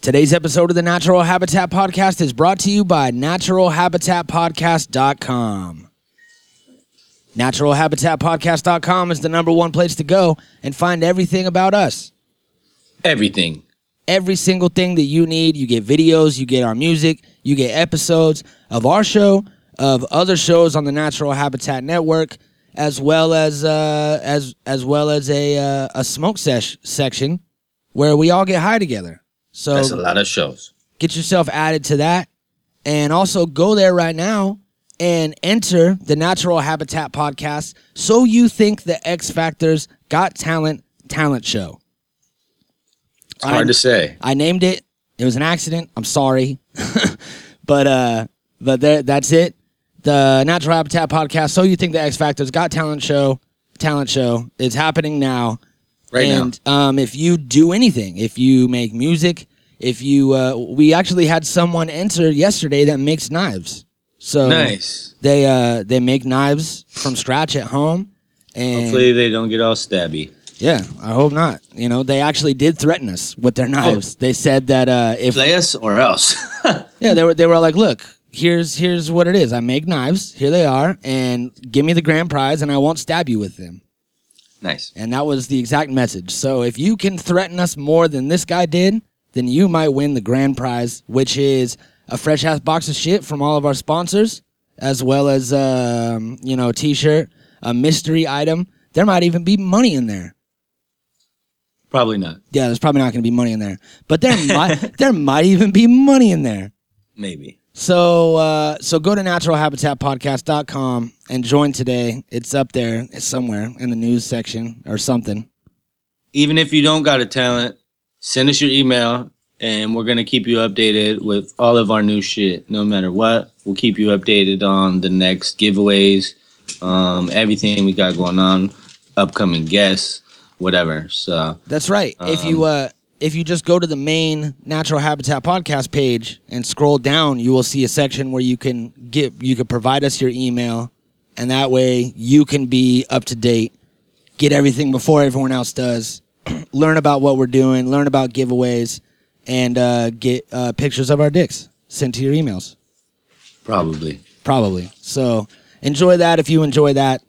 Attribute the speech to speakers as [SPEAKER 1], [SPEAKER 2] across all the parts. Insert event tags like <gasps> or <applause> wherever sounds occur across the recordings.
[SPEAKER 1] Today's episode of the Natural Habitat Podcast is brought to you by naturalhabitatpodcast.com. Naturalhabitatpodcast.com is the number one place to go and find everything about us.
[SPEAKER 2] Everything.
[SPEAKER 1] Every single thing that you need. You get videos, you get our music, you get episodes of our show, of other shows on the Natural Habitat Network, as well as uh, as as well as a uh, a smoke sesh section where we all get high together. So
[SPEAKER 2] That's a lot of shows.
[SPEAKER 1] get yourself added to that and also go there right now and enter the natural habitat podcast so you think the x factors got talent talent show
[SPEAKER 2] It's hard to say.
[SPEAKER 1] i named it it was an accident i'm sorry <laughs> but uh but there, that's it the natural habitat podcast so you think the x factors got talent show talent show it's happening now
[SPEAKER 2] Right
[SPEAKER 1] and um, if you do anything, if you make music, if you, uh, we actually had someone enter yesterday that makes knives. So
[SPEAKER 2] now. Nice.
[SPEAKER 1] They uh, they make knives from scratch at home, and
[SPEAKER 2] Hopefully they don't get all stabby.
[SPEAKER 1] yeah, I hope not. You know, they actually did threaten us with
[SPEAKER 2] Oh.
[SPEAKER 1] their knives. They said that uh, if
[SPEAKER 2] Play us or else. <laughs>
[SPEAKER 1] yeah, they were they were like, look, here's here's what it is. I make knives. Here they are, and give me the grand prize, and I won't stab you with them.
[SPEAKER 2] nice.
[SPEAKER 1] And that was the exact message. So if you can threaten us more than this guy did, then you might win the grand prize, which is a fresh ass box of shit from all of our sponsors, as well as um, you know, a t-shirt, a mystery item. There might even be money in there.
[SPEAKER 2] Probably not.
[SPEAKER 1] Yeah, there's probably not going to be money in there, but there might there might even be money in there.
[SPEAKER 2] Maybe.
[SPEAKER 1] So uh, so go to naturalhabitatpodcast.com and join today. It's up there it's somewhere in the news section or something.
[SPEAKER 2] Even if you don't got a talent, send us your email and we're going to keep you updated with all of our new shit, no matter what. We'll keep you updated on the next giveaways, um, everything we got going on, upcoming guests, whatever. So,
[SPEAKER 1] That's right. if you uh, if you just go to the main Natural Habitat podcast page and scroll down, you will see a section where you can get you can provide us your email, and that way you can be up to date, get everything before everyone else does, <clears throat> learn about what we're doing, learn about giveaways, and uh, get uh, pictures of our dicks sent to your emails
[SPEAKER 2] probably.
[SPEAKER 1] probably. So enjoy that if you enjoy that.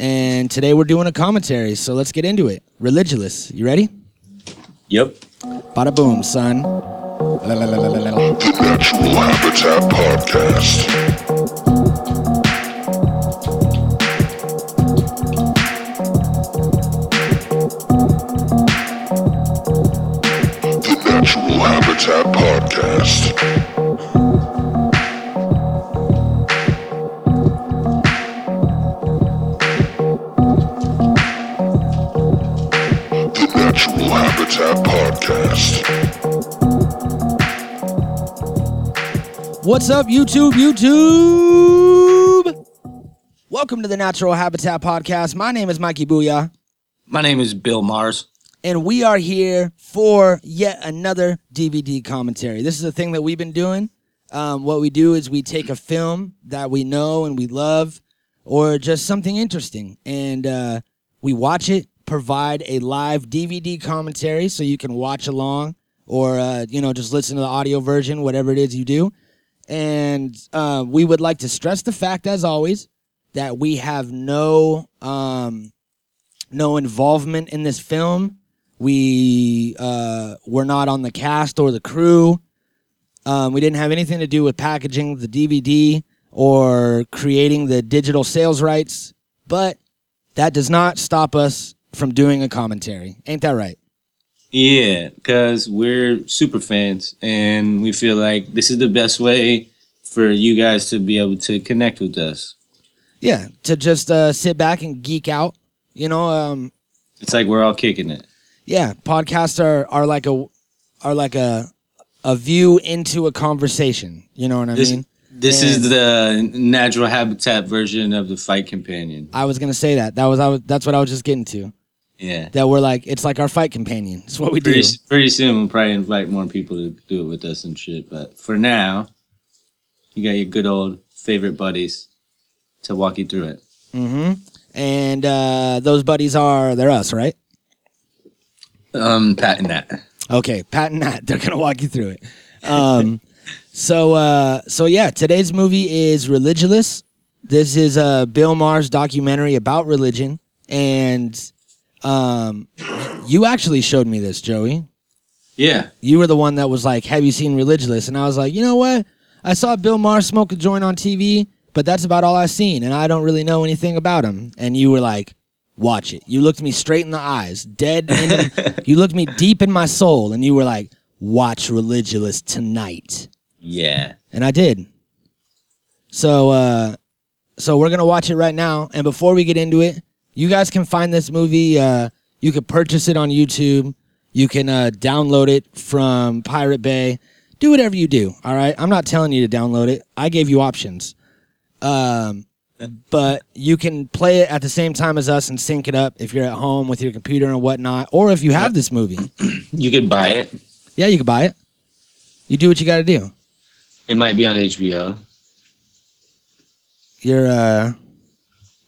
[SPEAKER 1] And today we're doing a commentary, so let's get into it. Religious, you ready?
[SPEAKER 2] Yep.
[SPEAKER 1] Bada boom, son. La, la, la, la, la, la, la.
[SPEAKER 3] Natural Habitat Podcast. The Natural Habitat Podcast. The Natural Habitat Podcast.
[SPEAKER 1] What's up, YouTube? YouTube! Welcome to the Natural Habitat Podcast. My name is Mikey Booyah,
[SPEAKER 2] My name is Bill Mars.
[SPEAKER 1] and we are here for yet another DVD commentary. This is a thing that we've been doing. Um, what we do is we take a film that we know and we love, or just something interesting, and uh, we watch it. Provide a live DVD commentary so you can watch along, or uh, you know just listen to the audio version, whatever it is you do. And uh, we would like to stress the fact, as always, that we have no um, no involvement in this film. We uh, were not on the cast or the crew. Um, we didn't have anything to do with packaging the DVD or creating the digital sales rights, but that does not stop us from doing a commentary. Ain't that right?
[SPEAKER 2] Yeah, because we're super fans and we feel like this is the best way for you guys to be able to connect with us.
[SPEAKER 1] Yeah, to just uh, sit back and geek out. You know, um,
[SPEAKER 2] It's like we're all kicking it.
[SPEAKER 1] yeah, podcasts are, are like a are like a a view into a conversation. You know what I
[SPEAKER 2] This,
[SPEAKER 1] mean?
[SPEAKER 2] this is the natural habitat version of the fight companion.
[SPEAKER 1] I was gonna say that. That was I was, that's what I was just getting to.
[SPEAKER 2] Yeah.
[SPEAKER 1] That we're like it's like our fight companion. It's what we do.
[SPEAKER 2] Pretty, s- pretty soon, we'll probably invite more people to do it with us and shit. But for now, you got your good old favorite buddies to walk you through it.
[SPEAKER 1] Mm-hmm. And uh, those buddies are they're us, right?
[SPEAKER 2] Um, patent that.
[SPEAKER 1] Okay, patent that. <laughs> They're gonna walk you through it. Um, so uh, so yeah, today's movie is Religious. This is a Bill Maher's documentary about religion, and um, you actually showed me this, Joey.
[SPEAKER 2] Yeah.
[SPEAKER 1] You were the one that was like, "Have you seen Religious?" And I was like, "You know what? I saw Bill Maher smoke a joint on TV, but that's about all I've seen, and I don't really know anything about him." And you were like, "Watch it." You looked me straight in the eyes, dead. In, you looked me deep in my soul, and you were like, "Watch Religious tonight,"
[SPEAKER 2] Yeah.
[SPEAKER 1] and I did. So, uh, so we're gonna watch it right now. And before we get into it, you guys can find this movie. Uh, you can purchase it on YouTube. You can uh, download it from Pirate Bay. Do whatever you do. All right. I'm not telling you to download it. I gave you options. Um, but you can play it at the same time as us and sync it up if you're at home with your computer and whatnot, or if you have this movie.
[SPEAKER 2] You could buy it.
[SPEAKER 1] Yeah, you can buy it. You do what you got to do.
[SPEAKER 2] It might be on HBO.
[SPEAKER 1] You're uh,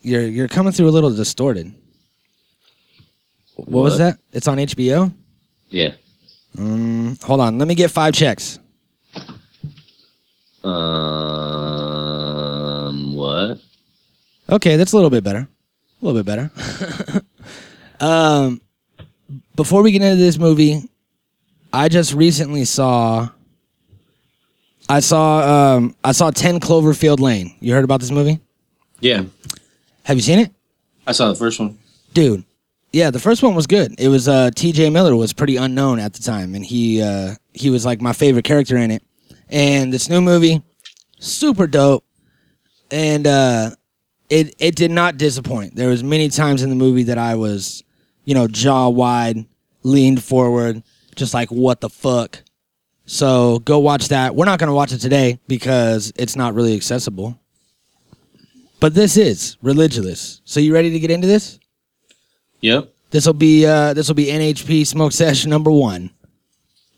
[SPEAKER 1] you're you're coming through a little distorted. What was that? It's on HBO.
[SPEAKER 2] Yeah.
[SPEAKER 1] Mm, hold on, let me get five checks.
[SPEAKER 2] Um. What?
[SPEAKER 1] Okay, that's a little bit better. A little bit better. <laughs> um, before we get into this movie, I just recently saw. I saw um, I saw Ten Cloverfield Lane. You heard about this movie?
[SPEAKER 2] Yeah.
[SPEAKER 1] Have you seen it,
[SPEAKER 2] I saw the first one.
[SPEAKER 1] dude? Yeah, the first one was good. It was uh, T.J. Miller was pretty unknown at the time, and he uh, he was like my favorite character in it. And this new movie, super dope, and uh, it it did not disappoint. There was many times in the movie that I was, you know, jaw wide, leaned forward, just like what the fuck. So go watch that. We're not gonna watch it today because it's not really accessible. But this is religious. So you ready to get into this?
[SPEAKER 2] Yep.
[SPEAKER 1] This will be uh, this will be NHP Smoke Session number one,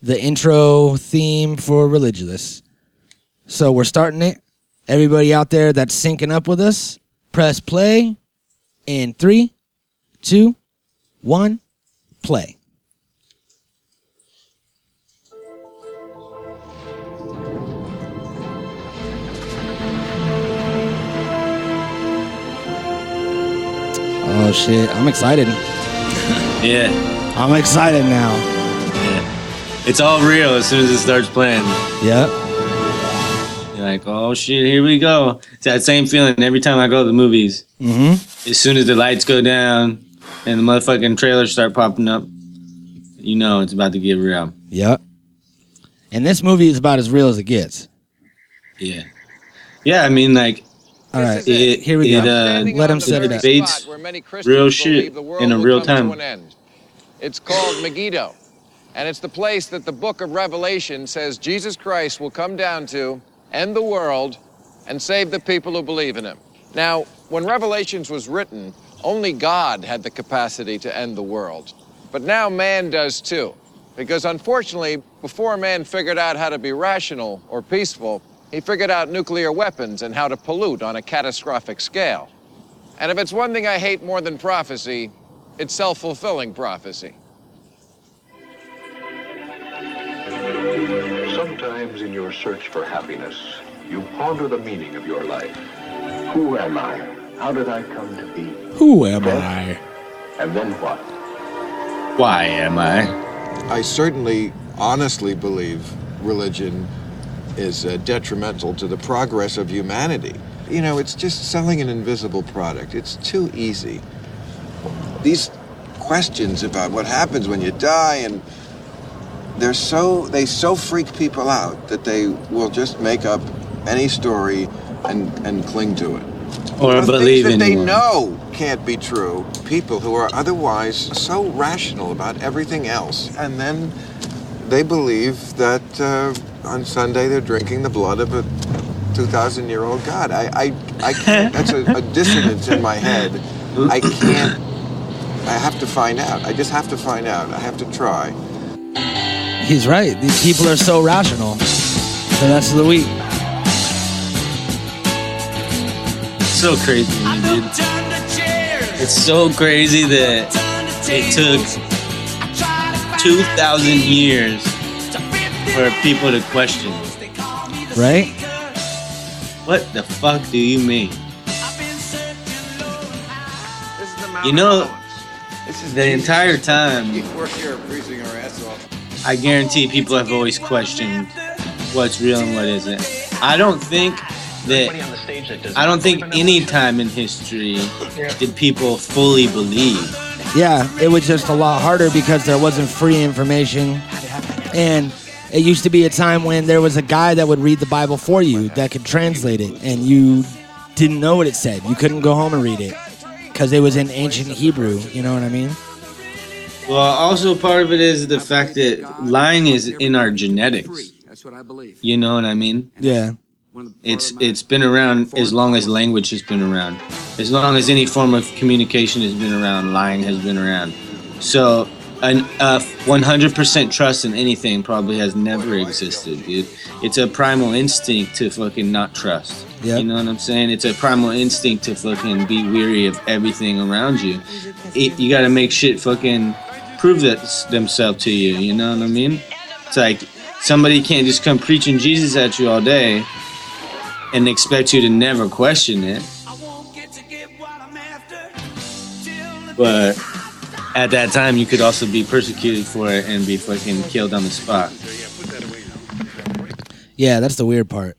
[SPEAKER 1] the intro theme for Religious. So we're starting it. Everybody out there that's syncing up with us, press play. In three, two, one, play. Oh shit! I'm excited.
[SPEAKER 2] Yeah.
[SPEAKER 1] I'm excited now.
[SPEAKER 2] yeah. It's all real as soon as it starts playing.
[SPEAKER 1] Yep.
[SPEAKER 2] You're like, oh shit, here we go. It's that same feeling every time I go to the movies.
[SPEAKER 1] Mm-hmm.
[SPEAKER 2] As soon as the lights go down and the motherfucking trailers start popping up, you know it's about to get real.
[SPEAKER 1] Yep. And this movie is about as real as it gets.
[SPEAKER 2] Yeah. Yeah. I mean, like,
[SPEAKER 1] All
[SPEAKER 4] This
[SPEAKER 1] right.
[SPEAKER 4] is it.
[SPEAKER 1] Here we go.
[SPEAKER 2] It, uh,
[SPEAKER 4] Standing
[SPEAKER 1] Let
[SPEAKER 4] on
[SPEAKER 1] him
[SPEAKER 4] the
[SPEAKER 1] set it
[SPEAKER 4] very
[SPEAKER 1] up.
[SPEAKER 2] Bates,
[SPEAKER 4] spot where many
[SPEAKER 2] real
[SPEAKER 4] Christians
[SPEAKER 2] shit
[SPEAKER 4] believe the world
[SPEAKER 2] in a
[SPEAKER 4] will
[SPEAKER 2] real
[SPEAKER 4] come
[SPEAKER 2] time.
[SPEAKER 4] To an end. It's called Megiddo, and it's the place that the book of Revelation says Jesus Christ will come down to, end the world, and save the people who believe in him. Now, when Revelations was written, only God had the capacity to end the world. But now man does too. Because unfortunately, before man figured out how to be rational or peaceful, he figured out nuclear weapons and how to pollute on a catastrophic scale. And if it's one thing I hate more than prophecy, it's self fulfilling prophecy.
[SPEAKER 5] Sometimes in your search for happiness, you ponder the meaning of your life. Who am I? How did I come to be?
[SPEAKER 1] Who am I?
[SPEAKER 5] And then what?
[SPEAKER 2] why am I?
[SPEAKER 6] I certainly honestly believe religion is uh, detrimental to the progress of humanity. You know, it's just selling an invisible product. It's too easy. These questions about what happens when you die and they're so they so freak people out that they will just make up any story and and cling to it.
[SPEAKER 2] Or
[SPEAKER 6] The
[SPEAKER 2] believe
[SPEAKER 6] things
[SPEAKER 2] in
[SPEAKER 6] that they
[SPEAKER 2] one.
[SPEAKER 6] know can't be true. People who are otherwise so rational about everything else, and then they believe that uh, on Sunday they're drinking the blood of a 2,000-year-old god. I, I, I can't, that's a, a dissonance in my head. I can't. I have to find out. I just have to find out. I have to try.
[SPEAKER 1] He's right. These people are so rational. So that's the week.
[SPEAKER 2] It's so crazy, dude. It's so crazy that it took 2,000 years for people to question.
[SPEAKER 1] right?
[SPEAKER 2] What the fuck do you mean?
[SPEAKER 7] This is the Mount
[SPEAKER 2] You know-
[SPEAKER 7] of Olives. This is
[SPEAKER 2] The entire time,
[SPEAKER 7] We're here freezing our ass off.
[SPEAKER 2] I guarantee people have always questioned what's real and what isn't. I don't think that, I don't think any time in history did people fully believe.
[SPEAKER 1] Yeah, it was just a lot harder because there wasn't free information. And it used to be a time when there was a guy that would read the Bible for you that could translate it, and you didn't know what it said. You couldn't go home and read it because it was in ancient Hebrew. You know what I mean?
[SPEAKER 2] Well, also part of it is the fact that lying is in our genetics.
[SPEAKER 8] That's what I believe.
[SPEAKER 2] You know what I mean?
[SPEAKER 1] Yeah.
[SPEAKER 8] One of the- part
[SPEAKER 2] It's
[SPEAKER 8] of my-
[SPEAKER 2] it's been around as long as language has been around. As long as any form of communication has been around, lying has been around. So an uh, 100% trust in anything probably has never existed, dude. It's a primal instinct to fucking not trust.
[SPEAKER 1] Yep.
[SPEAKER 2] You know what I'm saying? It's a primal instinct to fucking be weary of everything around you. It, you got to make shit fucking prove that themselves to you. You know what I mean? It's like somebody can't just come preaching Jesus at you all day and expect you to never question it. But at that time, you could also be persecuted for it and be fucking killed on the spot.
[SPEAKER 1] Yeah, that's the weird part.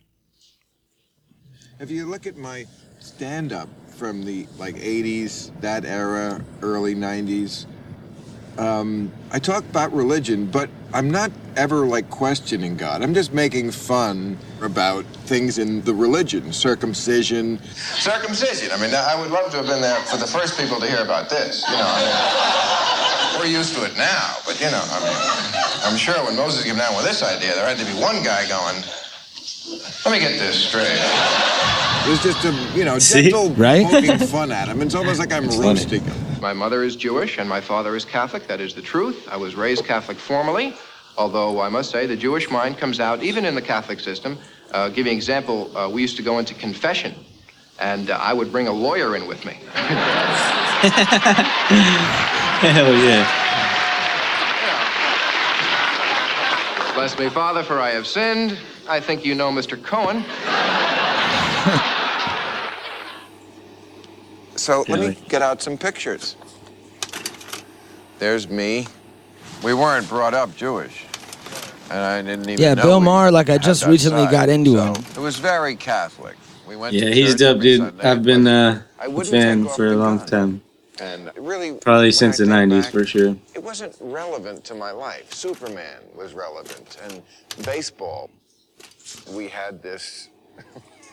[SPEAKER 9] If you look at my stand up from the like 80s, that era, early 90s, um, I talk about religion, but I'm not ever like questioning God. I'm just making fun about things in the religion, circumcision.
[SPEAKER 6] Circumcision. I mean, I would love to have been there for the first people to hear about this. You know, I mean, we're used to it now, but you know, I mean, I'm sure when Moses came down with this idea, there had to be one guy going, let me get this straight.
[SPEAKER 9] There's just a, you know,
[SPEAKER 2] See?
[SPEAKER 9] gentle
[SPEAKER 1] Right?
[SPEAKER 9] poking fun at him. It's almost like I'm
[SPEAKER 2] It's funny.
[SPEAKER 9] roasting him.
[SPEAKER 6] My mother is Jewish and my father is Catholic. That is the truth. I was raised Catholic formally, although I must say the Jewish mind comes out even in the Catholic system. Uh, give you an example, uh, we used to go into confession, and uh, I would bring a lawyer in with me.
[SPEAKER 2] <laughs> Hell yeah.
[SPEAKER 6] Bless me, Father, for I have sinned. I think you know Mr. Cohen.
[SPEAKER 9] So
[SPEAKER 2] let me Really?
[SPEAKER 9] get out some pictures.
[SPEAKER 6] There's me. We weren't brought up Jewish. And I didn't even
[SPEAKER 1] Yeah,
[SPEAKER 6] know
[SPEAKER 1] Bill
[SPEAKER 6] we
[SPEAKER 1] Maher, like I
[SPEAKER 6] had
[SPEAKER 1] just
[SPEAKER 6] that
[SPEAKER 1] recently
[SPEAKER 6] side.
[SPEAKER 1] got into him.
[SPEAKER 6] It was very Catholic. We went
[SPEAKER 2] Yeah,
[SPEAKER 6] to
[SPEAKER 2] he's
[SPEAKER 6] church
[SPEAKER 2] dope,
[SPEAKER 6] every
[SPEAKER 2] dude.
[SPEAKER 6] Sunday.
[SPEAKER 2] I've been uh,
[SPEAKER 6] I
[SPEAKER 2] a
[SPEAKER 6] wouldn't
[SPEAKER 2] fan
[SPEAKER 6] take off
[SPEAKER 2] for a
[SPEAKER 6] the
[SPEAKER 2] long
[SPEAKER 6] gun.
[SPEAKER 2] time.
[SPEAKER 6] And really, when I
[SPEAKER 2] Probably since the
[SPEAKER 6] think
[SPEAKER 2] 90s
[SPEAKER 6] back,
[SPEAKER 2] for sure.
[SPEAKER 6] It wasn't relevant to my life. Superman was relevant. And baseball, we had this <laughs>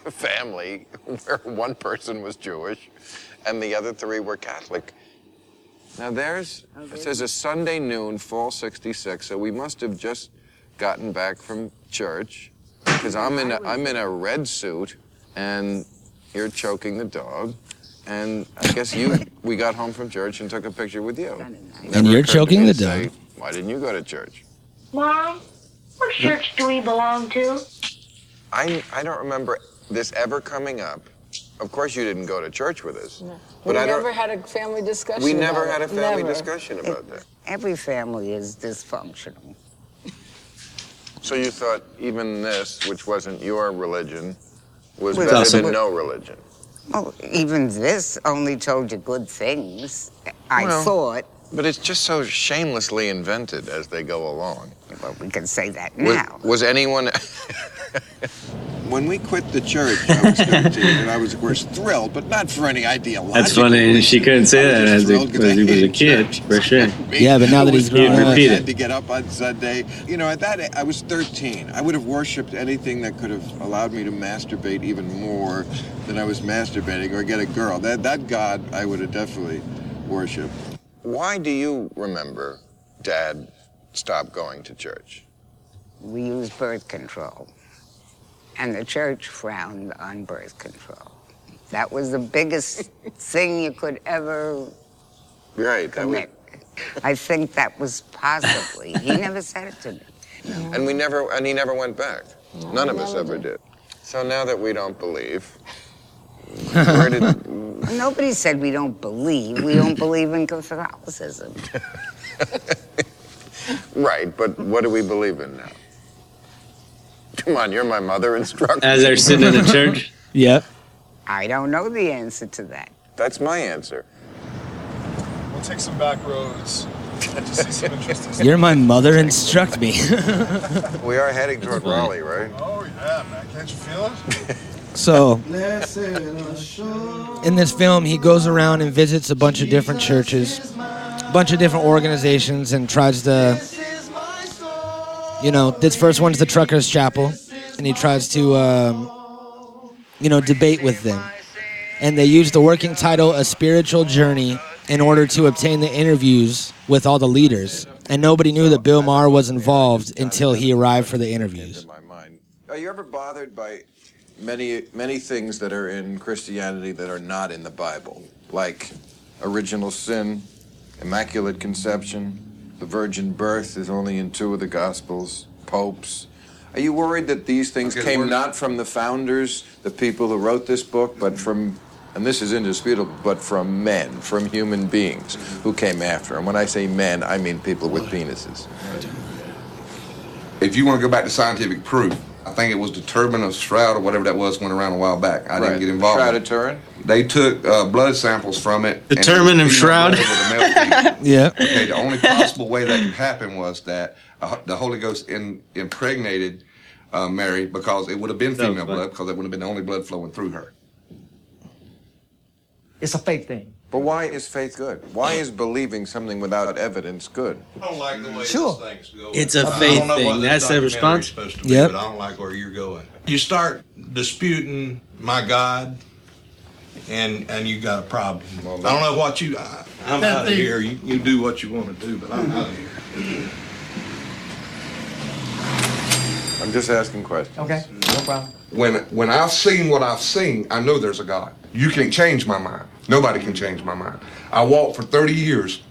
[SPEAKER 6] family <laughs> where one person was Jewish and the other three were Catholic. Now there's, it says a Sunday noon, fall 66, so we must have just gotten back from church because I'm in, a, I'm in a red suit and you're choking the dog. And I guess you, we got home from church and took a picture with you.
[SPEAKER 1] And you're
[SPEAKER 6] occurred to me
[SPEAKER 1] choking
[SPEAKER 6] to
[SPEAKER 1] the
[SPEAKER 6] say,
[SPEAKER 1] dog.
[SPEAKER 6] Why didn't you go to church?
[SPEAKER 3] Mom, what church do we belong to?
[SPEAKER 6] I, I don't remember this ever coming up. Of course, you didn't go to church with us. But
[SPEAKER 10] we
[SPEAKER 6] I
[SPEAKER 10] never
[SPEAKER 6] don't.
[SPEAKER 10] had a family discussion.
[SPEAKER 6] We never
[SPEAKER 10] about
[SPEAKER 6] had a
[SPEAKER 10] it.
[SPEAKER 6] family
[SPEAKER 10] Never.
[SPEAKER 6] discussion about that.
[SPEAKER 11] Every family is dysfunctional.
[SPEAKER 6] So you thought even this, which wasn't your religion, was
[SPEAKER 11] Well,
[SPEAKER 6] better
[SPEAKER 2] also-
[SPEAKER 6] than no religion.
[SPEAKER 11] Well, even this only told you good things. I
[SPEAKER 6] Well-
[SPEAKER 11] thought.
[SPEAKER 6] But it's just so shamelessly invented as they go along.
[SPEAKER 11] Well, we can say that
[SPEAKER 6] Was,
[SPEAKER 11] now.
[SPEAKER 6] was anyone? <laughs>
[SPEAKER 9] When we quit the church, I was 13, and I was, of course, thrilled, but not for any ideological
[SPEAKER 2] That's funny.
[SPEAKER 9] reason.
[SPEAKER 2] She couldn't say
[SPEAKER 9] I
[SPEAKER 2] that
[SPEAKER 9] just
[SPEAKER 2] as a,
[SPEAKER 9] thrilled 'cause
[SPEAKER 2] as
[SPEAKER 9] I
[SPEAKER 2] he was a
[SPEAKER 9] hated
[SPEAKER 2] kid,
[SPEAKER 9] church.
[SPEAKER 2] for sure.
[SPEAKER 1] Yeah, but now that he's
[SPEAKER 9] It was
[SPEAKER 1] grown
[SPEAKER 9] hard.
[SPEAKER 1] up-
[SPEAKER 9] I
[SPEAKER 2] Repeat
[SPEAKER 9] had
[SPEAKER 2] it.
[SPEAKER 9] to get up on Sunday. You know, at that I was 13. I would have worshipped anything that could have allowed me to masturbate even more than I was masturbating or get a girl. That that God I would have definitely worshipped.
[SPEAKER 6] Why do you remember, Dad, stopped going to church?
[SPEAKER 11] we used birth control. And the church frowned on birth control. That was the biggest thing you could ever
[SPEAKER 6] Right. that was-
[SPEAKER 11] commit. I think that was possibly. He never said it to me.
[SPEAKER 6] and we never, and he never went back. None of us ever did. So now that we don't believe,
[SPEAKER 4] <laughs>
[SPEAKER 6] where did?
[SPEAKER 11] Nobody said we don't believe. We don't believe in Catholicism.
[SPEAKER 12] Right, but what do we believe in now? Come on, you're my mother instructor.
[SPEAKER 2] As they're sitting in the church,
[SPEAKER 1] Yep.
[SPEAKER 11] I don't know the answer to that.
[SPEAKER 12] That's my answer.
[SPEAKER 13] We'll take some back roads and just see some interesting
[SPEAKER 6] <laughs>
[SPEAKER 13] stuff.
[SPEAKER 1] You're my mother. Instruct me. <laughs>
[SPEAKER 12] We are heading toward
[SPEAKER 2] fine.
[SPEAKER 12] Raleigh, right?
[SPEAKER 13] Oh yeah, man! Can't you feel it?
[SPEAKER 1] So, in this film, he goes around and visits a bunch of different churches, a bunch of different organizations, and tries to, you know, this first one's the Truckers Chapel, and he tries to, um, you know, debate with them. And they use the working title, A Spiritual Journey, in order to obtain the interviews with all the leaders. And nobody knew that Bill Maher was involved until he arrived for the interviews.
[SPEAKER 6] in my mind. Are you ever bothered by many many things that are in Christianity that are not in the Bible, like original sin, immaculate conception, the virgin birth is only in two of the Gospels, popes. Are you worried that these things came not from the founders, the people who wrote this book, but from and this is indisputable, but from men, from human beings who came after. And when I say men, I mean people with penises.
[SPEAKER 14] If you want to go back to scientific proof, I think it was the turban of Shroud or whatever that was went around a while back. I didn't get involved.
[SPEAKER 6] Try
[SPEAKER 14] in
[SPEAKER 6] to
[SPEAKER 14] it.
[SPEAKER 6] turn.
[SPEAKER 14] They took uh, blood samples from it.
[SPEAKER 2] The
[SPEAKER 14] and
[SPEAKER 2] turban
[SPEAKER 14] it
[SPEAKER 2] of
[SPEAKER 14] was female
[SPEAKER 2] Shroud.
[SPEAKER 14] blood over the male
[SPEAKER 1] <laughs>
[SPEAKER 14] feet.
[SPEAKER 1] Yeah.
[SPEAKER 14] okay, the only possible way that could happen was that uh, the Holy Ghost in, impregnated uh, Mary because it would have been
[SPEAKER 2] That was
[SPEAKER 14] female
[SPEAKER 2] funny.
[SPEAKER 14] blood because it would have been the only blood flowing through her.
[SPEAKER 13] It's a fake thing.
[SPEAKER 6] But why is faith good? Why is believing something without evidence good?
[SPEAKER 14] I don't like the way
[SPEAKER 13] Sure.
[SPEAKER 14] things go.
[SPEAKER 2] It's a I- I
[SPEAKER 6] Uh-huh.
[SPEAKER 2] faith don't know thing. what this That's the documentary's response.
[SPEAKER 14] Supposed
[SPEAKER 1] be, Yep. but
[SPEAKER 14] I don't like where you're going. You start disputing my God, and and you got a problem. I don't know what you. I, I'm out of here. You, you do what you want to do, but I'm out of here.
[SPEAKER 6] I'm just asking questions.
[SPEAKER 13] Okay, no problem.
[SPEAKER 14] when when I've seen what I've seen, I know there's a God. You can't change my mind. Nobody can change my mind. I walked for 30 years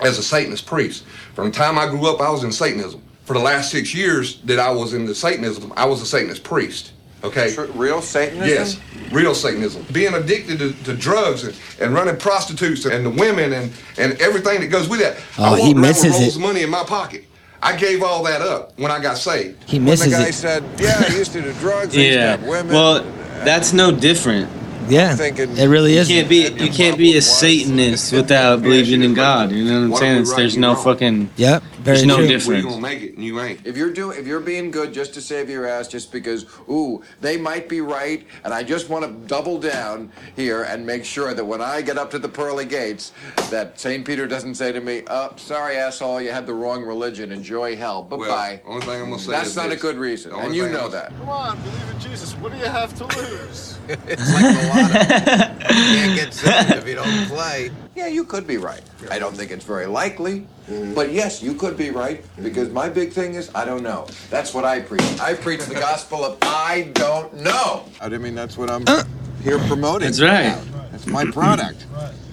[SPEAKER 14] as a Satanist priest. From the time I grew up, I was in Satanism. For the last six years that I was in the Satanism, I was a Satanist priest. Okay.
[SPEAKER 6] Tr- real Satanism?
[SPEAKER 14] Yes, real Satanism. Being addicted to, to drugs and, and running prostitutes and the women and, and everything that goes with that.
[SPEAKER 1] Oh, he
[SPEAKER 14] walked around with
[SPEAKER 1] misses
[SPEAKER 14] rolls
[SPEAKER 1] it.
[SPEAKER 14] of money in my pocket. I gave all that up when I got saved.
[SPEAKER 1] He
[SPEAKER 6] When the
[SPEAKER 1] misses
[SPEAKER 6] guy
[SPEAKER 1] it.
[SPEAKER 6] said, "Yeah, I used to do drugs. I used to
[SPEAKER 2] yeah.
[SPEAKER 6] have women."
[SPEAKER 2] Well, that's no different.
[SPEAKER 1] Yeah.
[SPEAKER 6] thinking-
[SPEAKER 1] It really
[SPEAKER 2] You
[SPEAKER 1] is.
[SPEAKER 2] can't be you can't be a Satanist without believing in God. You know what I'm saying? It's- there's no fucking
[SPEAKER 1] Yep. Very
[SPEAKER 2] there's no
[SPEAKER 1] true.
[SPEAKER 14] Well, you
[SPEAKER 2] difference.
[SPEAKER 14] gonna make it and you ain't.
[SPEAKER 6] if you're doing, if you're being good just to save your ass, just because, ooh, they might be right, and I just want to double down here and make sure that when I get up to the pearly gates, that Saint Peter doesn't say to me, "Uh, sorry, asshole, you had the wrong religion. Enjoy hell. Bye
[SPEAKER 14] Well,
[SPEAKER 6] bye."
[SPEAKER 14] Only thing I'm gonna say
[SPEAKER 6] That's
[SPEAKER 14] is
[SPEAKER 6] not
[SPEAKER 14] this.
[SPEAKER 6] a good reason,
[SPEAKER 14] The only
[SPEAKER 6] and you
[SPEAKER 14] thing
[SPEAKER 6] know
[SPEAKER 14] I'm-
[SPEAKER 6] that.
[SPEAKER 13] Come on, believe in Jesus. What do you have to
[SPEAKER 6] <laughs>
[SPEAKER 13] lose?
[SPEAKER 6] It's like the lotto. you can't get saved if you don't play. Yeah, Mm-hmm. you could be right. I don't think it's very likely, but yes, you could be right because my big thing is I don't know. That's what I preach. I preach the gospel of I don't know. I mean, that's what I'm here promoting.
[SPEAKER 2] That's right.
[SPEAKER 6] That's my product.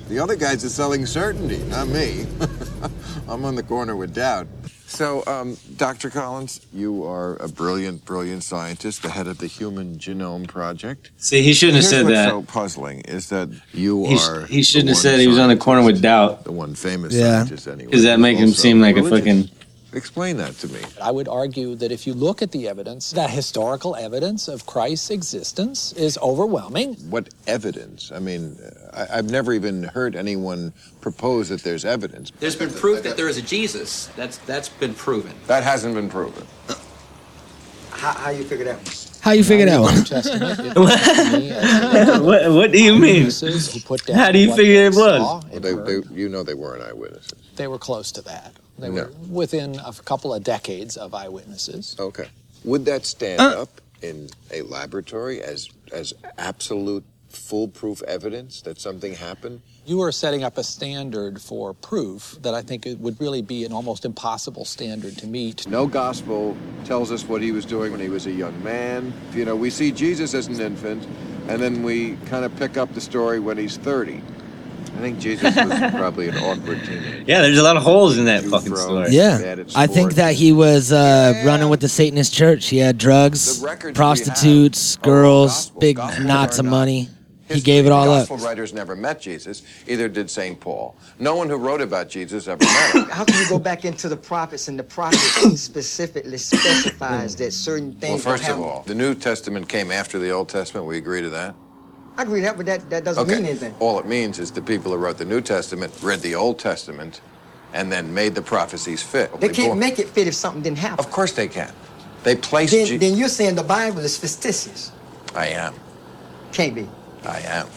[SPEAKER 6] The other guys are selling certainty, not me. <laughs> I'm on the corner with doubt. So, um, Dr. Collins, you are a brilliant, brilliant scientist, the head of the Human Genome Project.
[SPEAKER 2] See, he shouldn't have
[SPEAKER 6] Here's
[SPEAKER 2] said
[SPEAKER 6] what's
[SPEAKER 2] that.
[SPEAKER 6] so puzzling is that you
[SPEAKER 2] He, sh-
[SPEAKER 6] are.
[SPEAKER 2] he
[SPEAKER 6] the
[SPEAKER 2] shouldn't have
[SPEAKER 6] one
[SPEAKER 2] said he was on the corner with doubt.
[SPEAKER 6] scientist- The one famous
[SPEAKER 1] Yeah.
[SPEAKER 6] scientist, anyway.
[SPEAKER 2] Does that
[SPEAKER 6] who's
[SPEAKER 2] make him
[SPEAKER 6] also
[SPEAKER 2] seem like a
[SPEAKER 6] religious.
[SPEAKER 2] fucking?
[SPEAKER 6] Explain that to me.
[SPEAKER 13] I would argue that if you look at the evidence, that historical evidence of Christ's existence is overwhelming.
[SPEAKER 6] What evidence? I mean, I, I've never even heard anyone propose that there's evidence.
[SPEAKER 13] There's been proof that there is a Jesus. That's that's been proven.
[SPEAKER 6] That hasn't been proven.
[SPEAKER 13] How, how you figure that one?
[SPEAKER 1] How you figure that one?
[SPEAKER 13] Testament. It comes to me as the
[SPEAKER 2] <laughs> What, what do you mean?
[SPEAKER 13] witnesses who put down
[SPEAKER 2] How do you
[SPEAKER 13] what
[SPEAKER 2] figure
[SPEAKER 13] they
[SPEAKER 2] it was?
[SPEAKER 13] saw
[SPEAKER 6] Well,
[SPEAKER 13] and
[SPEAKER 6] they,
[SPEAKER 13] heard.
[SPEAKER 6] they, you know they weren't eyewitnesses.
[SPEAKER 13] They were close to that. They
[SPEAKER 6] No.
[SPEAKER 13] were within a couple of decades of eyewitnesses.
[SPEAKER 6] Okay. Would that stand
[SPEAKER 1] Uh.
[SPEAKER 6] up in a laboratory as as absolute foolproof evidence that something happened?
[SPEAKER 13] You are setting up a standard for proof that I think it would really be an almost impossible standard to meet.
[SPEAKER 6] No gospel tells us what he was doing when he was a young man. You know, we see Jesus as an infant, and then we kind of pick up the story when he's 30. I think Jesus
[SPEAKER 2] <laughs>
[SPEAKER 6] was probably an awkward teenager.
[SPEAKER 2] Yeah, there's a lot of holes in that
[SPEAKER 6] Two
[SPEAKER 2] fucking
[SPEAKER 6] frogs.
[SPEAKER 2] story.
[SPEAKER 1] Yeah,
[SPEAKER 6] Bad at
[SPEAKER 1] I think
[SPEAKER 6] sports.
[SPEAKER 1] that he was uh, running with the Satanist church. He had drugs,
[SPEAKER 6] The records we
[SPEAKER 1] prostitutes,
[SPEAKER 6] have are all
[SPEAKER 1] girls,
[SPEAKER 6] gospel.
[SPEAKER 1] big
[SPEAKER 6] Gospel
[SPEAKER 1] knots
[SPEAKER 6] are
[SPEAKER 1] of
[SPEAKER 6] not.
[SPEAKER 1] money. He gave it all up.
[SPEAKER 6] Gospel writers never met Jesus, either did St. Paul. No one who wrote about Jesus ever met
[SPEAKER 11] <coughs>
[SPEAKER 6] him.
[SPEAKER 11] How can you go back into the prophets and the prophets <coughs> specifically specifies that certain
[SPEAKER 6] Well,
[SPEAKER 11] things
[SPEAKER 6] first
[SPEAKER 11] don't
[SPEAKER 6] of
[SPEAKER 11] happen?
[SPEAKER 6] all, the New Testament came after the Old Testament. We agree to that?
[SPEAKER 11] I agree with that, but that, that doesn't mean anything.
[SPEAKER 6] All it means is the people who wrote the New Testament read the Old Testament and then made the prophecies fit.
[SPEAKER 11] They
[SPEAKER 6] They
[SPEAKER 11] can't
[SPEAKER 6] bought-
[SPEAKER 11] make it fit if something didn't happen.
[SPEAKER 6] Of course they can. They placed
[SPEAKER 11] Then,
[SPEAKER 6] Je-
[SPEAKER 11] then you're saying the Bible is fictitious.
[SPEAKER 6] I am.
[SPEAKER 11] Can't be.
[SPEAKER 6] I am.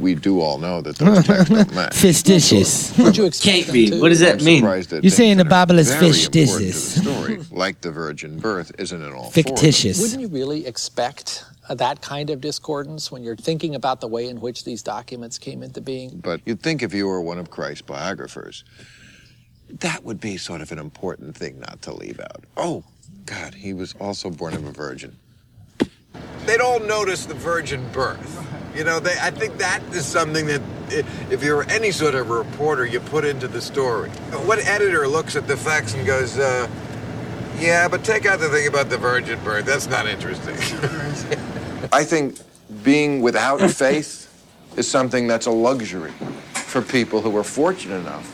[SPEAKER 6] We do all know that those texts
[SPEAKER 11] <laughs>
[SPEAKER 6] don't match.
[SPEAKER 1] Fistitious.
[SPEAKER 13] Would you expect
[SPEAKER 2] Can't be. What does that mean?
[SPEAKER 1] You're saying the Bible is
[SPEAKER 6] very important to the
[SPEAKER 1] fictitious.
[SPEAKER 6] story, like the virgin birth, isn't it all
[SPEAKER 1] Fictitious.
[SPEAKER 13] Wouldn't you really expect uh, that kind of discordance when you're thinking about the way in which these documents came into being?
[SPEAKER 6] But you'd think if you were one of Christ's biographers, that would be sort of an important thing not to leave out. Oh, God, he was also born of a virgin.
[SPEAKER 15] They'd all notice the virgin birth. You know, they, I think that is something that, i- if you're any sort of reporter, you put into the story. What editor looks at the facts and goes, uh, yeah, but take out the thing about the virgin birth. That's not interesting. <laughs>
[SPEAKER 6] I think being
[SPEAKER 15] <laughs>
[SPEAKER 6] without faith is something that's a luxury for people who are fortunate enough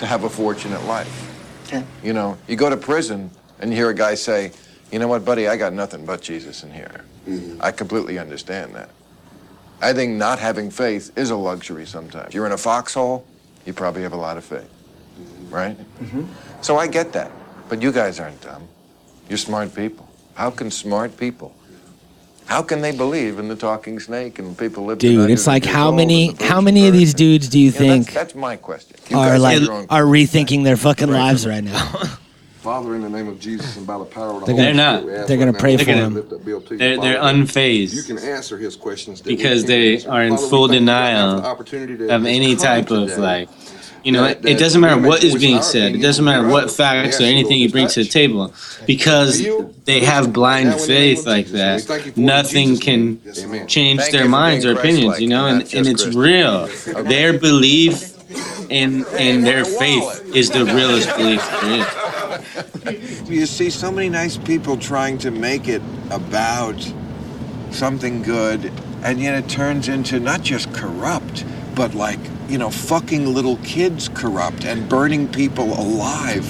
[SPEAKER 6] to have a fortunate life. You know, you go to prison and you hear a guy say, you know what, buddy, I got nothing but Jesus in here. I completely understand that. I think not having faith is a luxury sometimes. You're in a foxhole, you probably have a lot of faith, right? So I get that. But you guys aren't dumb. You're smart people. How can smart people? How can they believe in the talking snake and people living?
[SPEAKER 1] Dude, it's like how many how many of these dudes do you think
[SPEAKER 6] that's, that's my question. You guys
[SPEAKER 1] are
[SPEAKER 6] have
[SPEAKER 1] like
[SPEAKER 6] your own-
[SPEAKER 1] are rethinking their fucking lives right now?
[SPEAKER 6] <laughs>
[SPEAKER 14] Father, in the name of Jesus and by the power of the
[SPEAKER 1] They're
[SPEAKER 14] Holy
[SPEAKER 2] gonna-
[SPEAKER 14] Spirit, we ask
[SPEAKER 1] they're gonna
[SPEAKER 14] right now
[SPEAKER 1] pray
[SPEAKER 14] that
[SPEAKER 1] for
[SPEAKER 14] you
[SPEAKER 1] him.
[SPEAKER 14] lift up Bill to you,
[SPEAKER 2] They're- they're
[SPEAKER 14] Father.
[SPEAKER 2] unfazed.
[SPEAKER 14] You can answer his questions that we
[SPEAKER 2] because
[SPEAKER 14] can't
[SPEAKER 2] they
[SPEAKER 14] answer.
[SPEAKER 2] are in
[SPEAKER 14] Father, we
[SPEAKER 2] full
[SPEAKER 14] thank you right now for
[SPEAKER 2] denial
[SPEAKER 14] the opportunity to-
[SPEAKER 2] of any
[SPEAKER 14] to come
[SPEAKER 2] type of
[SPEAKER 14] today.
[SPEAKER 2] like you know
[SPEAKER 14] That-
[SPEAKER 2] it,
[SPEAKER 14] that
[SPEAKER 2] it doesn't matter
[SPEAKER 14] we may
[SPEAKER 2] what is
[SPEAKER 14] voice
[SPEAKER 2] being
[SPEAKER 14] our
[SPEAKER 2] said it
[SPEAKER 14] opinion
[SPEAKER 2] doesn't matter
[SPEAKER 14] to
[SPEAKER 2] what
[SPEAKER 14] others.
[SPEAKER 2] facts or
[SPEAKER 14] Yes,
[SPEAKER 2] anything
[SPEAKER 14] Lord,
[SPEAKER 2] he brings to the
[SPEAKER 14] touch.
[SPEAKER 2] table because they have blind faith like that nothing can change
[SPEAKER 6] Thank you
[SPEAKER 2] their
[SPEAKER 6] for
[SPEAKER 2] minds or
[SPEAKER 6] being
[SPEAKER 2] opinions
[SPEAKER 6] Christ-like
[SPEAKER 2] you know
[SPEAKER 6] and
[SPEAKER 2] and,
[SPEAKER 6] not
[SPEAKER 2] and
[SPEAKER 6] just
[SPEAKER 2] it's
[SPEAKER 6] Christian.
[SPEAKER 2] real their belief and and their faith is the realest belief there is
[SPEAKER 15] you see so many nice people trying to make it about something good, and yet it turns into not just corrupt, but like, you know, fucking little kids corrupt and burning people alive.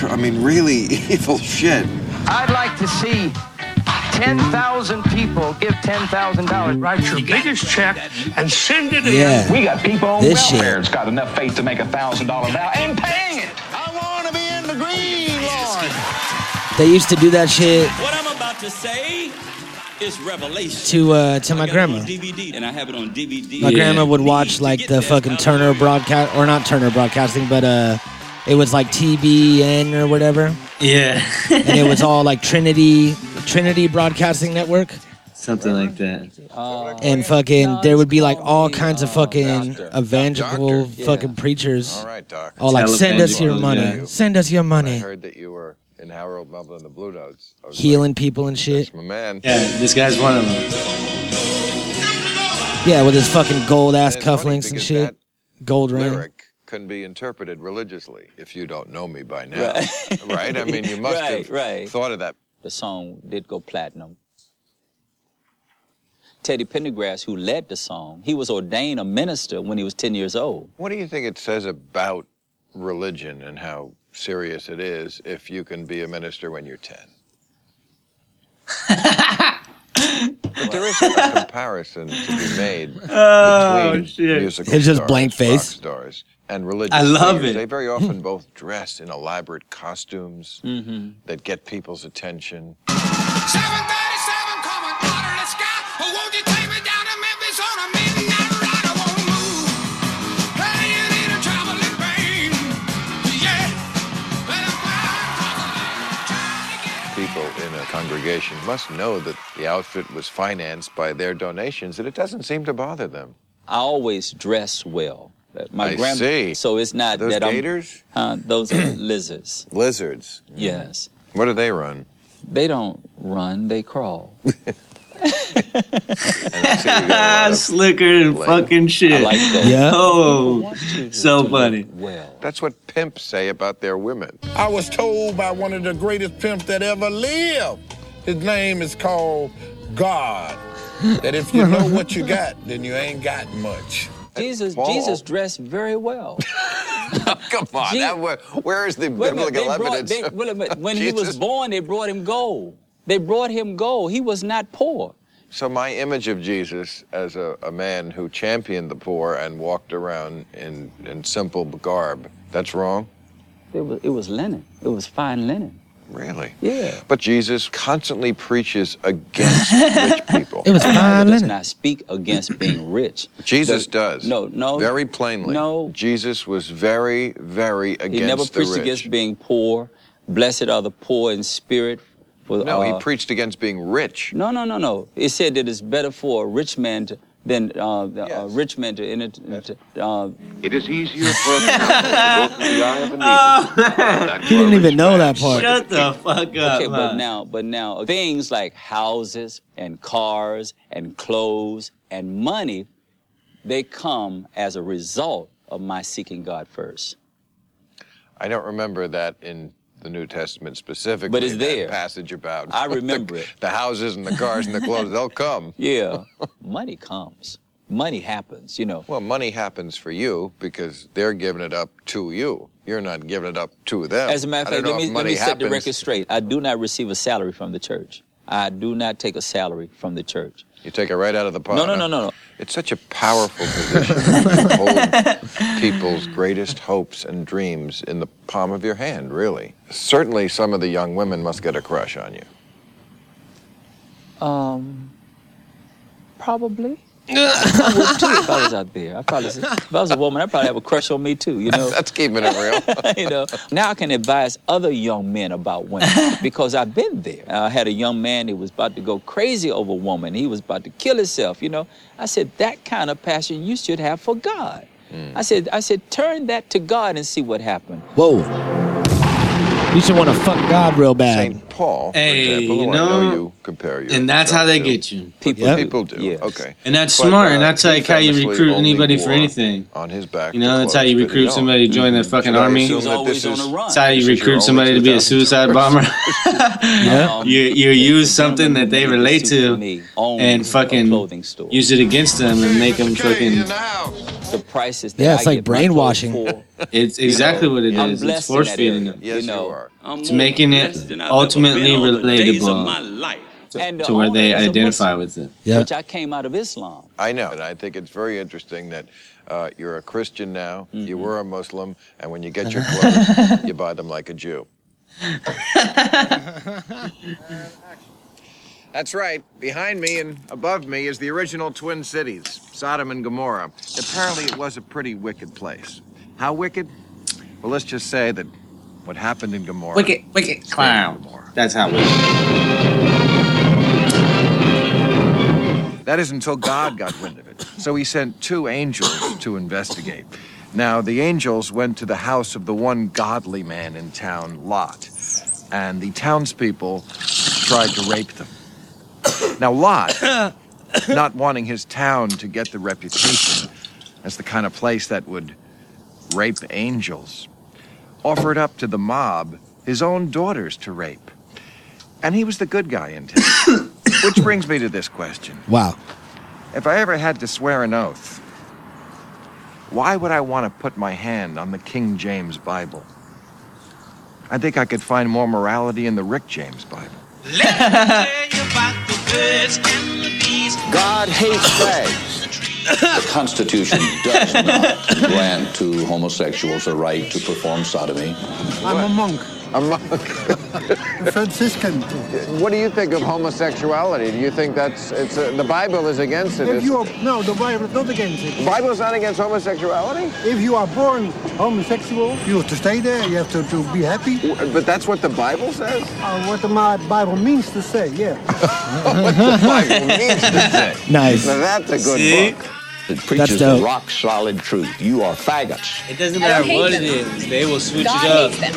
[SPEAKER 15] Cor- I mean, really <laughs> evil shit.
[SPEAKER 9] I'd like to see 10,000 people give $10,000. Write your biggest check and send it
[SPEAKER 1] Yeah.
[SPEAKER 9] in. We got people on
[SPEAKER 1] This shit.
[SPEAKER 9] welfare. It's got enough faith to make a $1,000 vow and paying it.
[SPEAKER 16] I want to be in the
[SPEAKER 17] <laughs>
[SPEAKER 16] green, Lord.
[SPEAKER 1] They used to do that shit
[SPEAKER 18] What I'm about to say is revelation.
[SPEAKER 1] to uh, to my grandma.
[SPEAKER 18] DVD, and I have it on DVD.
[SPEAKER 1] My grandma would watch like the fucking Turner broadcast or not Turner broadcasting, but uh, it was like TBN or whatever,
[SPEAKER 2] yeah <laughs>
[SPEAKER 1] and it was all like Trinity Trinity Broadcasting Network.
[SPEAKER 2] something like that
[SPEAKER 1] and fucking there would be like all kinds of fucking evangelical fucking preachers.
[SPEAKER 6] All right, doc.
[SPEAKER 1] All like send us your money,
[SPEAKER 6] Yeah.
[SPEAKER 1] send us your
[SPEAKER 6] I
[SPEAKER 1] money,
[SPEAKER 6] heard that you were in Harold Bubble and the Blue Notes. I was
[SPEAKER 1] healing people and shit.
[SPEAKER 6] like, my man.
[SPEAKER 2] yeah this guy's one of them
[SPEAKER 1] Yeah, with his fucking gold ass
[SPEAKER 6] And it's funny
[SPEAKER 1] cufflinks and
[SPEAKER 6] because
[SPEAKER 1] shit, gold ring.
[SPEAKER 6] Lyric can be interpreted religiously if you don't know me by now, right? I
[SPEAKER 17] <laughs>
[SPEAKER 6] mean, you must have thought of that.
[SPEAKER 17] The song did go platinum. Teddy Pendergrass, who led the song, he was ordained a minister when he was 10 years old.
[SPEAKER 6] What do you think it says about religion and how serious it is if you can be a minister when you're 10? but there is a comparison to be made
[SPEAKER 2] Oh,
[SPEAKER 6] between
[SPEAKER 2] shit.
[SPEAKER 6] musical
[SPEAKER 1] It's just
[SPEAKER 6] stars,
[SPEAKER 1] blank
[SPEAKER 6] rock
[SPEAKER 1] face.
[SPEAKER 6] stars, and religious
[SPEAKER 2] I love
[SPEAKER 6] leaders.
[SPEAKER 2] it.
[SPEAKER 6] They very often both dress in elaborate costumes that get people's attention. people in a congregation must know that the outfit was financed by their donations, and it doesn't seem to bother them.
[SPEAKER 17] I always
[SPEAKER 2] <laughs>
[SPEAKER 17] dress well. My
[SPEAKER 6] I
[SPEAKER 17] grand-
[SPEAKER 6] see.
[SPEAKER 17] So it's not
[SPEAKER 6] Those
[SPEAKER 17] that
[SPEAKER 6] gators?
[SPEAKER 17] I'm. Uh, those are <coughs> lizards.
[SPEAKER 6] Lizards.
[SPEAKER 17] Yes.
[SPEAKER 6] What do they run?
[SPEAKER 17] They don't run, they crawl.
[SPEAKER 2] slicker and fucking shit
[SPEAKER 17] I like those.
[SPEAKER 1] Yeah.
[SPEAKER 2] oh so funny
[SPEAKER 6] That's what pimps say about their women.
[SPEAKER 18] I was told by one of the greatest pimps that ever lived. His name is called God.
[SPEAKER 9] that if you know
[SPEAKER 1] <laughs>
[SPEAKER 9] what you got, then you ain't got much.
[SPEAKER 17] Jesus,
[SPEAKER 9] Paul.
[SPEAKER 17] Jesus dressed very well.
[SPEAKER 6] <laughs> Come on, that, where, where is the
[SPEAKER 17] Wait a minute,
[SPEAKER 6] biblical
[SPEAKER 17] they brought-
[SPEAKER 6] evidence?
[SPEAKER 17] they- wait a
[SPEAKER 6] <laughs>
[SPEAKER 17] minute, when he was
[SPEAKER 6] Jesus.
[SPEAKER 17] born, they brought him gold. They brought him gold. He was not poor.
[SPEAKER 6] So my image of Jesus as a, a man who championed the poor and walked around in, in simple garb, that's wrong?
[SPEAKER 17] It was, it was linen. It was fine linen.
[SPEAKER 6] Really?
[SPEAKER 17] Yeah.
[SPEAKER 6] But Jesus constantly preaches against rich people.
[SPEAKER 17] <laughs> It was fine linen. does not speak against being rich.
[SPEAKER 6] <clears throat> Jesus
[SPEAKER 17] The-
[SPEAKER 6] does.
[SPEAKER 17] No, no.
[SPEAKER 6] Very plainly.
[SPEAKER 17] No.
[SPEAKER 6] Jesus was very, very against
[SPEAKER 17] He never
[SPEAKER 6] the
[SPEAKER 17] preached
[SPEAKER 6] rich.
[SPEAKER 17] against being poor. Blessed are the poor in spirit. For,
[SPEAKER 6] no,
[SPEAKER 17] uh,
[SPEAKER 6] he preached against being rich.
[SPEAKER 17] No, no, no, no. It said that it's better for a rich man to, than uh, the- a rich man to enter. to, uh,
[SPEAKER 19] It is easier for a camel to go through the eye of a
[SPEAKER 17] <laughs> Oh.
[SPEAKER 19] needle than
[SPEAKER 1] He didn't even know that part.
[SPEAKER 17] Shut
[SPEAKER 2] the fuck up,
[SPEAKER 17] Okay, but
[SPEAKER 2] man.
[SPEAKER 17] now, but now, things like houses and cars and clothes and money, they come as a result of my seeking God first.
[SPEAKER 6] I don't remember that in the New Testament specifically.
[SPEAKER 17] But it's
[SPEAKER 6] that
[SPEAKER 17] there.
[SPEAKER 6] passage about
[SPEAKER 17] I remember it.
[SPEAKER 6] <laughs> the houses and the cars and the clothes. They'll come.
[SPEAKER 17] <laughs>
[SPEAKER 6] <laughs>
[SPEAKER 17] Yeah, money comes. Money happens, you know.
[SPEAKER 6] Well, money happens for you because they're giving it up to you. You're not giving it up to them.
[SPEAKER 17] As a matter of
[SPEAKER 6] I
[SPEAKER 17] fact,
[SPEAKER 6] don't
[SPEAKER 17] let
[SPEAKER 6] know
[SPEAKER 17] me,
[SPEAKER 6] if
[SPEAKER 17] let
[SPEAKER 6] money
[SPEAKER 17] me set the
[SPEAKER 6] happens.
[SPEAKER 17] record straight. I do not receive a salary from the church. I do not take a salary from the church.
[SPEAKER 6] You take it right out of the pot.
[SPEAKER 17] No, no, no, no, no.
[SPEAKER 6] It's such a powerful position. you hold
[SPEAKER 17] <laughs>
[SPEAKER 6] people's greatest hopes and dreams in the palm of your hand, really. Certainly, some of the young women must get a crush on you.
[SPEAKER 17] Um, probably. I would too if I was out there. I probably, if I was a woman, I'd probably have a crush on me too. You know.
[SPEAKER 6] <laughs> That's keeping it real.
[SPEAKER 17] <laughs> you know. Now I can advise other young men about
[SPEAKER 6] <laughs>
[SPEAKER 17] women because I've been there. I had a young man that was about to go crazy over a woman. He was about to kill himself. You know. I said that kind of passion you should have for God.
[SPEAKER 6] Mm.
[SPEAKER 17] I said, I said, turn that to God and see what happened.
[SPEAKER 1] Whoa. You should want to fuck God real bad.
[SPEAKER 6] St. Paul, for
[SPEAKER 2] Hey,
[SPEAKER 6] example,
[SPEAKER 2] you
[SPEAKER 6] who I know
[SPEAKER 2] know,
[SPEAKER 6] you compare you.
[SPEAKER 2] and that's how they get you.
[SPEAKER 17] People
[SPEAKER 2] Yep.
[SPEAKER 6] People do. Okay.
[SPEAKER 2] And that's
[SPEAKER 6] But,
[SPEAKER 2] smart,
[SPEAKER 6] uh,
[SPEAKER 2] and that's
[SPEAKER 6] he
[SPEAKER 2] like how you
[SPEAKER 6] famously
[SPEAKER 2] recruit
[SPEAKER 6] only
[SPEAKER 2] anybody for
[SPEAKER 6] wore
[SPEAKER 2] anything.
[SPEAKER 6] On his back.
[SPEAKER 2] You know,
[SPEAKER 6] the
[SPEAKER 2] that's how you
[SPEAKER 6] clothes fitted
[SPEAKER 2] recruit
[SPEAKER 6] on.
[SPEAKER 2] somebody to join the fucking
[SPEAKER 6] Should I
[SPEAKER 2] army.
[SPEAKER 6] assume that
[SPEAKER 17] Mm-hmm. always
[SPEAKER 6] this
[SPEAKER 17] on
[SPEAKER 6] is-
[SPEAKER 17] the run.
[SPEAKER 2] That's how you
[SPEAKER 6] This is your
[SPEAKER 2] recruit
[SPEAKER 6] only
[SPEAKER 2] somebody to be a suicide bomber. <laughs>
[SPEAKER 17] <laughs> Um,
[SPEAKER 2] You you use something that they relate to and fucking use it against them and make them fucking.
[SPEAKER 17] The prices. That
[SPEAKER 1] Yeah,
[SPEAKER 17] I
[SPEAKER 1] it's like
[SPEAKER 17] get
[SPEAKER 1] <laughs>
[SPEAKER 17] my
[SPEAKER 1] brainwashing.
[SPEAKER 2] <laughs> It's
[SPEAKER 17] You know,
[SPEAKER 2] exactly what it
[SPEAKER 17] I'm
[SPEAKER 2] is. It's
[SPEAKER 17] blessed in
[SPEAKER 2] force
[SPEAKER 17] that
[SPEAKER 2] feeding
[SPEAKER 17] area,
[SPEAKER 2] them.
[SPEAKER 17] you know.
[SPEAKER 2] It's making it ultimately relatable
[SPEAKER 17] And
[SPEAKER 2] to where
[SPEAKER 17] only
[SPEAKER 2] they
[SPEAKER 17] as a
[SPEAKER 2] identify
[SPEAKER 17] Muslim,
[SPEAKER 2] with it.
[SPEAKER 17] Which I came out of Islam.
[SPEAKER 6] I know, and I think it's very interesting that uh, you're a Christian now,
[SPEAKER 2] Mm-hmm.
[SPEAKER 6] you were a Muslim, and when you get
[SPEAKER 2] <laughs>
[SPEAKER 6] your clothes, you buy them like a Jew. That's right. Behind me and above me is the original Twin Cities, Sodom and Gomorrah. Apparently, it was a pretty wicked place. How wicked? Well, let's just say that what happened in Gomorrah.
[SPEAKER 2] Wicked, wicked clown. That's how we.
[SPEAKER 6] That is until God got wind of it. So he sent two angels to investigate. Now, the angels went to the house of the one godly man in town, Lot, and the townspeople tried to rape them. Now, Lot, not wanting his town to get the reputation as the kind of place that would rape angels, offered up to the mob his own daughters to rape. And he was the good guy in town. Which brings me to this question.
[SPEAKER 1] Wow. <laughs>
[SPEAKER 6] If I ever had to swear an oath, why would I want to put my hand on the King James Bible? I think I could find more morality in the Rick James Bible. <laughs>
[SPEAKER 9] God hates fags. the Constitution does not grant to homosexuals a right to perform sodomy.
[SPEAKER 6] I'm a monk. A
[SPEAKER 5] <laughs>
[SPEAKER 6] monk.
[SPEAKER 5] Franciscan.
[SPEAKER 6] What do you think of homosexuality? Do you think that's it's uh the Bible is against it?
[SPEAKER 5] If you
[SPEAKER 6] isn't
[SPEAKER 5] are, no, the Bible is not against it.
[SPEAKER 6] Bible is not against homosexuality?
[SPEAKER 5] If you are born homosexual, you have to stay there. You have to, to be happy.
[SPEAKER 6] it? But that's what the Bible
[SPEAKER 5] <laughs>
[SPEAKER 6] says.
[SPEAKER 5] Uh, what the my Bible means to say, yeah.
[SPEAKER 6] What the Bible means to say.
[SPEAKER 1] Nice.
[SPEAKER 6] Now that's a good
[SPEAKER 9] See?
[SPEAKER 6] book.
[SPEAKER 9] It preaches
[SPEAKER 1] dope.
[SPEAKER 9] the rock solid truth. You are faggots.
[SPEAKER 2] It doesn't
[SPEAKER 9] I
[SPEAKER 2] matter
[SPEAKER 9] don't
[SPEAKER 2] what it
[SPEAKER 9] hate
[SPEAKER 2] is, they will switch
[SPEAKER 9] God
[SPEAKER 2] it up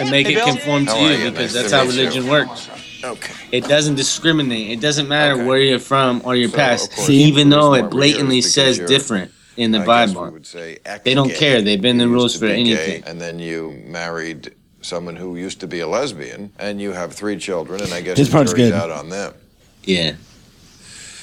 [SPEAKER 2] and make
[SPEAKER 9] Hey,
[SPEAKER 2] it
[SPEAKER 9] Bill.
[SPEAKER 2] conform to
[SPEAKER 9] How
[SPEAKER 2] you
[SPEAKER 9] are you?
[SPEAKER 2] because that's
[SPEAKER 9] Nice to
[SPEAKER 2] how
[SPEAKER 9] meet you.
[SPEAKER 2] religion works. Okay. It doesn't discriminate. It doesn't matter where you're from or your past,
[SPEAKER 1] course, See?
[SPEAKER 2] even
[SPEAKER 1] the
[SPEAKER 2] though
[SPEAKER 1] reason why
[SPEAKER 2] it
[SPEAKER 1] we're here is
[SPEAKER 2] blatantly
[SPEAKER 1] because
[SPEAKER 2] says
[SPEAKER 1] you're-
[SPEAKER 2] different in the
[SPEAKER 6] I guess we
[SPEAKER 2] Bible.
[SPEAKER 6] would say ex
[SPEAKER 2] They don't
[SPEAKER 6] gay.
[SPEAKER 2] care. They bend the
[SPEAKER 6] You used
[SPEAKER 2] rules
[SPEAKER 6] to
[SPEAKER 2] for
[SPEAKER 6] be gay,
[SPEAKER 2] anything.
[SPEAKER 6] and then you married someone who used to be a lesbian, and you have three children, and I guess
[SPEAKER 1] This
[SPEAKER 6] it
[SPEAKER 1] part's
[SPEAKER 6] carries
[SPEAKER 1] good.
[SPEAKER 6] out on them.
[SPEAKER 2] Yeah.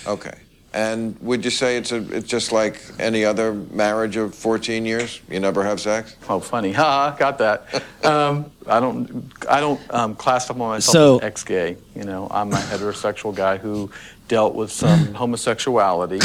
[SPEAKER 6] Okay. And would you say it's a, it's just like any other marriage of 14 years? You never have sex?
[SPEAKER 20] Oh, funny. Ha, ha, got that. Um, I don't, I don't um, classify myself
[SPEAKER 6] So-
[SPEAKER 20] as ex-gay. You know, I'm a heterosexual guy who dealt with some homosexuality.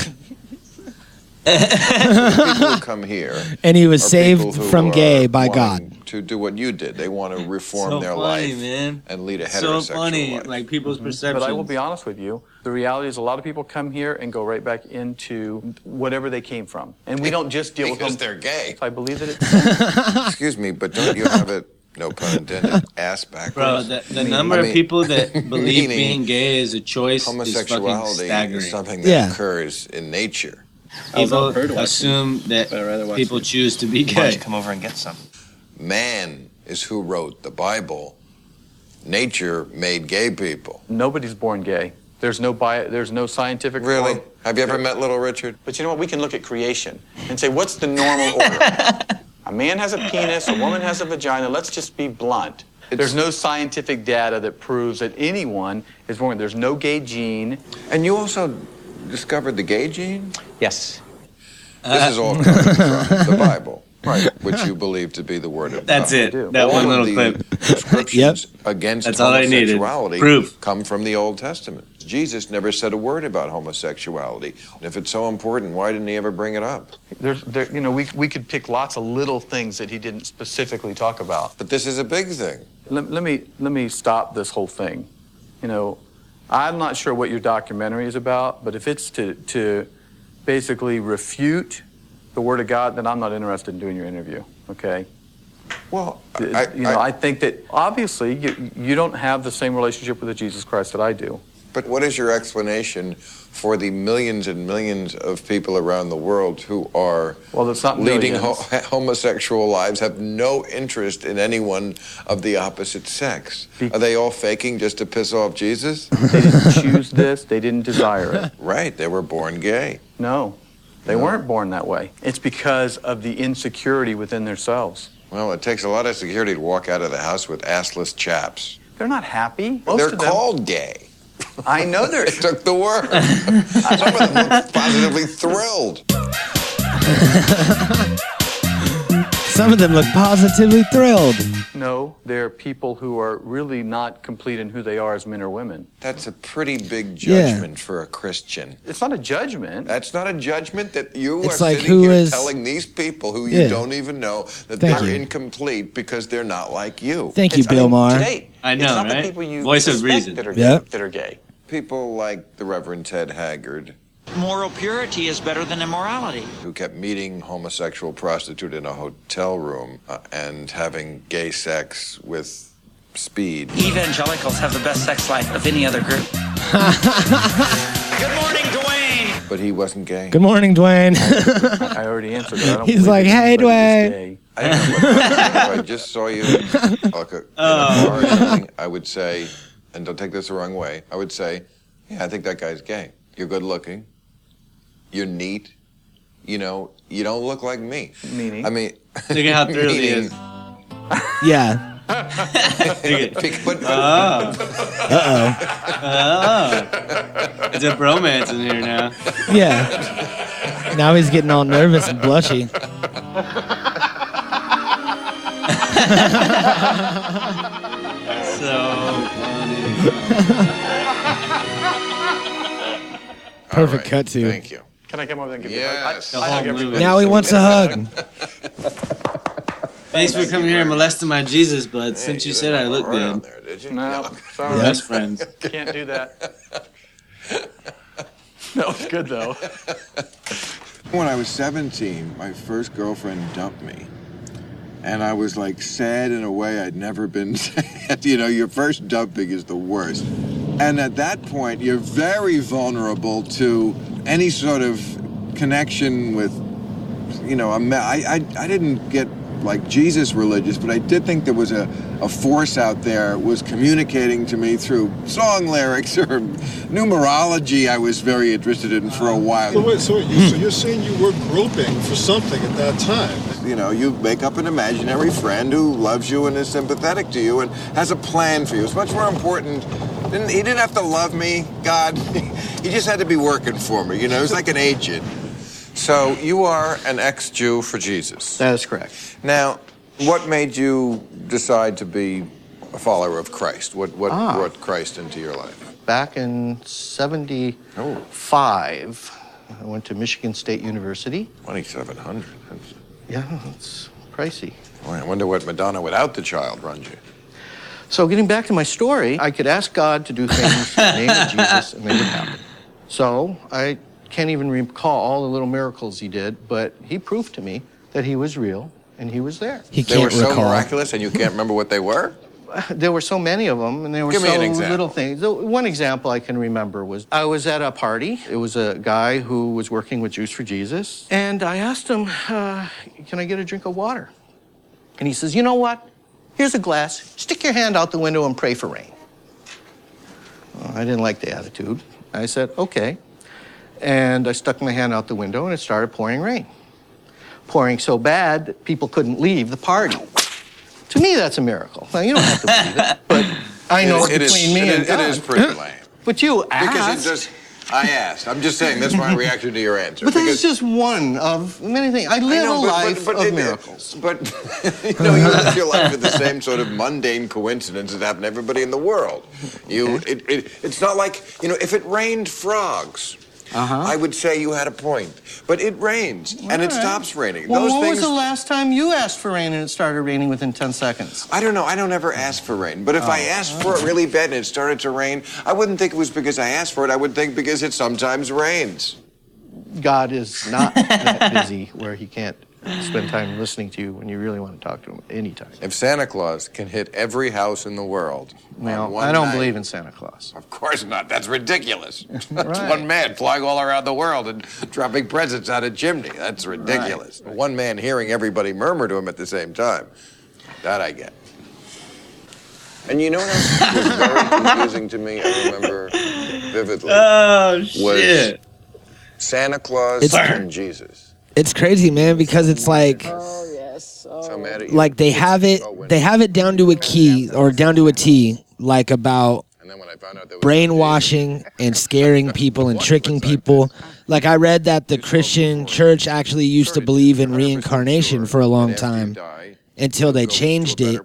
[SPEAKER 6] people who come here
[SPEAKER 1] And he was
[SPEAKER 6] are
[SPEAKER 1] saved
[SPEAKER 6] people who
[SPEAKER 1] from
[SPEAKER 6] are
[SPEAKER 1] gay by
[SPEAKER 6] wanting To do what you did. They want to reform
[SPEAKER 20] So
[SPEAKER 6] their
[SPEAKER 20] funny,
[SPEAKER 6] life
[SPEAKER 20] man.
[SPEAKER 6] and lead a
[SPEAKER 20] So
[SPEAKER 6] heterosexual
[SPEAKER 20] funny,
[SPEAKER 6] life.
[SPEAKER 20] like people's But I will
[SPEAKER 6] perceptions.
[SPEAKER 20] be honest with you. The reality is, a lot of people come here and go right back into whatever they came from, and we don't just deal with them. They're
[SPEAKER 6] gay.
[SPEAKER 20] I believe that it's. <laughs>
[SPEAKER 6] <laughs> Excuse me, but don't you have it, no pun intended, ass backwards?
[SPEAKER 2] Bro, the, the number
[SPEAKER 6] I
[SPEAKER 2] of
[SPEAKER 6] mean,
[SPEAKER 2] people
[SPEAKER 6] <laughs>
[SPEAKER 2] that believe
[SPEAKER 6] meaning
[SPEAKER 2] being gay is a choice is fucking
[SPEAKER 6] homosexuality
[SPEAKER 2] staggering.
[SPEAKER 6] is something that occurs in nature.
[SPEAKER 2] People
[SPEAKER 6] <laughs>
[SPEAKER 2] assume that people choose to be gay.
[SPEAKER 6] come over and get some? Man is who wrote the Bible. Nature made gay people.
[SPEAKER 20] Nobody's born gay. There's no bio, There's no scientific.
[SPEAKER 6] Really?
[SPEAKER 20] form.
[SPEAKER 6] Have you ever met Little Richard?
[SPEAKER 20] But you know what? We can look at creation and say, what's the
[SPEAKER 6] <laughs>
[SPEAKER 20] normal order? a man has a penis. A woman has a vagina. Let's just be blunt. There's no scientific data that proves that anyone is born. There's no gay gene.
[SPEAKER 6] And you also discovered the gay gene?
[SPEAKER 20] Yes.
[SPEAKER 2] Uh,
[SPEAKER 6] This is all coming
[SPEAKER 2] <laughs>
[SPEAKER 6] from the Bible, right? Which you believe to be the word of
[SPEAKER 2] That's
[SPEAKER 6] God.
[SPEAKER 2] it. That
[SPEAKER 6] All
[SPEAKER 2] one
[SPEAKER 6] of
[SPEAKER 2] little
[SPEAKER 6] the
[SPEAKER 2] clip.
[SPEAKER 6] Prescriptions against
[SPEAKER 2] That's all I needed.
[SPEAKER 6] homosexuality
[SPEAKER 2] Proof.
[SPEAKER 6] come from the Old Testament. Jesus never said a word about homosexuality. And if it's so important, why didn't he ever bring it up?
[SPEAKER 20] There's, there, you know, we, we could pick lots of little things that he didn't specifically talk about.
[SPEAKER 6] But this is a big thing.
[SPEAKER 20] Let, let me let me stop this whole thing. You know, I'm not sure what your documentary is about, but if it's to to basically refute the word of God, then I'm not interested in doing your interview. Okay.
[SPEAKER 6] Well,
[SPEAKER 20] you know, I, think that obviously you you don't have the same relationship with Jesus Christ that I do.
[SPEAKER 6] But what is your explanation for the millions and millions of people around the world who are
[SPEAKER 20] Well, that's not
[SPEAKER 6] leading ho-
[SPEAKER 20] millions.
[SPEAKER 6] <laughs> homosexual lives, have no interest in anyone of the opposite sex? Are they all faking just to piss off Jesus?
[SPEAKER 20] they didn't choose this. They didn't desire it.
[SPEAKER 6] Right, they were born gay.
[SPEAKER 20] No, they
[SPEAKER 6] No.
[SPEAKER 20] weren't born that way. It's because of the insecurity within themselves.
[SPEAKER 6] Well, it takes a lot of security to walk out of the house with assless chaps.
[SPEAKER 20] They're not happy. Most
[SPEAKER 6] They're
[SPEAKER 20] of them-
[SPEAKER 6] called gay.
[SPEAKER 20] I know
[SPEAKER 6] <laughs>
[SPEAKER 20] they're.
[SPEAKER 6] it took the word. Some of them
[SPEAKER 2] <laughs>
[SPEAKER 6] look positively thrilled.
[SPEAKER 1] <laughs> Some of them look positively thrilled.
[SPEAKER 20] No, they're people who are really not complete in who they are as men or women.
[SPEAKER 6] That's a pretty big
[SPEAKER 1] Yeah.
[SPEAKER 6] judgment for a Christian.
[SPEAKER 20] It's not a judgment.
[SPEAKER 6] That's not a judgment that you
[SPEAKER 1] It's
[SPEAKER 6] are
[SPEAKER 1] like
[SPEAKER 6] sitting
[SPEAKER 1] who
[SPEAKER 6] here
[SPEAKER 1] is-
[SPEAKER 6] telling these people who you
[SPEAKER 1] Yeah.
[SPEAKER 6] don't even know that
[SPEAKER 1] Thank
[SPEAKER 6] they're
[SPEAKER 1] you.
[SPEAKER 6] incomplete because they're not like you.
[SPEAKER 1] Thank you, Bill Maher.
[SPEAKER 2] I know,
[SPEAKER 6] it's not
[SPEAKER 2] right?
[SPEAKER 6] The people you
[SPEAKER 2] Voice of
[SPEAKER 6] suspect
[SPEAKER 2] reason.
[SPEAKER 6] That are,
[SPEAKER 1] Yeah.
[SPEAKER 20] that are gay.
[SPEAKER 6] People like the Reverend Ted Haggard,
[SPEAKER 21] Moral purity is better than immorality.
[SPEAKER 6] who kept meeting homosexual prostitute in a hotel room uh, and having gay sex with speed.
[SPEAKER 21] Evangelicals have the best sex life of any other group. Good morning, Dwayne.
[SPEAKER 6] But he wasn't gay.
[SPEAKER 1] Good morning, Dwayne. <laughs>
[SPEAKER 20] I already answered that. I don't
[SPEAKER 1] He's
[SPEAKER 20] believe
[SPEAKER 1] like,
[SPEAKER 20] that
[SPEAKER 1] hey,
[SPEAKER 20] anybody
[SPEAKER 1] Dwayne.
[SPEAKER 20] is gay.
[SPEAKER 6] I, don't know what- if I just
[SPEAKER 1] <laughs>
[SPEAKER 6] saw you
[SPEAKER 21] Oh.
[SPEAKER 6] like a, in a bar or something, I would say, and don't take this the wrong way, I would say, yeah, I think that guy's gay. You're good looking. You're neat. You know, you don't look like me.
[SPEAKER 20] Meaning?
[SPEAKER 6] I mean,
[SPEAKER 2] Look at how
[SPEAKER 6] <laughs>
[SPEAKER 2] thrilled he
[SPEAKER 6] meaning-
[SPEAKER 2] is.
[SPEAKER 1] Yeah.
[SPEAKER 6] <laughs> Pick- but-
[SPEAKER 1] Uh oh.
[SPEAKER 2] Oh. It's a bromance in here now.
[SPEAKER 1] Yeah. Now he's getting all nervous and blushy.
[SPEAKER 2] <laughs>
[SPEAKER 6] <laughs>
[SPEAKER 2] So funny.
[SPEAKER 1] Perfect cut to.
[SPEAKER 6] Thank you.
[SPEAKER 20] Can I come over and give
[SPEAKER 6] Yes.
[SPEAKER 20] you a hug? I- I hug everybody.
[SPEAKER 1] Now he wants a hug.
[SPEAKER 2] Thanks for coming here and molesting my Jesus, bud. Since you said I look
[SPEAKER 6] around
[SPEAKER 2] good,
[SPEAKER 6] there, did <laughs> you?
[SPEAKER 20] No, sorry.
[SPEAKER 2] we're best
[SPEAKER 6] <laughs>
[SPEAKER 2] friends.
[SPEAKER 20] Can't do that. <laughs> That was good, though.
[SPEAKER 6] When I was 17, my first girlfriend dumped me. And I was like sad in a way I'd never been <laughs> sad. You know, your first dumping is the worst. And at that point, you're very vulnerable to any sort of connection with, you know, I'm- I, I, I didn't get like Jesus religious, but I did think there was a, a force out there was communicating to me through song lyrics or numerology I was very interested in for a while.
[SPEAKER 12] Uh-huh. So wait, so, wait,
[SPEAKER 6] <laughs>
[SPEAKER 12] you, so you're saying you were groping for something at that time?
[SPEAKER 6] You know, you make up an imaginary friend who loves you and is sympathetic to you and has a plan for you. It's much more important
[SPEAKER 22] Didn't, he didn't have to love me,
[SPEAKER 6] <laughs>
[SPEAKER 22] God. he just had to be working for me, you know? He's like an agent.
[SPEAKER 6] So you are an ex Jew for Jesus.
[SPEAKER 23] That is correct.
[SPEAKER 6] Now, what made you decide to be a follower of Christ? What, what
[SPEAKER 23] Ah.
[SPEAKER 6] brought Christ into your life?
[SPEAKER 23] Back in 75, I went to Michigan State University.
[SPEAKER 6] 2700. That's-
[SPEAKER 23] Yeah, it's pricey.
[SPEAKER 6] Boy, I wonder what Madonna without the child runs you.
[SPEAKER 23] So, getting back to my story, I could ask God to do things in the name of Jesus, and they would happen. So, I can't even recall all the little miracles he did, but he proved to me that he was real and he was there.
[SPEAKER 6] they were so miraculous and you can't remember what they were?
[SPEAKER 23] <laughs> There were so many of them, and there were
[SPEAKER 6] Give me
[SPEAKER 23] so
[SPEAKER 6] an example.
[SPEAKER 23] little things. The One example I can remember was I was at a party. It was a guy who was working with Jews for Jesus, and I asked him, uh, "Can I get a drink of water?" And he says, "You know what? Here's a glass. Stick your hand out the window and pray for rain." Well, I didn't like the attitude. I said, "Okay," and I stuck my hand out the window, and it started pouring rain. Pouring so bad that people couldn't leave the party. To me, that's a miracle. Now you don't have to believe it, but I know
[SPEAKER 6] It is-
[SPEAKER 23] between me
[SPEAKER 6] it
[SPEAKER 23] and
[SPEAKER 6] is-
[SPEAKER 23] God.
[SPEAKER 6] It is
[SPEAKER 23] <laughs>
[SPEAKER 6] pretty lame.
[SPEAKER 23] But
[SPEAKER 6] <laughs>
[SPEAKER 23] you asked.
[SPEAKER 6] Because it does. I asked. I'm just saying that's my reaction to your
[SPEAKER 23] <laughs>
[SPEAKER 6] answer.
[SPEAKER 23] but
[SPEAKER 6] because
[SPEAKER 23] that's just one of many things. I live
[SPEAKER 6] know,
[SPEAKER 23] a
[SPEAKER 6] but- but-
[SPEAKER 23] life
[SPEAKER 6] but
[SPEAKER 23] of
[SPEAKER 6] it-
[SPEAKER 23] miracles.
[SPEAKER 6] But <laughs> you know, you live your life with the same sort of mundane coincidence that happened to everybody in the world. You, it, it, it's not like you know, if it rained frogs. I would say you had a point, but it rains and it
[SPEAKER 23] Uh-huh. All right.
[SPEAKER 6] stops raining.
[SPEAKER 23] Well,
[SPEAKER 6] Those
[SPEAKER 23] when
[SPEAKER 6] things.
[SPEAKER 23] was the last time you asked for rain and it started raining within 10 seconds?
[SPEAKER 6] I don't know. I don't ever ask for rain. But if I
[SPEAKER 23] Oh,
[SPEAKER 6] asked for it really bad and it started to rain, I wouldn't think it was because I asked for it. I would think because it sometimes rains.
[SPEAKER 23] God is <laughs> not that busy where he can't spend time listening to you when you really want to talk to him anytime.
[SPEAKER 6] If Santa Claus can hit every house in the world,
[SPEAKER 23] Well,
[SPEAKER 6] one
[SPEAKER 23] I don't
[SPEAKER 6] night.
[SPEAKER 23] believe in Santa Claus.
[SPEAKER 6] Of course not. That's
[SPEAKER 1] <laughs>
[SPEAKER 6] ridiculous. That's
[SPEAKER 23] Right.
[SPEAKER 6] one man flying all around the world and dropping presents out of chimney. That's ridiculous. One man hearing everybody murmur to him at the same time. That I get. And you know what else <laughs> was very confusing to me? I remember vividly.
[SPEAKER 2] Oh,
[SPEAKER 6] Was
[SPEAKER 2] shit.
[SPEAKER 6] Santa Claus
[SPEAKER 1] It's-
[SPEAKER 6] and Jesus.
[SPEAKER 1] It's crazy, man, because it's like
[SPEAKER 6] So mad at you.
[SPEAKER 1] like they have it they have it down to a key or down to a T like about brainwashing and
[SPEAKER 6] <laughs>
[SPEAKER 1] scaring people and tricking people. Like I read that the Christian church actually used to believe in reincarnation for a long time until they changed it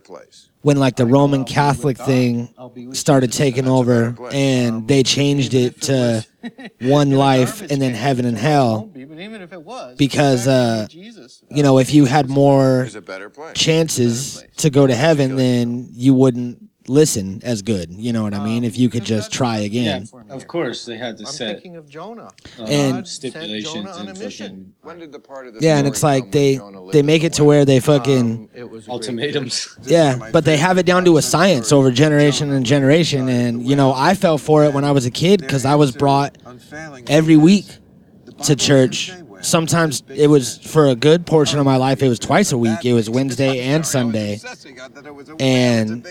[SPEAKER 1] when like the Roman Catholic thing started taking over and they changed it to <laughs> one life and then heaven and hell because uh you know if you had more chances to go to heaven then you wouldn't listen as good you know what i mean if you <laughs> could just try again
[SPEAKER 2] Of course, they had to set
[SPEAKER 23] Thinking of Jonah.
[SPEAKER 2] uh,
[SPEAKER 1] And-
[SPEAKER 2] stipulations and fucking
[SPEAKER 6] When did the part of the
[SPEAKER 1] yeah and
[SPEAKER 6] story
[SPEAKER 1] it's like
[SPEAKER 6] come
[SPEAKER 1] they they make it to where they fucking
[SPEAKER 2] ultimatums.
[SPEAKER 1] yeah but they have it down to a science over generation and generation and you know i fell for it when i was a kid because i was brought every week to church sometimes it was for a good portion of my life it was twice a week it was wednesday and sunday and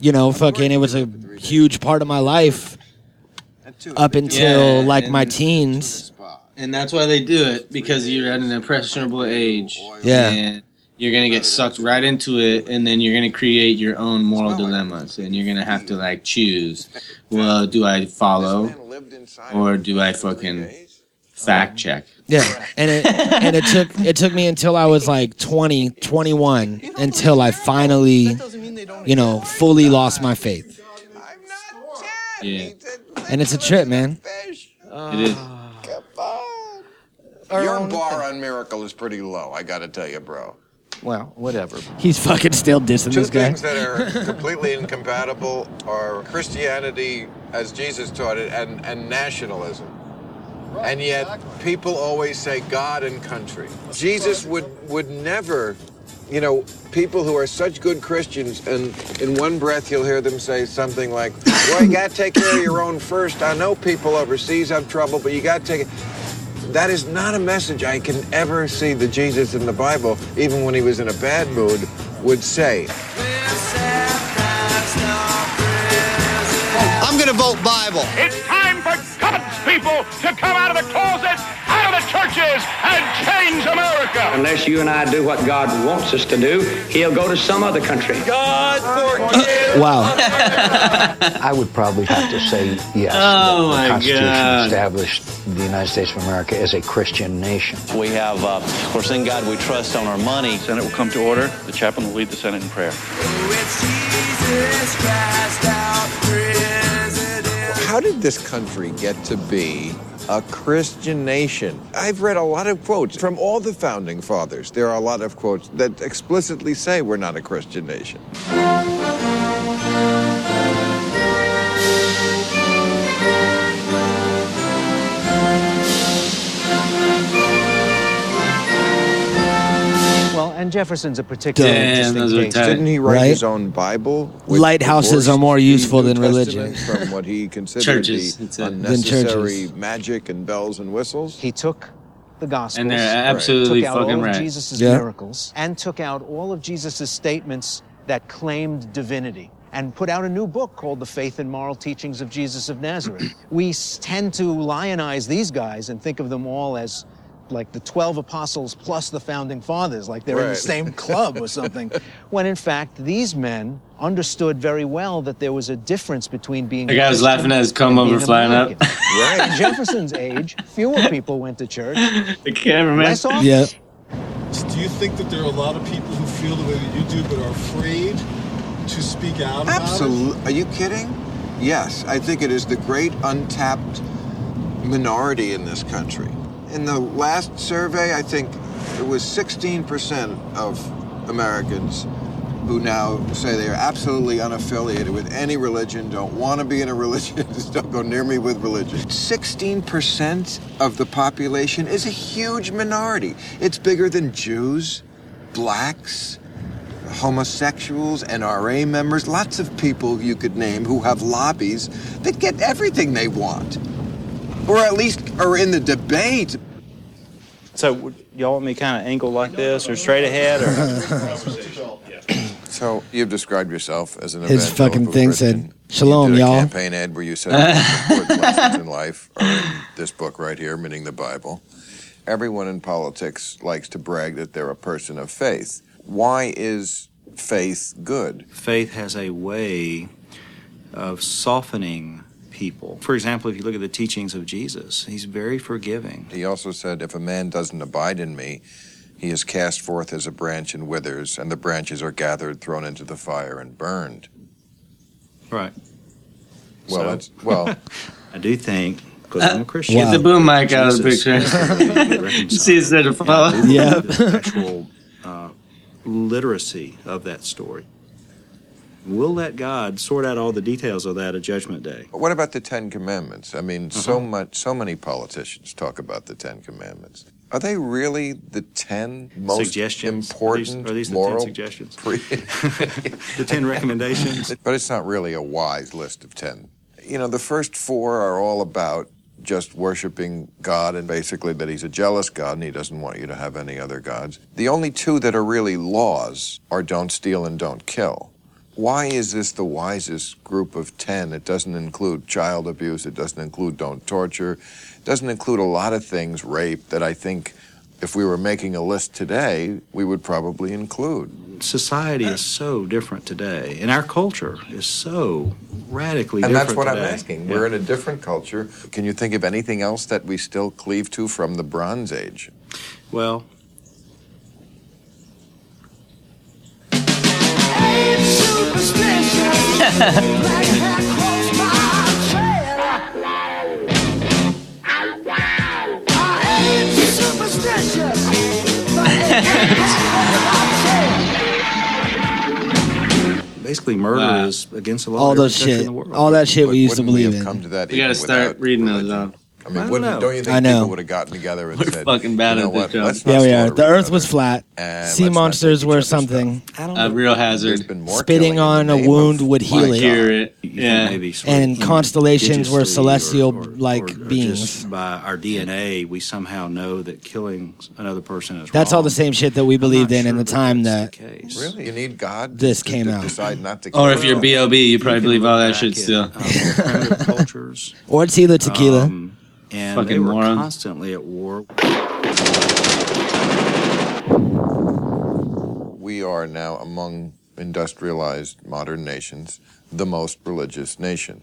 [SPEAKER 1] you know fucking it was a huge part of my life up until
[SPEAKER 2] Yeah,
[SPEAKER 1] like my
[SPEAKER 2] and-
[SPEAKER 1] teens
[SPEAKER 2] And that's why they do it because you're at an impressionable age.
[SPEAKER 1] Yeah.
[SPEAKER 2] And you're gonna get sucked right into it, and then you're gonna create your own moral dilemmas, and you're gonna have to like choose. Well, do I follow, or do I fucking fact check?
[SPEAKER 1] Yeah, and it and it took it took me until I was like 20, 21 until I finally, you know, fully lost my faith.
[SPEAKER 2] Yeah.
[SPEAKER 1] And it's a trip, man.
[SPEAKER 2] It is.
[SPEAKER 6] Your bar on miracle is pretty low, I gotta tell you, bro.
[SPEAKER 23] Well, whatever.
[SPEAKER 1] He's fucking still dissing
[SPEAKER 6] Two
[SPEAKER 1] this guy.
[SPEAKER 6] things that are completely incompatible are Christianity, as Jesus taught it, and, and nationalism. And yet, people always say God and country. Jesus would, would never, you know, people who are such good Christians, and in one breath you'll hear them say something like, Well, you gotta take care of your own first. I know people overseas have trouble, but you gotta take it. That is not a message I can ever see the Jesus in the Bible, even when he was in a bad mood, would say.
[SPEAKER 24] I'm going to vote Bible.
[SPEAKER 9] It's time for God's people to come out of the closet, out of the
[SPEAKER 3] churches and change America.
[SPEAKER 25] Unless you and I do what God wants us to do, He'll go to some other country.
[SPEAKER 3] God forgive.
[SPEAKER 25] Wow.
[SPEAKER 23] <laughs> I would probably have to say yes.
[SPEAKER 2] Oh, my
[SPEAKER 23] that the Constitution
[SPEAKER 2] God.
[SPEAKER 23] established the United States of America as a Christian nation.
[SPEAKER 26] We have, uh, of course, in God we trust on our money. Senate will come to order. The chaplain will lead the Senate in prayer.
[SPEAKER 6] How did this country get to be a Christian nation? I've read a lot of quotes from all the founding fathers. There are a lot of quotes that explicitly say we're not a Christian nation.
[SPEAKER 27] Well, and Jefferson's a particularly interesting case.
[SPEAKER 6] Didn't he write
[SPEAKER 1] Right?
[SPEAKER 6] his own Bible? with
[SPEAKER 1] Lighthouses are more
[SPEAKER 6] divorced
[SPEAKER 1] useful than
[SPEAKER 6] New
[SPEAKER 1] religion.
[SPEAKER 6] Testament From what
[SPEAKER 1] <laughs>
[SPEAKER 6] he considered
[SPEAKER 2] Churches, that's
[SPEAKER 6] the
[SPEAKER 2] it. Than
[SPEAKER 6] unnecessary
[SPEAKER 2] churches.
[SPEAKER 6] magic and bells and whistles?
[SPEAKER 27] He took the Gospels,
[SPEAKER 2] And they're absolutely
[SPEAKER 27] took out
[SPEAKER 2] fucking
[SPEAKER 27] all
[SPEAKER 2] right.
[SPEAKER 27] of Jesus'
[SPEAKER 2] Yeah.
[SPEAKER 27] miracles, and took out all of Jesus' statements that claimed divinity, and put out a new book called The Faith and Moral Teachings of Jesus of Nazareth. we s- tend to lionize these guys and think of them all as like the 12 apostles plus the founding fathers, like they're in the
[SPEAKER 28] Right.
[SPEAKER 27] same club or something, when in fact these men understood very well that there was a difference between being.
[SPEAKER 2] That guy was
[SPEAKER 27] Christian
[SPEAKER 2] laughing at his
[SPEAKER 27] and
[SPEAKER 2] cum
[SPEAKER 27] being
[SPEAKER 2] over flying up.
[SPEAKER 27] American. At Jefferson's age, fewer people went to church.
[SPEAKER 2] The cameraman.
[SPEAKER 27] Less often.
[SPEAKER 2] Yeah.
[SPEAKER 12] Do you think that there are a lot of people who feel the way that you do but are afraid to speak out about it?
[SPEAKER 6] Absolutely. Are you kidding? Yes, I think it is the great untapped minority in this country. In the last survey, I think it was 16% of Americans who now say they are absolutely unaffiliated with any religion, don't want to be in a religion, <laughs> just don't go near me with religion. 16% of the population is a huge minority. It's bigger than Jews, blacks, homosexuals, NRA members, lots of people you could name who have lobbies that get everything they want, or at least are in the debate.
[SPEAKER 28] So would y'all want me kind of angle like this or straight ahead
[SPEAKER 6] <laughs>
[SPEAKER 28] or?
[SPEAKER 6] So you've described yourself as an
[SPEAKER 1] His fucking thing said, "Shalom, y'all."
[SPEAKER 6] campaign ad where you said "The
[SPEAKER 1] <laughs>
[SPEAKER 6] important lessons in life are in this book right here, meaning the Bible. Everyone in politics likes to brag that they're a person of faith. Why is faith good?
[SPEAKER 28] Faith <laughs> has a way of softening people. For example, if you look at the teachings of Jesus, he's very forgiving.
[SPEAKER 6] He also said, If a man doesn't abide in me, he is cast forth as a branch and withers, and the branches are gathered, thrown into the fire, and burned.
[SPEAKER 28] Right.
[SPEAKER 6] Well,
[SPEAKER 28] So-
[SPEAKER 6] that's, well,
[SPEAKER 28] <laughs> I do think because I'm a Christian.
[SPEAKER 2] Get Uh, the boom mic out of
[SPEAKER 1] <laughs>
[SPEAKER 2] the
[SPEAKER 28] Jesus
[SPEAKER 2] picture.
[SPEAKER 28] is
[SPEAKER 2] <laughs>
[SPEAKER 28] the <laughs> way
[SPEAKER 2] you see instead of follow.
[SPEAKER 28] we believe the actual uh, literacy of that story. We'll let God sort out all the details of that at Judgment Day.
[SPEAKER 6] But what about the Ten Commandments? I mean, so
[SPEAKER 2] Mm-hmm.
[SPEAKER 6] much, so many politicians talk about the Ten Commandments. <laughs> Are they really the ten most
[SPEAKER 28] Suggestions?
[SPEAKER 6] important
[SPEAKER 28] Are these- are these the 10
[SPEAKER 6] moral
[SPEAKER 28] suggestions?
[SPEAKER 6] pre-
[SPEAKER 28] <laughs> The
[SPEAKER 6] <laughs>
[SPEAKER 28] ten recommendations.
[SPEAKER 6] But it's not really a wise list of ten. You know, the first four are all about just worshiping God and basically that He's a jealous God and He doesn't want you to have any other gods. The only two that are really laws are don't steal and don't kill. Why is this the wisest group of 10? It doesn't include child abuse, it doesn't include don't torture, it doesn't include a lot of things, rape, that I think if we were making a list today, we would probably include.
[SPEAKER 28] Society is so different today, and our culture is so radically
[SPEAKER 6] And
[SPEAKER 28] different.
[SPEAKER 6] that's what I'm
[SPEAKER 28] today.
[SPEAKER 6] asking.
[SPEAKER 28] Yeah.
[SPEAKER 6] We're in a different culture. Can you think of anything else that we still cleave to from the Bronze Age?
[SPEAKER 28] Well,
[SPEAKER 6] <laughs>
[SPEAKER 28] basically, murder is against the law.
[SPEAKER 1] All
[SPEAKER 28] in every
[SPEAKER 1] those
[SPEAKER 28] country in
[SPEAKER 1] shit,
[SPEAKER 28] the world.
[SPEAKER 1] all that shit we used to
[SPEAKER 6] wouldn't we
[SPEAKER 1] believe
[SPEAKER 6] have
[SPEAKER 1] in.
[SPEAKER 6] come to that
[SPEAKER 2] You gotta
[SPEAKER 6] even
[SPEAKER 2] start
[SPEAKER 6] without
[SPEAKER 2] reading those out.
[SPEAKER 6] I mean,
[SPEAKER 28] I don't
[SPEAKER 6] wouldn't,
[SPEAKER 28] know.
[SPEAKER 6] don't you think
[SPEAKER 1] I know.
[SPEAKER 6] people would have gotten together and said,
[SPEAKER 2] fucking bad
[SPEAKER 6] you know
[SPEAKER 2] at this
[SPEAKER 6] what,
[SPEAKER 2] job.
[SPEAKER 6] let's not
[SPEAKER 1] Yeah, we are.
[SPEAKER 6] slaughter
[SPEAKER 1] The
[SPEAKER 6] each
[SPEAKER 1] Earth
[SPEAKER 6] other."
[SPEAKER 1] was flat.
[SPEAKER 6] And
[SPEAKER 1] Sea
[SPEAKER 6] let's not
[SPEAKER 1] monsters were something.
[SPEAKER 2] A real hazard.
[SPEAKER 1] Spitting on a wound would heal
[SPEAKER 2] Cure
[SPEAKER 1] it.
[SPEAKER 2] it. Yeah.
[SPEAKER 28] Maybe sort of
[SPEAKER 1] And constellations were celestial like beings.
[SPEAKER 28] just by our DNA, we somehow know that killing another person is
[SPEAKER 1] That's all
[SPEAKER 28] wrong.
[SPEAKER 1] the same shit that we believed in in the time that
[SPEAKER 6] Really? You need God
[SPEAKER 1] this
[SPEAKER 6] to,
[SPEAKER 1] came
[SPEAKER 6] to
[SPEAKER 1] out.
[SPEAKER 6] decide not to
[SPEAKER 2] Or
[SPEAKER 6] kill
[SPEAKER 2] if you're
[SPEAKER 6] yourself?
[SPEAKER 2] BLB, you probably believe all that shit
[SPEAKER 6] Um,
[SPEAKER 2] still.
[SPEAKER 28] cultures
[SPEAKER 1] <laughs> Or Tila Tequila.
[SPEAKER 28] and
[SPEAKER 2] Fucking
[SPEAKER 6] Um,
[SPEAKER 28] they were
[SPEAKER 2] moron.
[SPEAKER 28] constantly at war.
[SPEAKER 6] we are now among industrialized modern nations the most religious nation.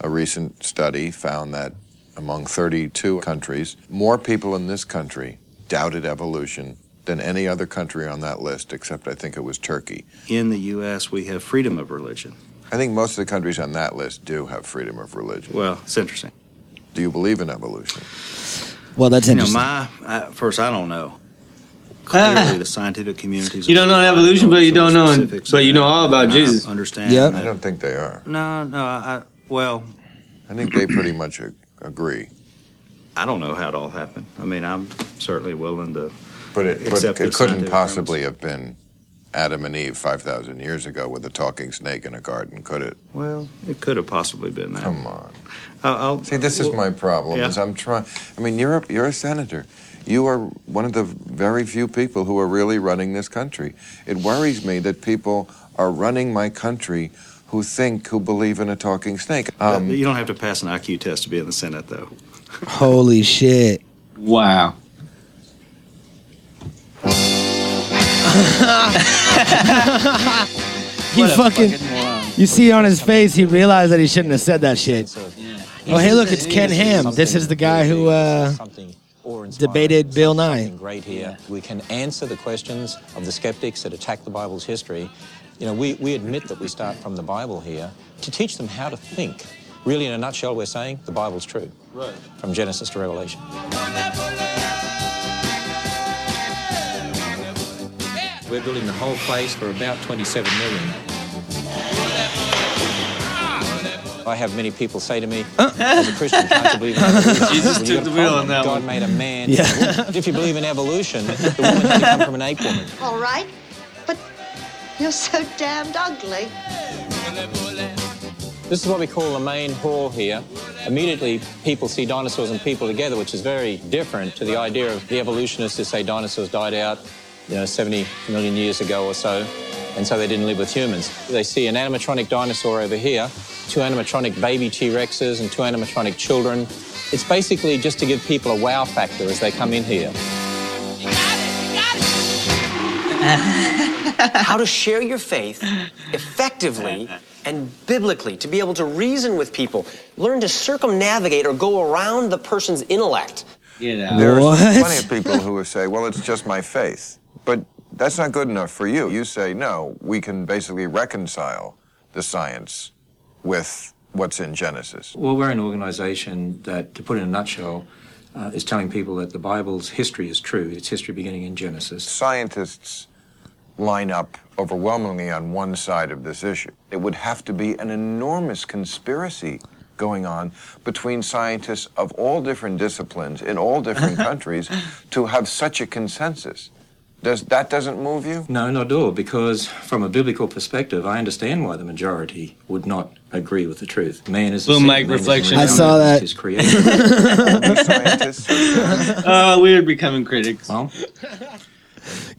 [SPEAKER 6] A recent study found that among 32 countries, more people in this country doubted evolution than any other country on that list, except I think it was Turkey.
[SPEAKER 26] In the U.S., we have freedom of religion.
[SPEAKER 6] I think most of the countries on that list do have freedom of religion.
[SPEAKER 26] Well, it's interesting.
[SPEAKER 6] Do you believe in evolution?
[SPEAKER 1] Well, that's
[SPEAKER 26] you
[SPEAKER 1] interesting.
[SPEAKER 26] Know, my I, first, I don't know. Clearly, the scientific communities.
[SPEAKER 2] You don't know evolution, but you don't know, but you know all about
[SPEAKER 26] I
[SPEAKER 2] Jesus.
[SPEAKER 26] Understand?
[SPEAKER 6] I don't think they are.
[SPEAKER 26] No, no. I, I well,
[SPEAKER 6] I think they pretty much ag-
[SPEAKER 26] <clears throat>
[SPEAKER 6] agree.
[SPEAKER 26] I don't know how it
[SPEAKER 2] <laughs>
[SPEAKER 26] all happened. I mean, I'm certainly willing to.
[SPEAKER 6] But it, but
[SPEAKER 26] accept
[SPEAKER 6] it
[SPEAKER 26] the
[SPEAKER 6] couldn't
[SPEAKER 26] scientific
[SPEAKER 6] possibly have been Adam and Eve 5,000 years ago with a talking snake in a garden, could it?
[SPEAKER 26] Well, it could have possibly been that.
[SPEAKER 6] Come on.
[SPEAKER 26] I'll,
[SPEAKER 6] See, this is my problem. Is I'm trying. I mean, you're a, you're a senator. You are one of the very few people who are really running this country. It worries me that people are running my country who think who believe in a talking snake. Um,
[SPEAKER 26] you don't have to pass an IQ test to be in the Senate, though.
[SPEAKER 1] Holy shit.
[SPEAKER 2] Wow.
[SPEAKER 1] He fucking. you see on his face, he realized that he shouldn't have said that shit. Oh, hey, look, it's Ken Ham. This is the guy who uh, debated Bill Nye.
[SPEAKER 4] great here. We can answer the questions of the skeptics that attack the Bible's history. You know, we, we admit that we start from the Bible here to teach them how to think. Really, in a nutshell, we're saying the Bible's true.
[SPEAKER 29] Right.
[SPEAKER 4] From Genesis to Revelation. We're building the whole place for about 27 million. I have many people say
[SPEAKER 2] <laughs>
[SPEAKER 4] to me, as a Christian, can't you believe in
[SPEAKER 2] Jesus
[SPEAKER 4] evolution? Well, you
[SPEAKER 2] took
[SPEAKER 4] got a
[SPEAKER 2] the wheel on
[SPEAKER 4] problem.
[SPEAKER 2] that
[SPEAKER 4] God
[SPEAKER 2] one.
[SPEAKER 4] made a man.
[SPEAKER 2] Yeah.
[SPEAKER 4] from a woman. If you believe in evolution, the woman had to come from an ape woman.
[SPEAKER 25] All right, but you're so damned ugly.
[SPEAKER 4] This is what we call the main hall here. Immediately, people see dinosaurs and people together, which is very different to the idea of the evolutionists who say dinosaurs died out, you know, 70 million years ago or so, and so they didn't live with humans. They see an animatronic dinosaur over here, two animatronic baby T Rexes, and two animatronic children. It's basically just to give people a wow factor as they come in here.
[SPEAKER 3] <laughs> how to share your faith effectively and biblically, to be able to reason with people, learn to circumnavigate or go around the person's intellect.
[SPEAKER 6] There are plenty
[SPEAKER 4] What?
[SPEAKER 6] of people
[SPEAKER 26] <laughs>
[SPEAKER 6] who will say, well, it's just my faith. But that's not good enough for you. You say, no, we can basically reconcile the science with what's in Genesis.
[SPEAKER 21] Well, we're an organization that, to put it in a nutshell, uh, is telling people that the Bible's history is true. It's history beginning in Genesis.
[SPEAKER 6] Scientists line up overwhelmingly on one side of this issue. It would have to be an enormous conspiracy going on between scientists of all different disciplines in all
[SPEAKER 1] <laughs>
[SPEAKER 6] different countries to have such a consensus. Does that doesn't move you?
[SPEAKER 21] No, not at all, because from a biblical perspective, I understand why the majority would not agree with the truth. Man is a
[SPEAKER 2] Boom
[SPEAKER 21] sinner,
[SPEAKER 2] mic
[SPEAKER 21] man is
[SPEAKER 2] reflection.
[SPEAKER 21] original,
[SPEAKER 2] I saw
[SPEAKER 21] man
[SPEAKER 2] that.
[SPEAKER 21] Is created.
[SPEAKER 2] <laughs> Uh, we are becoming critics.
[SPEAKER 1] <laughs>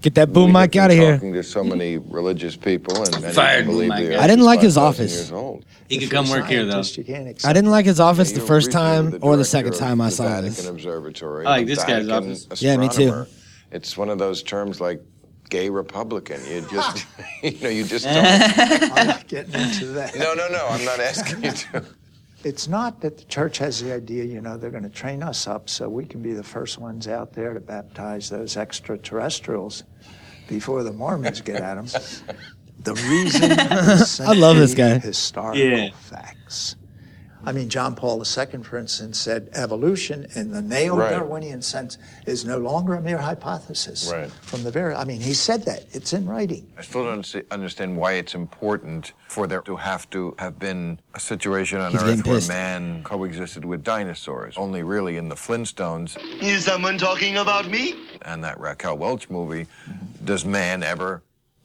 [SPEAKER 1] Get that boom mic out of here. Oh
[SPEAKER 6] Talking to so many religious people and many
[SPEAKER 2] Fired,
[SPEAKER 6] believe
[SPEAKER 2] my
[SPEAKER 6] the
[SPEAKER 2] God.
[SPEAKER 6] earth
[SPEAKER 1] I didn't
[SPEAKER 6] is
[SPEAKER 1] like his
[SPEAKER 6] 5,000
[SPEAKER 1] office.
[SPEAKER 6] years old.
[SPEAKER 2] He could come work here though.
[SPEAKER 1] I didn't like his office the first time or the second time I saw this.
[SPEAKER 6] Vatican Observatory.
[SPEAKER 2] I like
[SPEAKER 6] the
[SPEAKER 2] this guy's
[SPEAKER 6] Vatican
[SPEAKER 2] office.
[SPEAKER 1] Yeah, me too.
[SPEAKER 6] astronomer. It's one of those terms like gay Republican. You just, <laughs> you know, you
[SPEAKER 1] <laughs>
[SPEAKER 6] just don't. <laughs>
[SPEAKER 30] I'm not getting into that.
[SPEAKER 6] no, no, no. I'm not asking you to.
[SPEAKER 30] <laughs> It's not that the church has the idea, you know, they're going to train us up so we can be the first ones out there to baptize those extraterrestrials before the Mormons get at them. The reason
[SPEAKER 1] <laughs>
[SPEAKER 30] is
[SPEAKER 1] I love this
[SPEAKER 30] simply
[SPEAKER 1] guy.
[SPEAKER 30] Historical
[SPEAKER 1] Yeah.
[SPEAKER 30] facts. I mean, John Paul II, for instance, said evolution in the nailed
[SPEAKER 6] Right.
[SPEAKER 30] Darwinian sense is no longer a mere hypothesis.
[SPEAKER 6] Right.
[SPEAKER 30] From the very, I mean, he said that. It's in writing.
[SPEAKER 6] I still don't see, understand why it's important for there to have to have been a situation on
[SPEAKER 30] He's getting
[SPEAKER 6] Earth where
[SPEAKER 30] pissed.
[SPEAKER 6] man coexisted with dinosaurs, only really in the Flintstones.
[SPEAKER 31] Is someone talking about me?
[SPEAKER 6] and that Raquel Welch movie, does man ever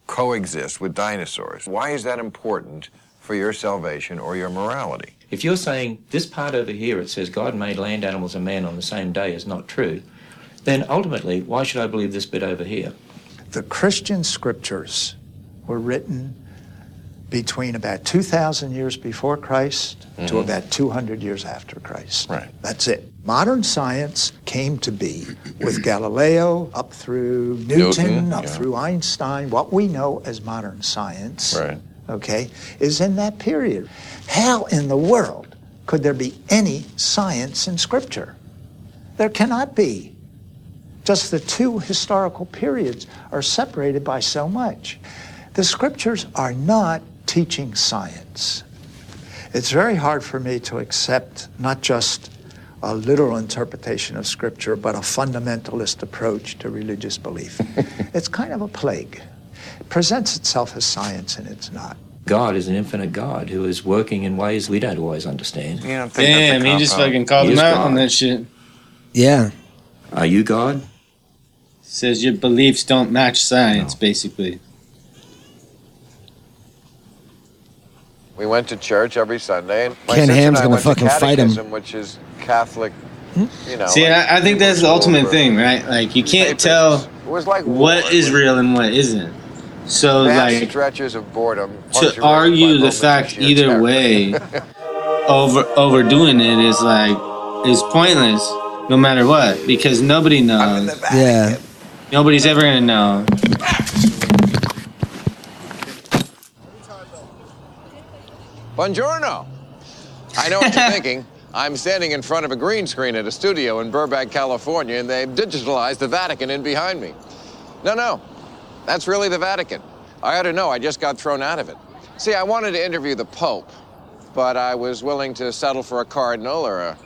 [SPEAKER 6] coexist with dinosaurs? Why is that important for your salvation or your morality?
[SPEAKER 21] If you're saying this part over here, it says God made land animals and man on the same day, is not true, then ultimately, why should I believe this bit over here?
[SPEAKER 30] The Christian scriptures were written between about 2,000 years before Christ to Mhm. about 200 years after Christ. Right. That's it. Modern science came to be with Galileo up through Newton,
[SPEAKER 5] Newton,
[SPEAKER 30] up
[SPEAKER 5] yeah.
[SPEAKER 30] through Einstein. What we know as modern science,
[SPEAKER 5] Right.
[SPEAKER 30] okay, is in that period. How in the world could there be any science in Scripture? There cannot be. Just the two historical periods are separated by so much. The scriptures are not teaching science. It's very hard for me to accept not just a literal interpretation of scripture, but a fundamentalist approach to religious belief. it's kind of a plague. It presents itself as science, and it's not.
[SPEAKER 32] God is an infinite God who is working in ways we don't always understand.
[SPEAKER 30] You don't
[SPEAKER 2] Damn, he just fucking called him out on that shit.
[SPEAKER 1] Yeah.
[SPEAKER 32] Are you God?
[SPEAKER 2] Says your beliefs don't match science, basically.
[SPEAKER 6] We went to church every Sunday. And my
[SPEAKER 2] Ken
[SPEAKER 6] sister and
[SPEAKER 2] Ham's
[SPEAKER 6] I
[SPEAKER 2] gonna
[SPEAKER 6] went to
[SPEAKER 2] fucking fight him.
[SPEAKER 6] catechism, Which is Catholic, you know.
[SPEAKER 2] See,
[SPEAKER 6] like,
[SPEAKER 2] I, I think that's the
[SPEAKER 6] school
[SPEAKER 2] ultimate
[SPEAKER 6] for-
[SPEAKER 2] thing, right? Like, you can't tell
[SPEAKER 6] It was like
[SPEAKER 2] what is real and what isn't. So,
[SPEAKER 6] vast
[SPEAKER 2] like,
[SPEAKER 6] stretches of boredom.
[SPEAKER 2] to
[SPEAKER 6] punctuated
[SPEAKER 2] argue the fact either
[SPEAKER 28] <laughs>
[SPEAKER 2] way, over overdoing it is like is pointless, no matter what, because nobody knows.
[SPEAKER 1] Yeah.
[SPEAKER 2] Nobody's ever gonna know.
[SPEAKER 6] Buongiorno. I know what you're thinking. I'm standing in front of a green screen at a studio in Burbank, California, and they've digitalized the Vatican in behind me. No, no, that's really the Vatican. I ought to know, I just got thrown out of it. See, I wanted to interview the Pope, but I was willing to settle for a cardinal or a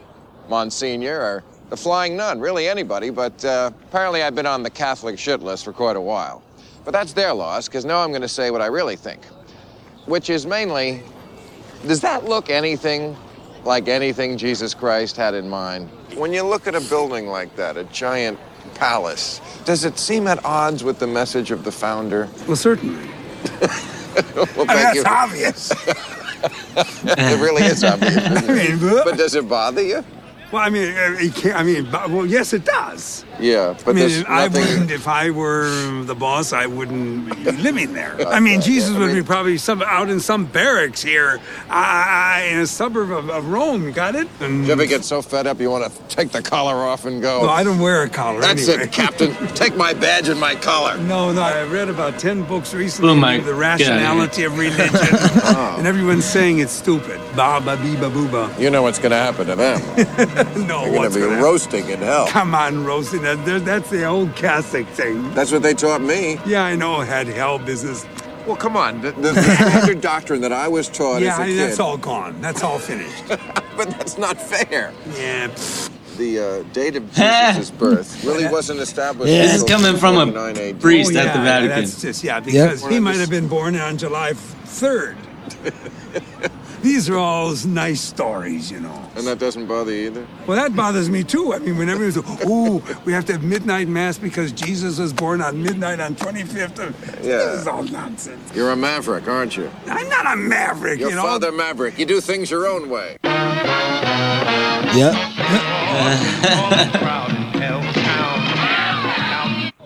[SPEAKER 6] Monsignor or the Flying Nun, really anybody, but uh, apparently I've been on the Catholic shit list for quite a while. But that's their loss, because now I'm going to say what I really think, which is mainly does that look anything like anything Jesus Christ had in mind? When you look at a building like that, a giant palace, does it seem at odds with the message of the founder? <laughs>
[SPEAKER 28] Well, certainly.
[SPEAKER 6] well, thank
[SPEAKER 28] that's
[SPEAKER 6] you.
[SPEAKER 28] obvious.
[SPEAKER 6] <laughs> it really is
[SPEAKER 28] <laughs>
[SPEAKER 6] obvious. isn't it? but does it bother you?
[SPEAKER 28] Well, I mean, uh, it can't, I mean, but- well, yes, it does.
[SPEAKER 6] Yeah, but
[SPEAKER 28] I mean,
[SPEAKER 6] there's
[SPEAKER 28] I
[SPEAKER 6] nothing-
[SPEAKER 28] wouldn't if I were the boss. I wouldn't be living there. I mean,
[SPEAKER 6] Right,
[SPEAKER 28] Jesus
[SPEAKER 6] yeah, I
[SPEAKER 28] would be
[SPEAKER 6] mean-
[SPEAKER 28] probably some out in some barracks here, uh, in a suburb of, of Rome. Got it? And,
[SPEAKER 6] Do you ever get so fed up you want to take the collar off and go?
[SPEAKER 28] No, I don't wear a collar.
[SPEAKER 6] Oh. That's
[SPEAKER 28] anyway.
[SPEAKER 6] it, Captain. take my badge and my collar.
[SPEAKER 28] <laughs> No, no. I read about ten books recently.
[SPEAKER 6] Oh, my-
[SPEAKER 28] on The
[SPEAKER 6] get outta here.
[SPEAKER 28] rationality of
[SPEAKER 6] <laughs>
[SPEAKER 28] religion,
[SPEAKER 6] Oh.
[SPEAKER 28] and everyone's saying it's stupid. Ba ba bee ba boo ba.
[SPEAKER 6] You know what's going to happen
[SPEAKER 28] <laughs>
[SPEAKER 6] to them.
[SPEAKER 28] No,
[SPEAKER 6] They're going
[SPEAKER 28] what's
[SPEAKER 6] to be
[SPEAKER 28] gonna happen?
[SPEAKER 6] roasting in
[SPEAKER 28] <laughs>
[SPEAKER 6] hell.
[SPEAKER 28] Come on, roasting. That, that- that's the old Catholic thing.
[SPEAKER 6] That's what they taught me.
[SPEAKER 28] Yeah, I know. Had hell business.
[SPEAKER 6] Well, come on. The, the standard doctrine that I was taught
[SPEAKER 28] yeah,
[SPEAKER 6] as a
[SPEAKER 28] I-
[SPEAKER 6] kid.
[SPEAKER 28] that's all gone. That's all finished.
[SPEAKER 6] <laughs> but that's not fair.
[SPEAKER 28] Yeah.
[SPEAKER 6] The uh, date of
[SPEAKER 28] <laughs>
[SPEAKER 6] Jesus' birth really wasn't established.
[SPEAKER 28] Yeah. This is
[SPEAKER 6] until
[SPEAKER 28] coming from a
[SPEAKER 6] 49 AD.
[SPEAKER 28] Oh, yeah, That's just yeah, because he might have been born on July third. These are all nice stories, you know.
[SPEAKER 6] And that doesn't bother you either.
[SPEAKER 28] Well, that bothers me too. I mean, when <laughs> everyone's, oh, we have to have midnight mass because Jesus was born on midnight on 25th of.
[SPEAKER 6] Yeah.
[SPEAKER 28] This is all nonsense.
[SPEAKER 6] You're a maverick, aren't you?
[SPEAKER 28] I'm not a maverick,
[SPEAKER 6] Your
[SPEAKER 28] you know.
[SPEAKER 6] father maverick. You do things your own way.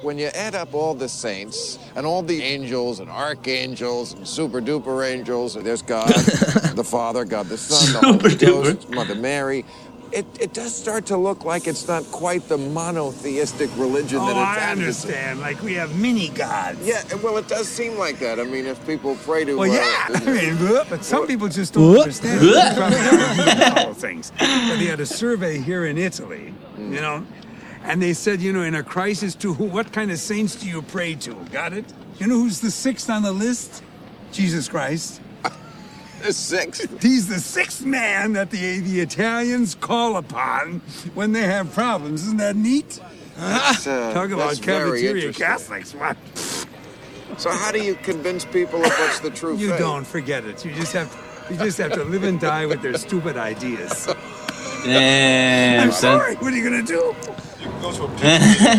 [SPEAKER 6] When you add up all the saints and all the angels and archangels and super duper angels, and there's God, the Father, God the Son, the Holy Ghost, Mother Mary. It, it does start to look like it's not quite the monotheistic religion
[SPEAKER 28] oh,
[SPEAKER 6] that it's
[SPEAKER 28] I
[SPEAKER 6] advertised.
[SPEAKER 28] understand. Like we have mini gods.
[SPEAKER 6] Yeah, well, it does seem like that. I mean, if people pray to.
[SPEAKER 28] Well,
[SPEAKER 6] uh,
[SPEAKER 28] yeah. I mean, <laughs> but some <laughs>
[SPEAKER 6] <laughs>
[SPEAKER 28] people just don't understand. They probably <laughs> don't know things. <laughs> But they had a survey here in Italy, you know, and they said, you know, in a crisis, to who? What kind of saints do you pray to? Got it? You know who's the sixth on the list? Jesus Christ.
[SPEAKER 6] The sixth.
[SPEAKER 28] He's the sixth man that the the Italians call upon when they have problems. Isn't that neat?
[SPEAKER 6] That's, uh,
[SPEAKER 28] Talk about
[SPEAKER 6] that's very
[SPEAKER 28] cafeteria
[SPEAKER 6] interesting.
[SPEAKER 28] Catholics. What?
[SPEAKER 6] So how do you convince people of what's the true
[SPEAKER 28] You
[SPEAKER 6] faith?
[SPEAKER 28] don't forget it. You just have you just have to live and die with their stupid ideas.
[SPEAKER 2] Damn,
[SPEAKER 28] I'm
[SPEAKER 2] son.
[SPEAKER 28] sorry. What are you gonna do?
[SPEAKER 6] <laughs>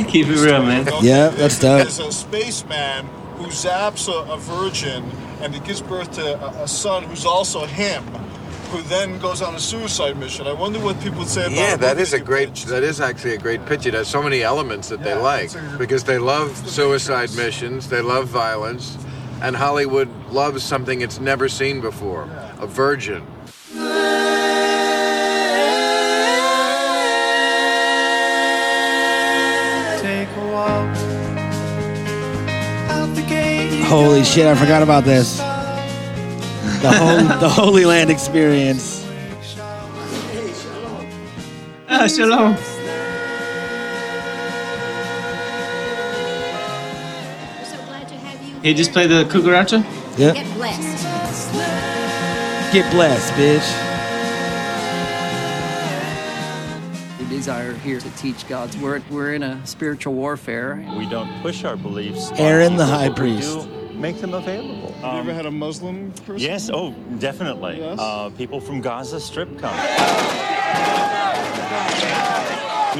[SPEAKER 2] Keep it real, man.
[SPEAKER 1] Yeah, that's tough.
[SPEAKER 12] There's a spaceman who zaps a, a virgin and he gives birth to a, a son who's also him, who then goes on a suicide mission. I wonder what people would say about
[SPEAKER 6] Yeah,
[SPEAKER 12] a
[SPEAKER 6] that
[SPEAKER 12] movie
[SPEAKER 6] is a great. That is actually a great pitch. It has so many elements that they like because they love suicide missions. They love violence. And Hollywood loves something it's never seen before
[SPEAKER 2] <laughs>
[SPEAKER 6] a virgin. <laughs>
[SPEAKER 9] Take a walk out the gate.
[SPEAKER 1] Holy shit, I forgot about this. The whole the Holy Land experience.
[SPEAKER 33] Ah, shalom. He just played the cucaracha?
[SPEAKER 1] Yeah.
[SPEAKER 3] Get blessed.
[SPEAKER 1] Get blessed, bitch.
[SPEAKER 34] The desire here to teach God's word. We're in a spiritual warfare. We don't push our beliefs.
[SPEAKER 1] Aaron the high priest.
[SPEAKER 34] Make them available. Um,
[SPEAKER 35] Have you ever had a Muslim person?
[SPEAKER 34] Yes, oh, definitely. Uh, people from Gaza Strip come. We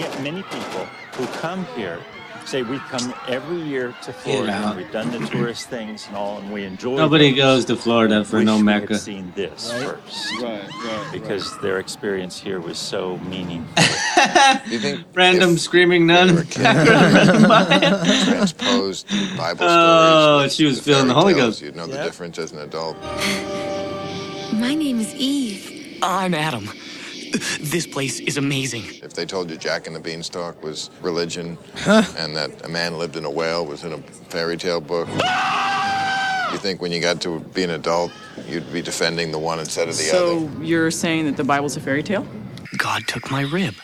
[SPEAKER 34] have many people who come here say we come every year to Florida.
[SPEAKER 2] out.
[SPEAKER 34] and We've done the
[SPEAKER 2] <laughs>
[SPEAKER 34] tourist things and all, and we enjoy.
[SPEAKER 2] Nobody goes
[SPEAKER 34] those.
[SPEAKER 2] to Florida for
[SPEAKER 34] Wish
[SPEAKER 2] no
[SPEAKER 34] we
[SPEAKER 2] Mecca.
[SPEAKER 34] Had seen this first, because their experience here was so meaningful.
[SPEAKER 36] <laughs> You think
[SPEAKER 2] Random screaming <laughs> nun. <laughs>
[SPEAKER 36] transposed Bible
[SPEAKER 2] Oh, she was feeling the Holy Ghost.
[SPEAKER 36] You'd know the difference as an adult.
[SPEAKER 3] My name is Eve.
[SPEAKER 36] I'm Adam. This place is amazing. If they told you Jack and the Beanstalk was religion and that a man lived in a whale was in a fairy tale book, you think when you got to be an adult, you'd be defending the one instead of the other?
[SPEAKER 25] So you're saying that the Bible's a fairy tale?
[SPEAKER 3] God took my rib,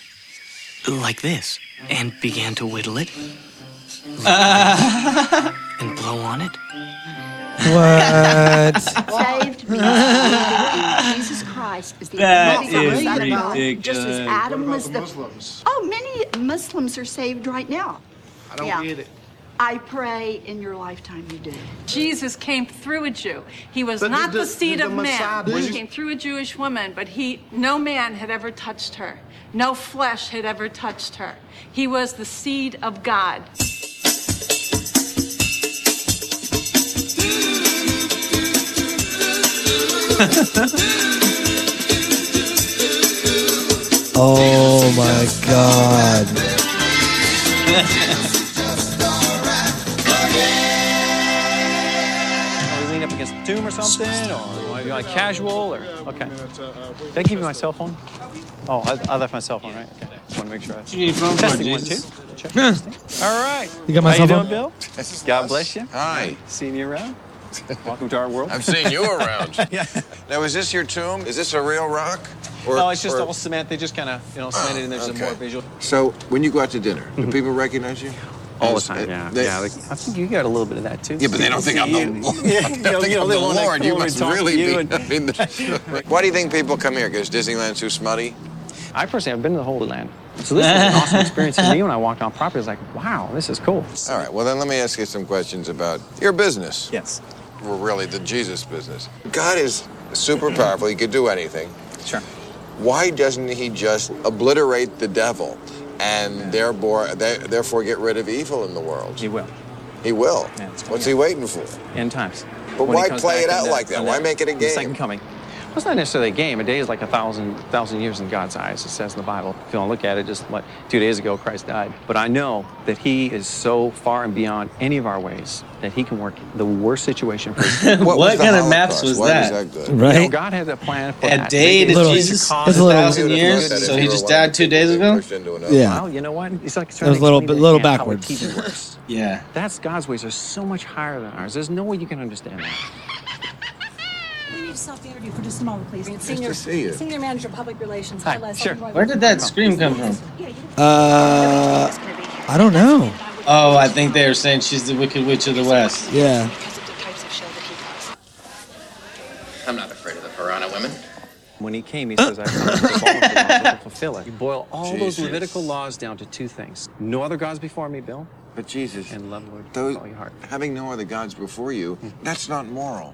[SPEAKER 3] like this, and began to
[SPEAKER 2] <laughs>
[SPEAKER 3] whittle it, and blow on it.
[SPEAKER 25] <laughs>
[SPEAKER 1] What?
[SPEAKER 3] Saved
[SPEAKER 2] <laughs>
[SPEAKER 3] me.
[SPEAKER 25] Jesus Christ is the
[SPEAKER 3] That
[SPEAKER 25] only one
[SPEAKER 3] is
[SPEAKER 25] who's about it,
[SPEAKER 2] ridiculous.
[SPEAKER 25] Just as Adam was the. Oh, many Muslims are saved right now.
[SPEAKER 37] I don't get it.
[SPEAKER 25] I pray in your lifetime you do.
[SPEAKER 37] Jesus came through a Jew. He was
[SPEAKER 25] But
[SPEAKER 37] not
[SPEAKER 25] the-
[SPEAKER 37] the, seed
[SPEAKER 25] the
[SPEAKER 37] of
[SPEAKER 25] Messiah
[SPEAKER 37] man.
[SPEAKER 25] was-
[SPEAKER 37] He came through a Jewish woman, but he no man had ever touched her. No flesh had ever touched her. He was the seed of God.
[SPEAKER 1] Oh my god.
[SPEAKER 34] Are we lean up against the tomb or something, or you like casual, or okay? Did I give you my cell phone? Oh, I, I left my cell phone, right? Okay. Just want to make sure. I...
[SPEAKER 2] You need a phone for,
[SPEAKER 34] Testing one two.
[SPEAKER 2] Jesus?
[SPEAKER 34] Check, testing. All right.
[SPEAKER 2] You got my
[SPEAKER 34] How
[SPEAKER 2] cell
[SPEAKER 34] you
[SPEAKER 2] phone?
[SPEAKER 34] doing, Bill? God bless you. Hi. Seeing you around. Welcome to our world.
[SPEAKER 6] I've seen you around.
[SPEAKER 34] <laughs>
[SPEAKER 6] Now, is this your tomb? Is this a real rock? Or-
[SPEAKER 34] no, it's just
[SPEAKER 6] or-
[SPEAKER 34] all cement. They just kind of you know cement it in there some more visual.
[SPEAKER 6] So, when you go out to dinner, do people recognize you?
[SPEAKER 34] Mm-hmm. All
[SPEAKER 6] As-
[SPEAKER 34] the time, yeah.
[SPEAKER 6] they-
[SPEAKER 34] yeah, like, I think you got a little bit of that too.
[SPEAKER 6] Yeah, but they don't think
[SPEAKER 34] <laughs>
[SPEAKER 6] I'm the
[SPEAKER 34] Lord.
[SPEAKER 6] <laughs> I think I'm the Lord. You must really be. I mean,
[SPEAKER 34] <laughs>
[SPEAKER 6] why do you think people come here? Because Disneyland's too smutty.
[SPEAKER 34] I personally haven't been to the Holy Land. So this was an
[SPEAKER 6] <laughs>
[SPEAKER 34] awesome experience for me when I walked on property. I was like, wow, this is cool.
[SPEAKER 6] All right. Well, then let me ask you some questions about your business.
[SPEAKER 34] Yes.
[SPEAKER 6] Well, really, the Jesus business. God is super powerful. He could do anything.
[SPEAKER 34] Sure.
[SPEAKER 6] Why doesn't he just obliterate the devil and therefore, they, therefore get rid of evil in the world? He
[SPEAKER 34] will.
[SPEAKER 6] He will. What's he waiting for?
[SPEAKER 34] End times.
[SPEAKER 6] But
[SPEAKER 34] When he
[SPEAKER 6] why
[SPEAKER 34] comes back
[SPEAKER 6] play it
[SPEAKER 34] on
[SPEAKER 6] out like that?
[SPEAKER 34] on
[SPEAKER 6] Why make it a
[SPEAKER 34] the
[SPEAKER 6] game?
[SPEAKER 34] Second coming. Well, it's not necessarily a game. A day is like a thousand, thousand years in God's eyes. It says in the Bible. If you don't look at it, just like two days ago, Christ died. But I know that He is so far and beyond any of our ways that He can work the worst situation
[SPEAKER 2] <laughs>
[SPEAKER 34] for us.
[SPEAKER 2] What What was the kind of maps Holocaust? was Why was that? that good? Right.
[SPEAKER 34] You know, God had a plan for
[SPEAKER 2] A
[SPEAKER 34] that.
[SPEAKER 2] day
[SPEAKER 34] Maybe
[SPEAKER 2] to
[SPEAKER 34] it's
[SPEAKER 2] Ah, Jesus?
[SPEAKER 34] to cause
[SPEAKER 2] It's a
[SPEAKER 34] us-
[SPEAKER 2] little- Thousand years? So he just died two days ago?
[SPEAKER 1] Yeah.
[SPEAKER 34] Well, you know what? It's like
[SPEAKER 1] That was a little
[SPEAKER 34] explain
[SPEAKER 1] bit-
[SPEAKER 34] to
[SPEAKER 1] little
[SPEAKER 34] Ant how
[SPEAKER 1] backwards.
[SPEAKER 34] a TV works.
[SPEAKER 2] <laughs> yeah.
[SPEAKER 34] That's God's ways are so much higher than ours. There's no way you can understand that.
[SPEAKER 38] We need a self-interview for just a moment, please. It's
[SPEAKER 34] to
[SPEAKER 38] senior,
[SPEAKER 34] see you.
[SPEAKER 38] senior manager, public relations.
[SPEAKER 34] Hi,
[SPEAKER 38] Carla
[SPEAKER 34] sure.
[SPEAKER 38] Seldenroy.
[SPEAKER 2] Where did that scream come from?
[SPEAKER 1] Uh, I don't know.
[SPEAKER 2] Oh, I think they were saying she's the Wicked Witch of the West.
[SPEAKER 1] Yeah.
[SPEAKER 39] I'm not afraid of the piranha women.
[SPEAKER 34] When he came, he says, I come to perform the law to fulfill it. You boil all
[SPEAKER 39] Jesus.
[SPEAKER 34] those Levitical laws down to two things. No other gods before me, Bill.
[SPEAKER 6] But Jesus.
[SPEAKER 34] And love the Lord.
[SPEAKER 6] Those, having no other gods before you,
[SPEAKER 34] Mm-hmm.
[SPEAKER 6] that's not moral.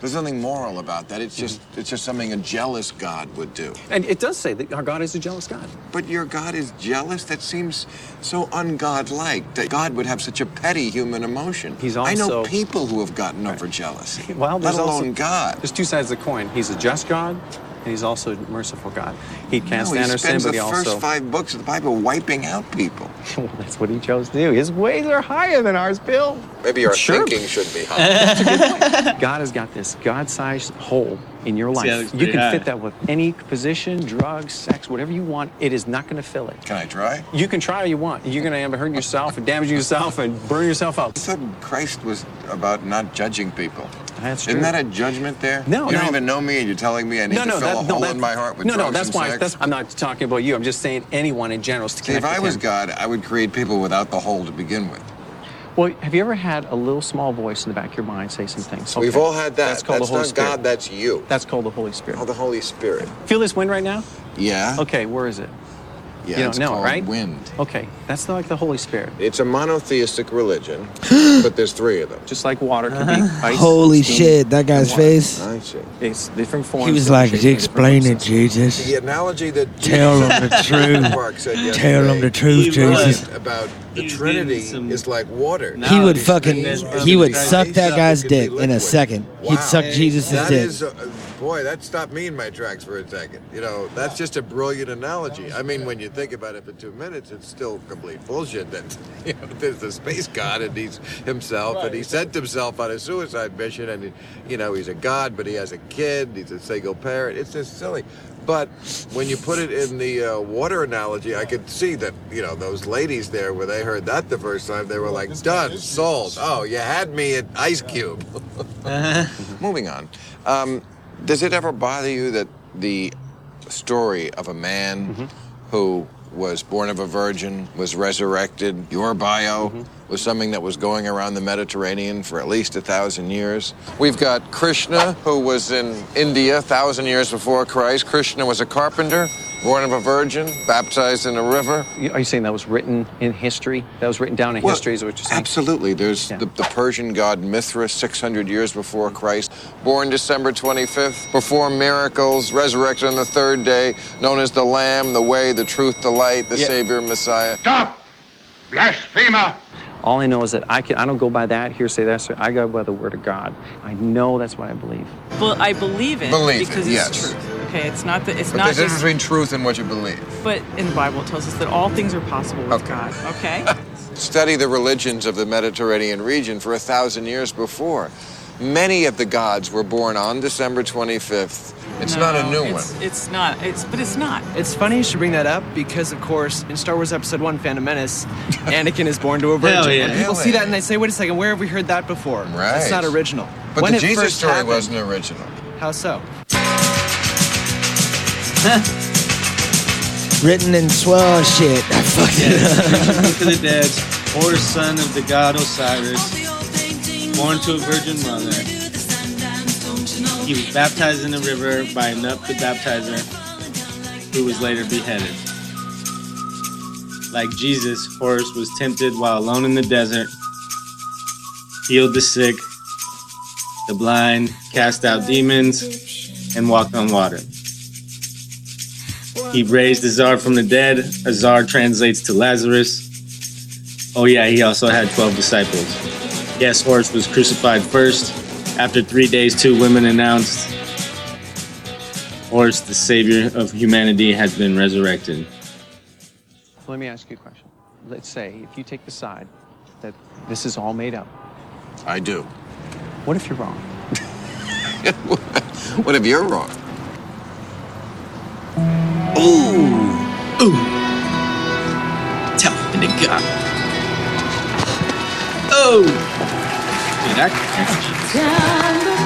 [SPEAKER 6] There's nothing moral about that. It's just it's just something a jealous God would do.
[SPEAKER 34] Mm-hmm. And it does say that our God is a jealous God.
[SPEAKER 6] But your God is jealous? That seems so ungodlike that God would have such a petty human emotion. He's I know
[SPEAKER 34] also-
[SPEAKER 6] people who have gotten over jealousy.
[SPEAKER 34] Well,
[SPEAKER 6] let
[SPEAKER 34] there's
[SPEAKER 6] alone
[SPEAKER 34] also,
[SPEAKER 6] God.
[SPEAKER 34] There's two sides of the coin. He's a just God, and he's also a merciful God. He can't
[SPEAKER 6] No,
[SPEAKER 34] stand
[SPEAKER 6] he
[SPEAKER 34] our sin,
[SPEAKER 6] spends
[SPEAKER 34] but
[SPEAKER 6] the
[SPEAKER 34] he
[SPEAKER 6] first
[SPEAKER 34] also.
[SPEAKER 6] five books of the Bible wiping out people.
[SPEAKER 34] <laughs> well, that's what he chose to do. His ways are higher than ours, Bill.
[SPEAKER 6] Maybe our
[SPEAKER 34] Sure.
[SPEAKER 6] thinking should be.
[SPEAKER 34] <laughs> That's a good
[SPEAKER 6] <laughs>
[SPEAKER 34] point. God has got this God-sized hole in your
[SPEAKER 6] See,
[SPEAKER 34] life.
[SPEAKER 6] that looks
[SPEAKER 34] you
[SPEAKER 6] pretty
[SPEAKER 34] can
[SPEAKER 6] high.
[SPEAKER 34] fit that with any position, drugs, sex, whatever you want. It is not going to fill it.
[SPEAKER 6] Can I try?
[SPEAKER 34] You can try all you want. You're going to hurt yourself and damage yourself and burn yourself up.
[SPEAKER 6] I thought Christ was about not judging people.
[SPEAKER 34] That's
[SPEAKER 6] Isn't
[SPEAKER 34] true.
[SPEAKER 6] that a judgment there?
[SPEAKER 34] No,
[SPEAKER 6] you
[SPEAKER 34] no.
[SPEAKER 6] don't even know me, and you're telling me I need
[SPEAKER 34] no,
[SPEAKER 6] to
[SPEAKER 34] no,
[SPEAKER 6] fill
[SPEAKER 34] that,
[SPEAKER 6] a
[SPEAKER 34] no,
[SPEAKER 6] hole
[SPEAKER 34] that,
[SPEAKER 6] in my heart with
[SPEAKER 34] no, no.
[SPEAKER 6] drugs
[SPEAKER 34] That's
[SPEAKER 6] and
[SPEAKER 34] why.
[SPEAKER 6] sex.
[SPEAKER 34] That's, I'm not talking about you. I'm just saying anyone in general. is to
[SPEAKER 6] See, if
[SPEAKER 34] connect
[SPEAKER 6] I
[SPEAKER 34] with
[SPEAKER 6] was
[SPEAKER 34] him.
[SPEAKER 6] God, I would create people without the hole to begin with.
[SPEAKER 34] well, have you ever had a little small voice in the back of your mind say some things?
[SPEAKER 6] We've
[SPEAKER 34] Okay.
[SPEAKER 6] all had that.
[SPEAKER 34] That's called
[SPEAKER 6] That's
[SPEAKER 34] the Holy
[SPEAKER 6] not
[SPEAKER 34] Spirit.
[SPEAKER 6] God, that's you.
[SPEAKER 34] That's called the Holy Spirit.
[SPEAKER 6] Oh, the Holy Spirit.
[SPEAKER 34] Feel this wind right now?
[SPEAKER 6] Yeah.
[SPEAKER 34] Okay, where is it?
[SPEAKER 6] Yeah,
[SPEAKER 34] you don't
[SPEAKER 6] it's
[SPEAKER 34] know,
[SPEAKER 6] called
[SPEAKER 34] right?
[SPEAKER 6] wind.
[SPEAKER 34] Okay, that's not like the Holy Spirit.
[SPEAKER 6] It's a monotheistic <gasps> religion, but there's three of them.
[SPEAKER 34] Just like water can be ice.
[SPEAKER 1] Holy
[SPEAKER 34] steam,
[SPEAKER 1] shit, that guy's
[SPEAKER 34] and water.
[SPEAKER 1] face.
[SPEAKER 6] Uh-huh. I see.
[SPEAKER 34] It's different forms.
[SPEAKER 1] He was like,
[SPEAKER 34] different shapes, and
[SPEAKER 1] explain it, Jesus.
[SPEAKER 6] The analogy that
[SPEAKER 1] Tell
[SPEAKER 6] Jesus <laughs>
[SPEAKER 1] them the
[SPEAKER 6] at
[SPEAKER 1] truth.
[SPEAKER 6] Park said
[SPEAKER 1] Tell them the
[SPEAKER 6] yesterday
[SPEAKER 1] truth, Jesus.
[SPEAKER 6] About the Trinity is like water.
[SPEAKER 1] He would fucking, he would suck that guy's dick in a second. He'd suck Jesus'
[SPEAKER 6] That is,
[SPEAKER 1] dick.
[SPEAKER 6] uh, boy, that stopped me in my tracks for a second. You know, that's just a brilliant analogy. I mean, when you think about it for two minutes, it's still complete bullshit. That <laughs> you know, there's the space god and he's himself, and he sent himself on a suicide mission, and he, you know, he's a god, but he has a kid. He's a single parent. It's just silly. But when you put it in the uh, water analogy, I could see that you know those ladies there when they heard that the first time, they were like, "Done, sold. Oh, you had me at Ice Cube." Moving on. Um, does it ever bother you that the story of a man who was born of a virgin, was resurrected, your bio was something that was going around the Mediterranean for at least a thousand years? We've got Krishna, who was in India a thousand years before Christ. Krishna was a carpenter, born of a virgin, baptized in a river.
[SPEAKER 34] You- Are you saying that was written in history? That was written down in
[SPEAKER 6] Well,
[SPEAKER 34] history, is what you're saying?
[SPEAKER 6] Absolutely. There's the, the Persian god Mithra, 600 years before Christ, born December 25th, before miracles, resurrected on the third day, known as the Lamb, the Way, the Truth, the Light, the Savior, Messiah. Stop! Blasphemer!
[SPEAKER 34] All I know is that I can I don't go by that hearsay. That's I go by the word of God. I know that's what I believe.
[SPEAKER 3] But I believe it
[SPEAKER 6] Believe it,
[SPEAKER 3] because it's
[SPEAKER 6] yes.
[SPEAKER 3] truth. Okay, it's not that it's
[SPEAKER 6] But
[SPEAKER 3] not
[SPEAKER 6] there's a difference
[SPEAKER 3] just.
[SPEAKER 6] between truth and what you believe.
[SPEAKER 3] But in the Bible, it tells us that all things are possible with
[SPEAKER 6] Okay.
[SPEAKER 3] God. Okay.
[SPEAKER 6] Study the religions of the Mediterranean region for a thousand years before. Many of the gods were born on December 25th. It's not a
[SPEAKER 3] No,
[SPEAKER 6] new
[SPEAKER 3] it's-
[SPEAKER 6] one.
[SPEAKER 3] It's not. It's but it's not.
[SPEAKER 13] It's funny you should bring that up because, of course, in Star Wars Episode One, Phantom Menace, Anakin is born to a virgin.
[SPEAKER 6] Hell yeah.
[SPEAKER 13] And people
[SPEAKER 6] Hell
[SPEAKER 13] see
[SPEAKER 6] yeah.
[SPEAKER 13] that and they say, "Wait a second, where have we heard that before?
[SPEAKER 6] Right.
[SPEAKER 13] It's not original."
[SPEAKER 6] But
[SPEAKER 13] When
[SPEAKER 6] the
[SPEAKER 13] it
[SPEAKER 6] Jesus
[SPEAKER 13] first
[SPEAKER 6] story
[SPEAKER 13] happened-
[SPEAKER 6] wasn't original.
[SPEAKER 13] How so?
[SPEAKER 1] Written in swell shit. I fucked it up.
[SPEAKER 2] Son to the dead, or son of the god Osiris, born to a virgin mother. He was baptized in the river by Anup the baptizer, who was later beheaded. Like Jesus, Horus was tempted while alone in the desert, healed the sick, the blind, cast out demons, and walked on water. He raised Azar from the dead. Azar translates to Lazarus. Oh, yeah, he also had 12 disciples. Yes, Horus was crucified first. After three days, two women announced Horus, the savior of humanity, has been resurrected.
[SPEAKER 34] Let me ask you a question. Let's say if you take the side that this is all made up.
[SPEAKER 6] I do.
[SPEAKER 34] What if you're wrong?
[SPEAKER 6] <laughs> What if you're wrong?
[SPEAKER 3] Ooh. Ooh.
[SPEAKER 6] Tell me to go.
[SPEAKER 3] Oh.
[SPEAKER 2] Dude, I-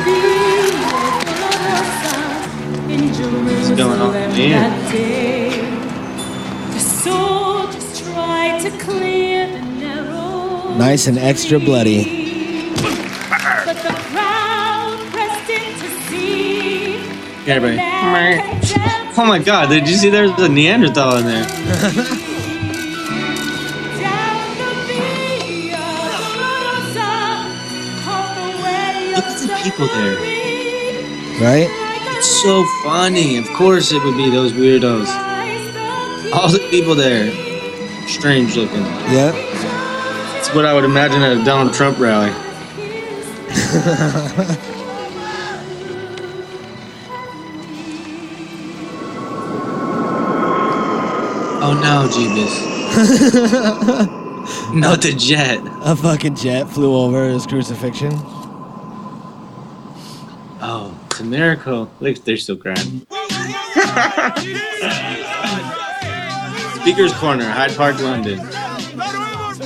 [SPEAKER 20] What's
[SPEAKER 2] going on there?
[SPEAKER 20] The soldiers tried to clear the narrow
[SPEAKER 1] Nice and extra bloody.
[SPEAKER 20] But the crowd pressed in to see
[SPEAKER 2] Everybody. Oh my god, did you see there's a Neanderthal in there? Look at the people there.
[SPEAKER 1] Right?
[SPEAKER 2] It's so funny. Of course it would be those weirdos. All the people there. Strange looking.
[SPEAKER 1] Yeah.
[SPEAKER 2] It's what I would imagine at a Donald Trump rally. Oh no, Jeebus. <laughs> <laughs> Not the jet.
[SPEAKER 1] A fucking jet flew over his crucifixion.
[SPEAKER 2] Oh, it's a miracle. Look, they're still <laughs> crying. Speaker's Corner, Hyde Park, London.
[SPEAKER 40] Was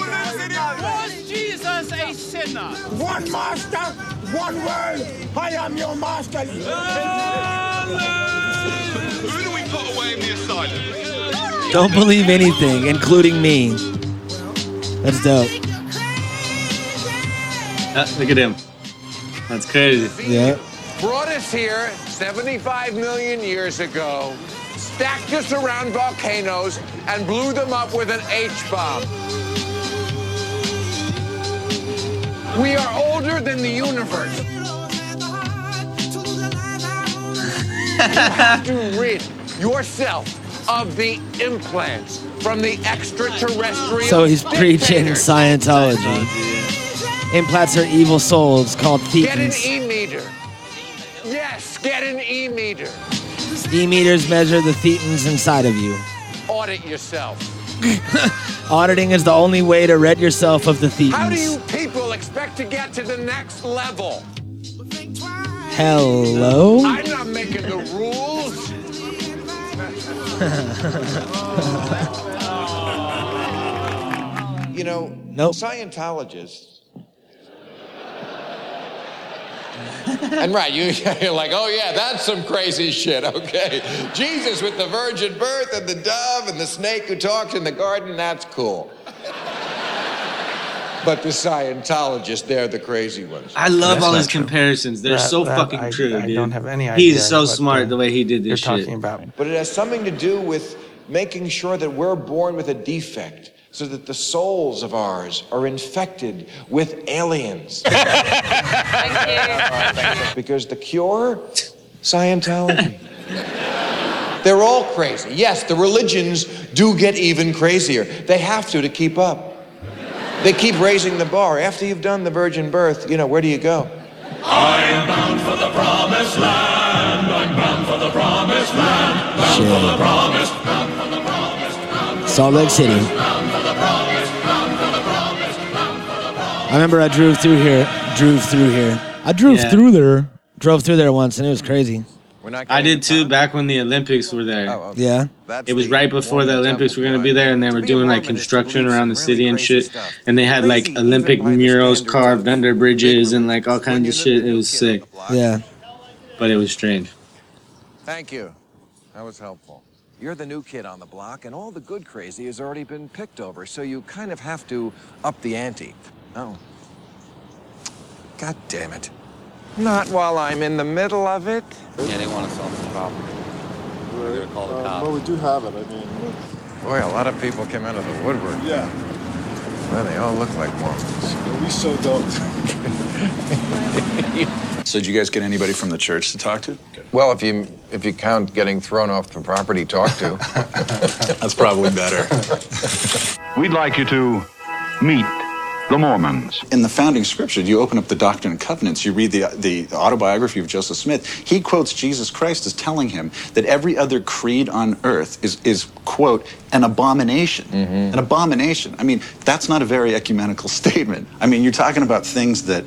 [SPEAKER 40] Jesus a sinner?
[SPEAKER 6] One master, one way. I am your master. Who do we put away in the asylum?
[SPEAKER 1] Don't believe anything, including me. That's dope.
[SPEAKER 2] Ah, look at him. That's crazy.
[SPEAKER 1] Yeah.
[SPEAKER 6] Brought us here 75 million years ago, stacked us around volcanoes, and blew them up with an H bomb. We are older than the universe. you have to rid yourself of the implants from the extraterrestrial.
[SPEAKER 1] So he's preaching
[SPEAKER 6] dictators.
[SPEAKER 1] Scientology. Implants are evil souls called
[SPEAKER 6] Get an
[SPEAKER 1] thetans.
[SPEAKER 6] E meter. Yes, get an E meter.
[SPEAKER 1] E meters measure the thetans inside of you.
[SPEAKER 6] Audit yourself.
[SPEAKER 1] Auditing is the only way to rid yourself of the
[SPEAKER 6] How do
[SPEAKER 1] thetans.
[SPEAKER 6] you people expect to get to the next level?
[SPEAKER 1] Hello?
[SPEAKER 6] I'm not making the <laughs> rules.
[SPEAKER 41] You know,
[SPEAKER 1] Nope.
[SPEAKER 41] Scientologists.
[SPEAKER 6] <laughs> and right, you, <laughs> you're like, oh yeah, that's some crazy shit. Okay, Jesus with the virgin birth and the dove and the snake who talks in the garden, that's cool. But the Scientologists, they're the crazy ones.
[SPEAKER 2] I love
[SPEAKER 6] That's
[SPEAKER 2] all
[SPEAKER 6] not
[SPEAKER 2] his
[SPEAKER 6] true.
[SPEAKER 2] comparisons. They're
[SPEAKER 6] That-
[SPEAKER 2] so
[SPEAKER 6] that
[SPEAKER 2] fucking
[SPEAKER 6] I-
[SPEAKER 2] true,
[SPEAKER 6] I
[SPEAKER 2] dude.
[SPEAKER 6] don't have any idea
[SPEAKER 2] He's so
[SPEAKER 6] what,
[SPEAKER 2] smart
[SPEAKER 6] uh,
[SPEAKER 2] the way he did this
[SPEAKER 6] you're
[SPEAKER 2] shit.
[SPEAKER 6] talking about.
[SPEAKER 41] But it has something to do with making sure that we're born with a defect so that the souls of ours are infected with aliens. because the cure? Scientology.
[SPEAKER 6] They're all crazy. Yes, the religions do get even crazier. They have to to keep up.
[SPEAKER 41] They keep raising the bar. After you've done the virgin birth, you know, where do you go?
[SPEAKER 40] I'm bound for the promised land. I'm bound for the promised land. Bound for the promised.
[SPEAKER 1] Salt Lake City. I remember I drove through here. Drove through here. I drove
[SPEAKER 2] Yeah.
[SPEAKER 1] through there. Drove through there once and it was crazy.
[SPEAKER 2] I did too back when the Olympics were there.
[SPEAKER 1] Yeah.
[SPEAKER 2] It was right before Oh, the Olympics were going to be there, and they were doing like construction around the city and shit. And they had like Olympic murals carved under bridges and like all kinds of shit. It was sick,
[SPEAKER 1] Yeah.
[SPEAKER 2] but it was strange.
[SPEAKER 41] Thank you. That was helpful. You're the new kid on the block, and all the good crazy has already been picked over, so you kind of have to up the ante. Oh. God damn it.
[SPEAKER 6] Not while I'm in the middle of it. Yeah, they want to solve the problem. We're going to call the
[SPEAKER 12] Well, Uh, we do have it. I mean,
[SPEAKER 6] Boy, a lot of people came out of the woodwork.
[SPEAKER 12] yeah,
[SPEAKER 6] Well, they all look like monsters.
[SPEAKER 12] we so don't.
[SPEAKER 40] <laughs> So did you guys get anybody from the church to talk to?
[SPEAKER 6] Well, if you if you count getting thrown off the property, talk to.
[SPEAKER 40] <laughs> That's probably better.
[SPEAKER 42] We'd like you to meet the Mormons.
[SPEAKER 40] In the founding scripture, you open up the Doctrine and Covenants, you read the, the autobiography of Joseph Smith. He quotes Jesus Christ as telling him that every other creed on earth is, is quote, an abomination. An abomination. I mean, that's not a very ecumenical <laughs> statement. I mean, you're talking about things that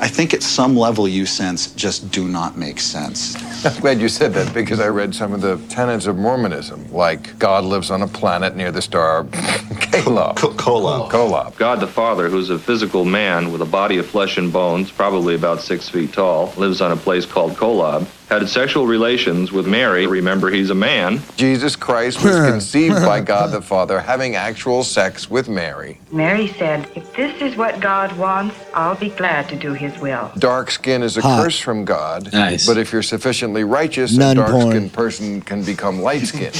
[SPEAKER 40] I think at some level you sense just do not make sense.
[SPEAKER 6] I'm <laughs> glad you said that because I read some of the tenets of Mormonism, like God lives on a planet near the star <laughs> Kolob. Kolob. Kolob.
[SPEAKER 9] God the Father, who's a physical man with a body of flesh and bones, probably about six feet tall, lives on a place called Kolob, had sexual relations with Mary. Remember, he's a man.
[SPEAKER 6] Jesus Christ
[SPEAKER 40] <laughs>
[SPEAKER 6] was conceived by God the Father, having actual sex with Mary.
[SPEAKER 3] Mary said, If this is what God wants, I'll be glad to do his will.
[SPEAKER 6] Dark skin is a
[SPEAKER 3] Hot.
[SPEAKER 6] curse from God,
[SPEAKER 40] Nice.
[SPEAKER 6] but if you're sufficiently righteous,
[SPEAKER 40] Nun
[SPEAKER 6] a dark
[SPEAKER 40] porn.
[SPEAKER 6] skinned person can become light
[SPEAKER 9] <laughs>
[SPEAKER 6] <laughs> skinned.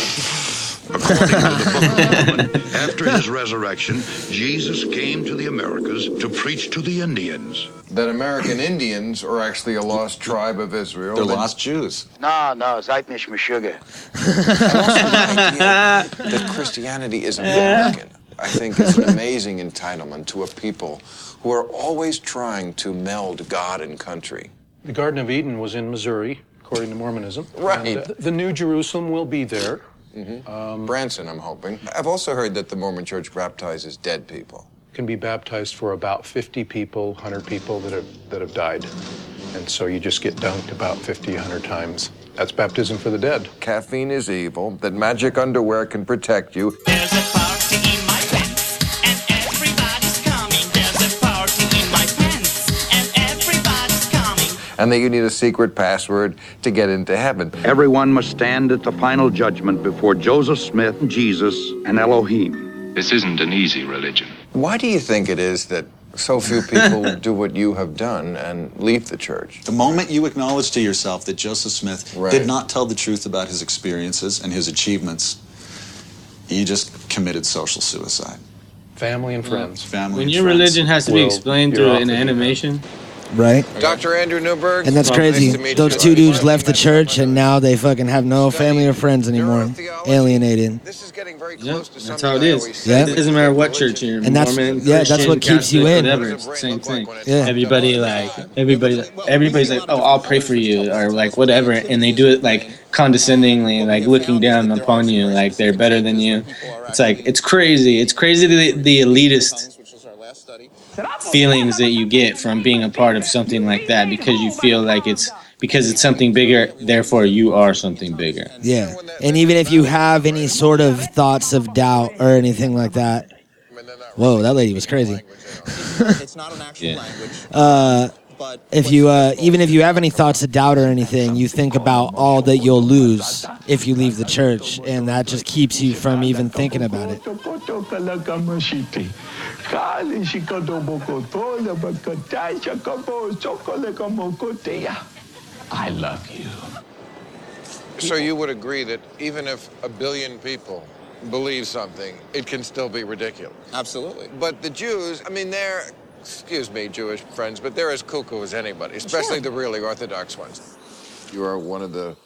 [SPEAKER 42] After his resurrection, Jesus came to the Americas to preach to the Indians.
[SPEAKER 6] that American Indians are actually a lost tribe of Israel.
[SPEAKER 42] They're
[SPEAKER 6] That-
[SPEAKER 42] lost
[SPEAKER 6] Jews.
[SPEAKER 42] No, no, Zeit mich mit
[SPEAKER 41] <laughs>
[SPEAKER 42] Sugar.
[SPEAKER 41] that Christianity is American, I think, is an amazing entitlement to a people who are always trying to meld God and country.
[SPEAKER 43] The Garden of Eden was in Missouri, according to Mormonism.
[SPEAKER 41] Right.
[SPEAKER 43] And, uh, the New Jerusalem will be there.
[SPEAKER 9] Mm-hmm. Branson, I'm hoping. I've also heard that the Mormon Church baptizes dead people.
[SPEAKER 13] Can be baptized for about 50 people, 100 people that have that have died, and so you just get dunked about 50, 100 times. That's baptism for the dead.
[SPEAKER 9] Caffeine is evil. That magic underwear can protect you. and that you need a secret password to get into heaven.
[SPEAKER 44] Everyone must stand at the final judgment before Joseph Smith, Jesus, and Elohim. This isn't an easy religion.
[SPEAKER 9] Why do you think it is that so few
[SPEAKER 44] <laughs>
[SPEAKER 9] people do what you have done and leave the church?
[SPEAKER 40] The moment you acknowledge to yourself that Joseph Smith did not tell the truth about his experiences and his achievements, you just committed social suicide.
[SPEAKER 13] Family and friends.
[SPEAKER 40] Family.
[SPEAKER 2] When
[SPEAKER 40] and
[SPEAKER 2] your
[SPEAKER 40] friends.
[SPEAKER 2] religion has to be
[SPEAKER 40] Well,
[SPEAKER 2] explained
[SPEAKER 40] you're
[SPEAKER 2] through
[SPEAKER 40] off
[SPEAKER 2] an
[SPEAKER 40] the deep
[SPEAKER 2] animation,
[SPEAKER 1] right?
[SPEAKER 9] Dr. Andrew Newberg.
[SPEAKER 1] And that's
[SPEAKER 9] well, nice
[SPEAKER 1] crazy.
[SPEAKER 9] to meet
[SPEAKER 1] Those
[SPEAKER 9] you.
[SPEAKER 1] two dudes left the church and now they fucking have no family or friends anymore. Alienated.
[SPEAKER 2] yeah, that's how it is.
[SPEAKER 1] Yeah.
[SPEAKER 2] It doesn't matter what church you're in.
[SPEAKER 1] And that's-
[SPEAKER 2] Mormon,
[SPEAKER 1] yeah, that's
[SPEAKER 2] Christian,
[SPEAKER 1] what keeps you
[SPEAKER 2] Catholic,
[SPEAKER 1] in.
[SPEAKER 2] Whatever, it's the same thing.
[SPEAKER 1] Yeah.
[SPEAKER 2] Everybody like everybody, everybody's like, oh, I'll pray for you or like whatever, and they do it like condescendingly, like looking down upon you, like they're better than you. It's like it's crazy. It's crazy the, the elitist feelings that you get from being a part of something like that because you feel like it's because it's something bigger. Therefore, you are something bigger.
[SPEAKER 1] Yeah. And even if you have any sort of thoughts of doubt or anything like that. Whoa, that lady was crazy. <laughs>
[SPEAKER 2] Yeah.
[SPEAKER 1] uh, if you uh, even if you have any thoughts of doubt or anything, you think about all that you'll lose if you leave the church, and that just keeps you from even thinking about it.
[SPEAKER 9] I love you.
[SPEAKER 6] So you would agree that even if a billion people believe something, it can still be ridiculous. Absolutely. But the Jews, I mean, they're, excuse me, Jewish friends, but they're as cuckoo as anybody, especially the really Orthodox ones.
[SPEAKER 9] You are one of the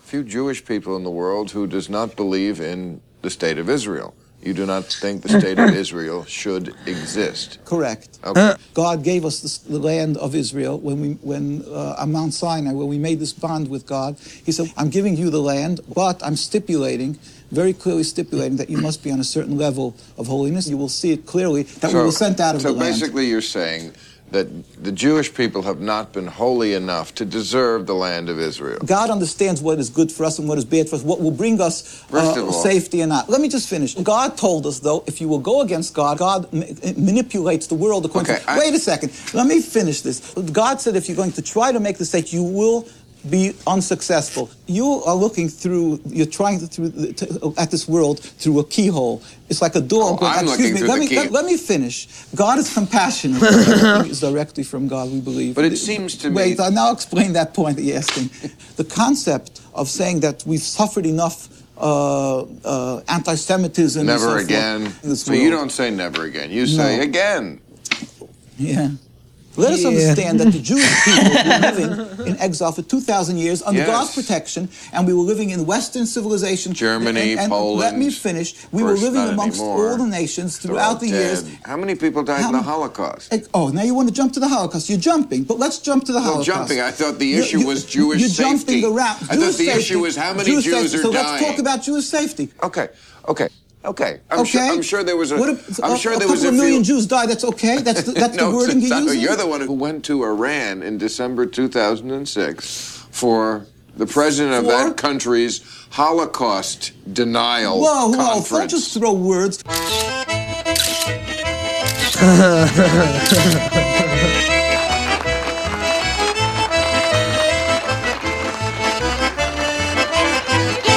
[SPEAKER 9] few Jewish people in the world who does not believe in the state of Israel.
[SPEAKER 6] You do not think
[SPEAKER 9] the state of
[SPEAKER 6] Israel should exist.
[SPEAKER 32] Correct. Uh,
[SPEAKER 6] Okay.
[SPEAKER 32] God gave us this, the land of Israel when we, when uh, on Mount Sinai, when we made this bond with God. He said, "I'm giving you the land, but I'm stipulating." Very clearly stipulating that you must be on a certain level of holiness. You will see it clearly that we were sent out of
[SPEAKER 6] so
[SPEAKER 32] the land.
[SPEAKER 6] basically, you're saying that the Jewish people have not been holy enough to deserve the land of Israel.
[SPEAKER 32] God understands what is good for us and what is bad for us, what will bring us
[SPEAKER 6] First
[SPEAKER 32] uh,
[SPEAKER 6] of all-
[SPEAKER 32] safety and not. Let me just finish. God told us, though, if you will go against God, God ma- manipulates the world according
[SPEAKER 6] Okay,
[SPEAKER 32] to. Wait a second. Let me finish this. God said if you're going to try to make the state, you will be unsuccessful. You are looking through, you're trying to, through, the- to, at this world through a keyhole. It's like a door.
[SPEAKER 6] Oh, I'm
[SPEAKER 32] Excuse
[SPEAKER 6] looking
[SPEAKER 32] me,
[SPEAKER 6] through
[SPEAKER 32] let,
[SPEAKER 6] the
[SPEAKER 32] me
[SPEAKER 6] key-
[SPEAKER 32] let, let me finish. God is compassionate.
[SPEAKER 6] <laughs>
[SPEAKER 32] Everything is directly from God, we believe.
[SPEAKER 6] But it seems to me-
[SPEAKER 32] Wait, I'll now explain that point that you're asking. <laughs> The concept of saying that we've suffered enough uh, uh, anti-Semitism. and so
[SPEAKER 6] Never
[SPEAKER 32] forth
[SPEAKER 6] again.
[SPEAKER 32] in this
[SPEAKER 6] So you
[SPEAKER 32] world.
[SPEAKER 6] don't say never again. You say
[SPEAKER 32] No.
[SPEAKER 6] again.
[SPEAKER 32] Yeah. Let us
[SPEAKER 6] Yeah.
[SPEAKER 32] understand that the Jewish people were living in exile for 2,000 years under
[SPEAKER 6] Yes.
[SPEAKER 32] God's protection, and we were living in Western civilization.
[SPEAKER 6] Germany,
[SPEAKER 32] and, and Let
[SPEAKER 6] Poland.
[SPEAKER 32] me finish. We were
[SPEAKER 6] course,
[SPEAKER 32] living
[SPEAKER 6] not
[SPEAKER 32] amongst
[SPEAKER 6] anymore.
[SPEAKER 32] all the nations
[SPEAKER 6] They're all
[SPEAKER 32] throughout the years.
[SPEAKER 6] dead. How many people died in the Holocaust?
[SPEAKER 32] Eh, Oh, now you want to jump to the Holocaust. You're jumping, but let's jump to the
[SPEAKER 6] Well,
[SPEAKER 32] Holocaust.
[SPEAKER 6] jumping. I thought the issue was Jewish
[SPEAKER 32] you're
[SPEAKER 6] safety.
[SPEAKER 32] jumping around.
[SPEAKER 6] I thought
[SPEAKER 32] Jewish
[SPEAKER 6] the issue
[SPEAKER 32] safety,
[SPEAKER 6] was how many
[SPEAKER 32] Jewish
[SPEAKER 6] Jews
[SPEAKER 32] safety.
[SPEAKER 6] are
[SPEAKER 32] so
[SPEAKER 6] dying.
[SPEAKER 32] let's talk about Jewish safety.
[SPEAKER 6] Okay, okay, okay. I'm sure.
[SPEAKER 32] Okay.
[SPEAKER 6] I'm sure there was a.
[SPEAKER 32] What
[SPEAKER 6] I'm
[SPEAKER 32] a,
[SPEAKER 6] sure
[SPEAKER 32] a
[SPEAKER 6] there was
[SPEAKER 32] couple
[SPEAKER 6] a
[SPEAKER 32] of million
[SPEAKER 6] few.
[SPEAKER 32] Jews died. That's okay. That's
[SPEAKER 6] <laughs>
[SPEAKER 32] the, that's
[SPEAKER 6] No,
[SPEAKER 32] the wording you're
[SPEAKER 6] no,
[SPEAKER 32] using.
[SPEAKER 6] You're the one who went to Iran in December 2006 for the president of that country's Holocaust denial
[SPEAKER 32] Whoa, whoa! Don't
[SPEAKER 6] conference.
[SPEAKER 32] just throw
[SPEAKER 6] <laughs>
[SPEAKER 32] words.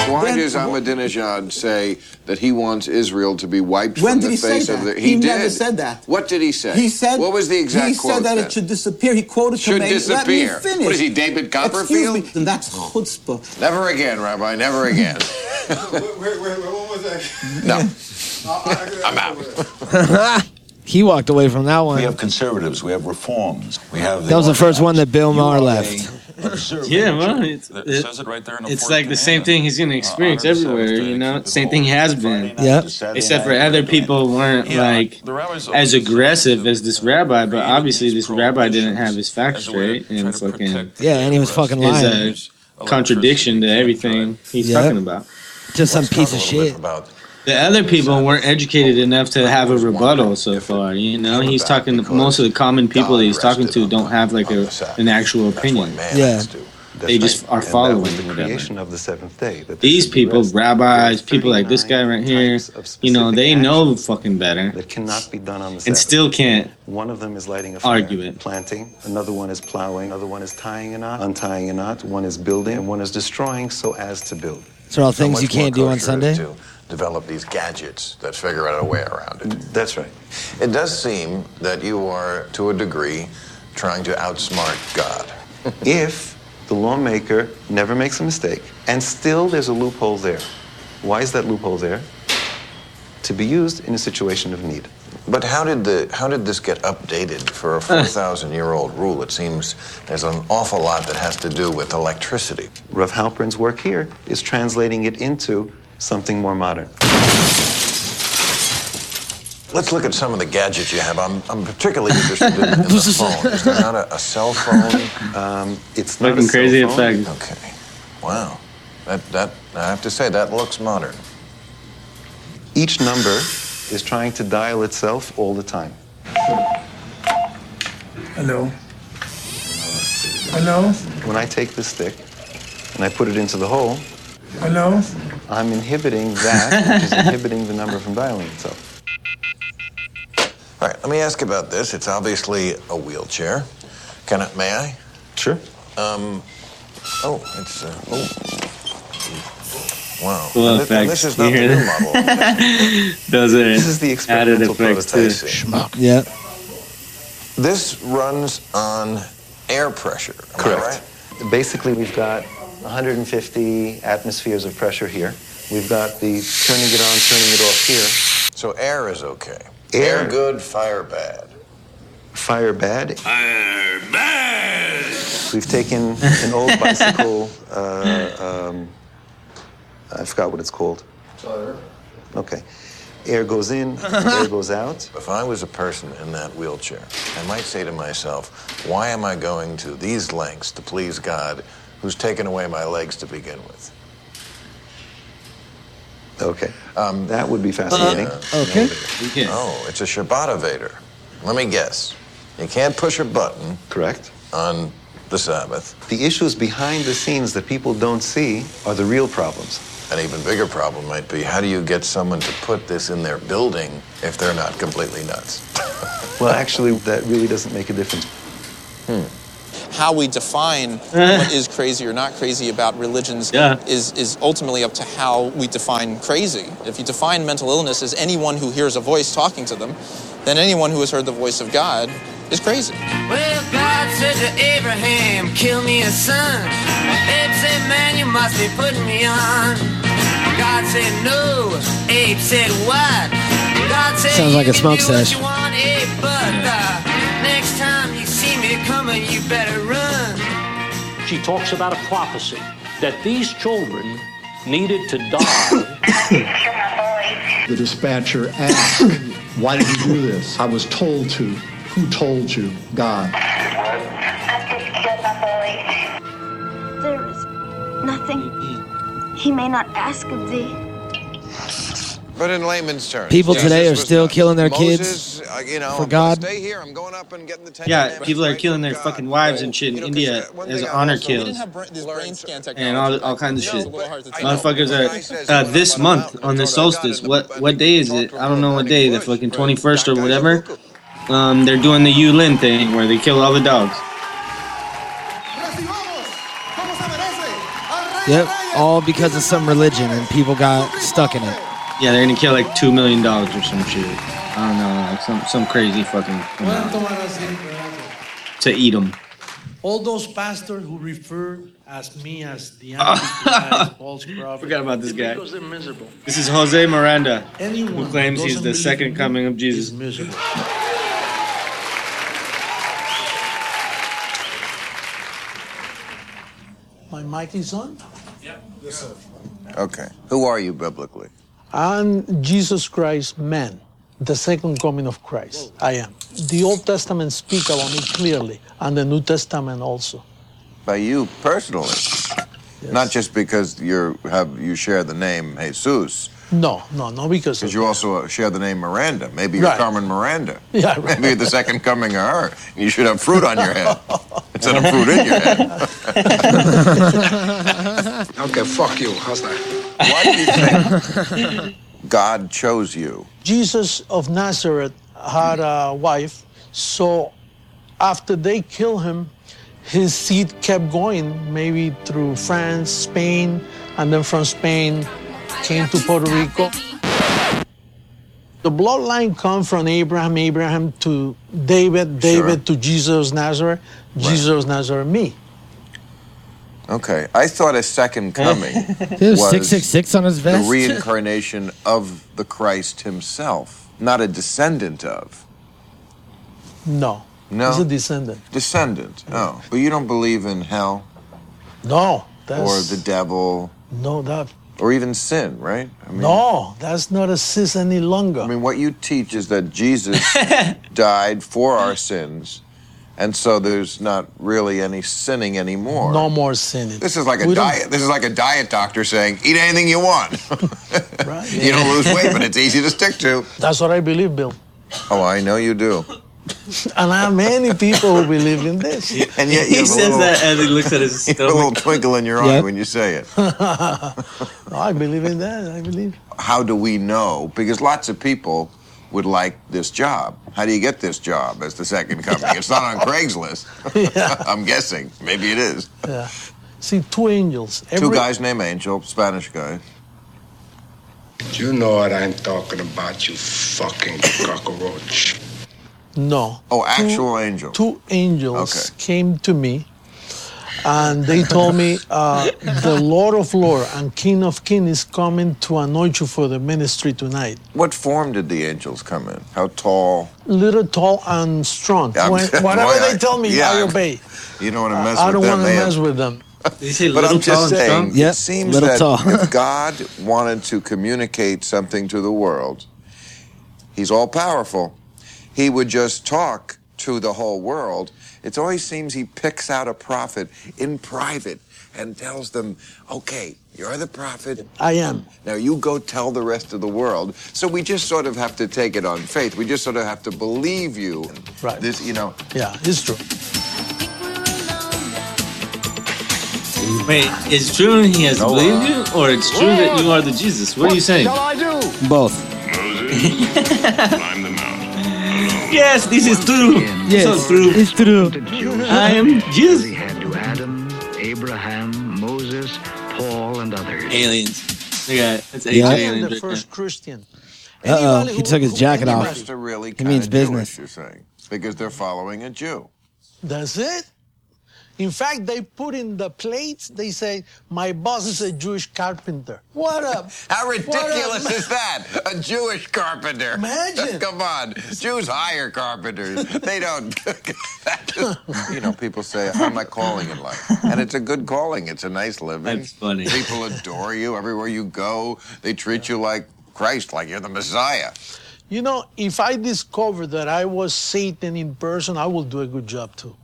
[SPEAKER 6] Why does Ahmadinejad say that he wants Israel to be wiped
[SPEAKER 32] When
[SPEAKER 6] from
[SPEAKER 32] did
[SPEAKER 6] the
[SPEAKER 32] he say
[SPEAKER 6] face of
[SPEAKER 32] that?
[SPEAKER 6] the?
[SPEAKER 32] He
[SPEAKER 6] did.
[SPEAKER 32] never said that.
[SPEAKER 6] What did he say?
[SPEAKER 32] He said.
[SPEAKER 6] What was the exact
[SPEAKER 32] He
[SPEAKER 6] quote?
[SPEAKER 32] said that
[SPEAKER 6] then?
[SPEAKER 32] it should disappear. He quoted
[SPEAKER 6] Should
[SPEAKER 32] Khomeini.
[SPEAKER 6] disappear.
[SPEAKER 32] Let me finish.
[SPEAKER 6] What is he, David Copperfield?
[SPEAKER 32] Excuse me. And that's chutzpah.
[SPEAKER 6] Never again, Rabbi. Never again.
[SPEAKER 45] Wait, wait, wait, what was that?
[SPEAKER 6] No.
[SPEAKER 45] I'm out.
[SPEAKER 1] <laughs> he walked away from that
[SPEAKER 46] We
[SPEAKER 1] one.
[SPEAKER 46] have conservatives, we have reforms, we have.
[SPEAKER 1] That was the first one that Bill Maher left.
[SPEAKER 2] Yeah, well, it's, it- it's like the same thing he's going to experience everywhere, you know? Same thing has been.
[SPEAKER 1] Yep.
[SPEAKER 2] Except for other people weren't like as aggressive as this rabbi, but obviously this rabbi didn't have his facts straight and it's fucking
[SPEAKER 1] Yeah, and he was fucking lying.
[SPEAKER 2] is a contradiction to uh, everything he's
[SPEAKER 1] Yep.
[SPEAKER 2] talking about.
[SPEAKER 1] to some piece of shit.
[SPEAKER 2] The other people weren't educated enough to have a rebuttal so far. You know, he's talking. Most of the common people that he's talking to don't have like a, an actual opinion.
[SPEAKER 1] Yeah.
[SPEAKER 2] They just are
[SPEAKER 47] And that was
[SPEAKER 2] following
[SPEAKER 47] the
[SPEAKER 2] whatever.
[SPEAKER 47] creation of the seventh day. That this
[SPEAKER 2] These
[SPEAKER 47] is the
[SPEAKER 2] people,
[SPEAKER 47] rest.
[SPEAKER 2] rabbis, people like this guy right here, you know, they know fucking better.
[SPEAKER 47] That cannot be done on the
[SPEAKER 2] And
[SPEAKER 47] Sabbath.
[SPEAKER 2] still can't.
[SPEAKER 47] One of them is lighting a fire,
[SPEAKER 2] Argue
[SPEAKER 47] planting. Another one is plowing. Another one is tying a knot, untying a knot. One is building, and one is destroying, so as to build.
[SPEAKER 1] These are all
[SPEAKER 47] How
[SPEAKER 1] things
[SPEAKER 47] much
[SPEAKER 1] you
[SPEAKER 47] more
[SPEAKER 1] can't do on
[SPEAKER 47] kosher
[SPEAKER 1] Sunday.
[SPEAKER 47] is to
[SPEAKER 6] Develop these gadgets that figure out a way around it.
[SPEAKER 47] That's right.
[SPEAKER 6] It does seem that you are, to a degree, trying to outsmart God.
[SPEAKER 47] if the lawmaker never makes a mistake, and still there's a loophole there. Why is that loophole there? To be used in a situation of need.
[SPEAKER 6] But how did the how did this get updated for a four thousand year old rule? It seems there's an awful lot that has to do with electricity.
[SPEAKER 47] Ruff Halperin's work here is translating it into something more modern.
[SPEAKER 6] Let's look at some of the gadgets you have. I'm, I'm particularly interested in, in the phone. Is there not a, a cell phone?
[SPEAKER 47] Um, it's not a
[SPEAKER 6] Fucking
[SPEAKER 47] cell phone.
[SPEAKER 6] Okay. Wow. That that I have to say that looks modern.
[SPEAKER 47] Each number is trying to dial itself all the time.
[SPEAKER 28] Hello. Hello.
[SPEAKER 47] When I take this stick and I put it into the hole,
[SPEAKER 28] Hello.
[SPEAKER 47] I'm inhibiting that, which is inhibiting the number from dialing itself.
[SPEAKER 6] All right. Let me ask about this. It's obviously a wheelchair. Can I? May I?
[SPEAKER 47] Sure.
[SPEAKER 6] Um. Oh, it's. Uh, oh. Wow.
[SPEAKER 2] Cool
[SPEAKER 6] And thi- and
[SPEAKER 2] effects.
[SPEAKER 6] this is
[SPEAKER 2] You
[SPEAKER 6] not the
[SPEAKER 2] hear
[SPEAKER 6] new
[SPEAKER 2] that?
[SPEAKER 6] model.
[SPEAKER 2] <laughs> Those are
[SPEAKER 47] This is the
[SPEAKER 2] added
[SPEAKER 47] experimental
[SPEAKER 2] effects too.
[SPEAKER 47] prototype.
[SPEAKER 1] Yeah.
[SPEAKER 6] This runs on air pressure. Am I right?
[SPEAKER 47] Correct. Basically, we've got 150 atmospheres of pressure here. We've got the turning it on, turning it off here.
[SPEAKER 6] So air is okay.
[SPEAKER 47] Air,
[SPEAKER 6] Air good, fire bad.
[SPEAKER 47] fire bad. Fire bad. We've taken an
[SPEAKER 6] <laughs>
[SPEAKER 47] old bicycle. uh, um, I forgot what it's called. Okay. Air goes in,
[SPEAKER 6] <laughs>
[SPEAKER 47] air goes out.
[SPEAKER 6] If I was a person in that wheelchair, I might say to myself, why am I going to these lengths to please God, who's taken away my legs to begin with?
[SPEAKER 47] Okay.
[SPEAKER 6] Um,
[SPEAKER 47] that would be fascinating.
[SPEAKER 6] okay. Oh, it's a Shabbatovator. Let me guess. You can't push a button.
[SPEAKER 47] Correct.
[SPEAKER 6] On the Sabbath.
[SPEAKER 47] The issues behind the scenes that people don't see are the real problems.
[SPEAKER 6] An even bigger problem might be how do you get someone to put this in their building if they're not completely nuts? <laughs>
[SPEAKER 47] Well, actually, that really doesn't make a difference.
[SPEAKER 6] Hmm.
[SPEAKER 21] How
[SPEAKER 2] <laughs>
[SPEAKER 21] we define what is crazy or not crazy about religions is, is ultimately up to how we define crazy. If you define mental illness as anyone who hears a voice talking to them, then anyone who has heard the voice of God is crazy.
[SPEAKER 9] Well, God said to Abraham, kill me a son. Abe said, man, you must be putting me on. God said, no. Abe said, what? God said,
[SPEAKER 1] Sounds like a
[SPEAKER 9] "You can
[SPEAKER 1] smoke
[SPEAKER 9] do what
[SPEAKER 1] sesh.
[SPEAKER 9] You want, Abe, but uh, next time you see me coming, you better run.
[SPEAKER 43] She talks about a prophecy that these children needed to die.
[SPEAKER 48] The dispatcher asked, Why did you do this? I was told to. Who told you? God.
[SPEAKER 49] There is nothing he may not ask of thee.
[SPEAKER 50] But in layman's terms,
[SPEAKER 1] People
[SPEAKER 50] Jesus
[SPEAKER 1] today are
[SPEAKER 50] was
[SPEAKER 1] still
[SPEAKER 50] not-
[SPEAKER 1] killing their
[SPEAKER 50] Moses,
[SPEAKER 1] kids
[SPEAKER 50] uh, you know,
[SPEAKER 1] for
[SPEAKER 50] I'm gonna
[SPEAKER 1] God.
[SPEAKER 50] Stay here. I'm going up and getting the Ten
[SPEAKER 2] Yeah,
[SPEAKER 50] Commandments
[SPEAKER 2] people are
[SPEAKER 50] right
[SPEAKER 2] killing
[SPEAKER 50] from
[SPEAKER 2] their
[SPEAKER 50] God.
[SPEAKER 2] fucking wives and shit in India as honor kills and all all kinds of shit. Motherfuckers are uh, this month on the solstice. What what day is it? I don't know what day. The fucking twenty first or whatever. Um, they're doing the Yulin thing where they kill all the dogs.
[SPEAKER 1] Yep. All because of some religion and people got stuck in it.
[SPEAKER 2] Yeah, they're gonna kill like two million dogs or some shit. I don't know, like some some crazy fucking amount to eat them.
[SPEAKER 43] All those pastors who refer as me as the
[SPEAKER 2] <laughs>
[SPEAKER 43] Antichrist, false prophet.
[SPEAKER 2] Forgot about this
[SPEAKER 43] it's
[SPEAKER 2] guy.
[SPEAKER 43] Because they're miserable.
[SPEAKER 2] This is Jose Miranda,
[SPEAKER 43] Anyone
[SPEAKER 2] who claims
[SPEAKER 43] who
[SPEAKER 2] he's
[SPEAKER 43] doesn't
[SPEAKER 2] the
[SPEAKER 43] believe
[SPEAKER 2] second
[SPEAKER 43] me
[SPEAKER 2] coming of Jesus.
[SPEAKER 43] My mic is on.
[SPEAKER 6] okay. Who are you biblically?
[SPEAKER 43] I'm Jesus Christ, man, the second coming of Christ. I am. The Old Testament speak <laughs>
[SPEAKER 2] <laughs>
[SPEAKER 43] about me clearly, and the New Testament also.
[SPEAKER 6] By you personally. Not just because you have you share the name Jesus,
[SPEAKER 43] No, no, no, because
[SPEAKER 6] because you also share the name Miranda. Maybe you're
[SPEAKER 43] Right.
[SPEAKER 6] Carmen Miranda.
[SPEAKER 43] <laughs> Yeah, right.
[SPEAKER 6] Maybe you're the second coming of her, and you should have fruit on your
[SPEAKER 43] <laughs>
[SPEAKER 6] head instead of fruit in your head. <laughs> okay, fuck you. How's that? Why do you think <laughs> God chose you?
[SPEAKER 43] Jesus of Nazareth had a wife, so after they kill him, his seed kept going, maybe through France, Spain, and then from Spain came to Puerto Rico. The bloodline come from Abraham, Abraham to David, David to Jesus of Nazareth, Jesus of Nazareth
[SPEAKER 1] <laughs>
[SPEAKER 43] me.
[SPEAKER 6] Okay, I thought a second
[SPEAKER 43] <laughs>
[SPEAKER 6] coming
[SPEAKER 1] There's
[SPEAKER 6] was
[SPEAKER 1] 666 on his
[SPEAKER 6] the
[SPEAKER 1] vest. <laughs>
[SPEAKER 6] reincarnation of the Christ himself, not a descendant of.
[SPEAKER 43] No,
[SPEAKER 6] No.
[SPEAKER 43] he's a descendant.
[SPEAKER 6] Descendant. Oh, but you don't believe in hell
[SPEAKER 43] No, that's
[SPEAKER 6] or the devil
[SPEAKER 43] no that
[SPEAKER 6] or even sin, right? I mean,
[SPEAKER 43] no, that's not a sis any longer.
[SPEAKER 6] I mean, what you teach is that
[SPEAKER 43] <laughs>
[SPEAKER 6] Jesus died for our sins, and so there's not really any sinning anymore.
[SPEAKER 43] no more sinning.
[SPEAKER 6] This is like a
[SPEAKER 43] We don't-
[SPEAKER 6] diet. This is like a diet doctor saying, "Eat anything you want.
[SPEAKER 43] <laughs>
[SPEAKER 6] <laughs> you don't lose weight, but it's easy to stick to."
[SPEAKER 43] That's what I believe, Bill.
[SPEAKER 6] Oh, I know you do.
[SPEAKER 43] <laughs> And I have many people who believe in this.
[SPEAKER 6] <laughs> And yet you have a little, he looks at <laughs> his stomach. a little twinkle in your eye
[SPEAKER 43] Yep.
[SPEAKER 6] when you say it.
[SPEAKER 43] No, I believe in that. I believe.
[SPEAKER 6] How do we know? Because lots of people would like this job. How do you get this job as the second coming? It's not on
[SPEAKER 43] <laughs>
[SPEAKER 6] Craigslist. I'm guessing. Maybe it is.
[SPEAKER 43] Yeah. See, two angels.
[SPEAKER 6] Two
[SPEAKER 43] every-
[SPEAKER 6] guys named Angel, Spanish guy.
[SPEAKER 51] You know what I'm talking about, you fucking
[SPEAKER 6] <laughs>
[SPEAKER 51] cockroach.
[SPEAKER 43] No.
[SPEAKER 6] Oh,
[SPEAKER 43] actual
[SPEAKER 6] angel.
[SPEAKER 43] Two angels came to me, and they told
[SPEAKER 6] <laughs>
[SPEAKER 43] me, uh, "The Lord of Lord and King of King is coming to anoint you for the ministry tonight."
[SPEAKER 6] What form did the angels come in? How tall?
[SPEAKER 43] Little tall and strong.
[SPEAKER 6] I'm- <laughs>
[SPEAKER 43] When-
[SPEAKER 6] boy,
[SPEAKER 43] whatever they
[SPEAKER 6] I-
[SPEAKER 43] tell me,
[SPEAKER 6] yeah,
[SPEAKER 43] I
[SPEAKER 6] I'm-
[SPEAKER 43] obey.
[SPEAKER 6] You don't want to mess
[SPEAKER 43] I
[SPEAKER 6] with
[SPEAKER 43] don't
[SPEAKER 6] them.
[SPEAKER 43] want to
[SPEAKER 6] They have-
[SPEAKER 43] mess with them.
[SPEAKER 6] but I'm just saying, it seems that if God wanted to communicate something to the world, He's all powerful. He would just talk to the whole world. It always seems He picks out a prophet in private and tells them, "Okay, you're the prophet.
[SPEAKER 43] <laughs> I am."
[SPEAKER 6] Now you go tell the rest of the world. So we just sort of have to take it on faith. We just sort of have to believe you. Right. This, you know.
[SPEAKER 43] Yeah, it's true.
[SPEAKER 2] Wait, it's true he has believed you,
[SPEAKER 6] uh,
[SPEAKER 2] or it's true that you are the Jesus? What are you saying?
[SPEAKER 18] I do?
[SPEAKER 1] Both.
[SPEAKER 2] Yes, this is true.
[SPEAKER 1] Yes, it's true.
[SPEAKER 2] I am <laughs> Jesus.
[SPEAKER 26] He had to Adam, Abraham, Moses, Paul, and others.
[SPEAKER 2] Aliens. They got that's
[SPEAKER 1] Yeah.
[SPEAKER 2] yeah.
[SPEAKER 1] I
[SPEAKER 2] aliens.
[SPEAKER 1] am the
[SPEAKER 2] right there.
[SPEAKER 43] First Christian.
[SPEAKER 1] Uh oh, he took his jacket
[SPEAKER 6] He
[SPEAKER 1] off.
[SPEAKER 6] must have really
[SPEAKER 1] It means
[SPEAKER 6] kinda knew what
[SPEAKER 1] business.
[SPEAKER 6] You're saying because they're following a Jew.
[SPEAKER 43] That's it. In fact, they put in the plates, they say, My boss is a Jewish carpenter. What up?
[SPEAKER 6] How ridiculous is that? A Jewish carpenter.
[SPEAKER 43] Imagine.
[SPEAKER 6] <laughs> Come on. Jews hire carpenters. They don't. That just- you know, people say, I'm my calling in life. And it's a good calling. It's a nice living. That's
[SPEAKER 2] funny.
[SPEAKER 6] People adore you everywhere you go. They treat you like Christ, like you're the Messiah.
[SPEAKER 43] You know, if I discover that I was Satan in person, I will do a good job too.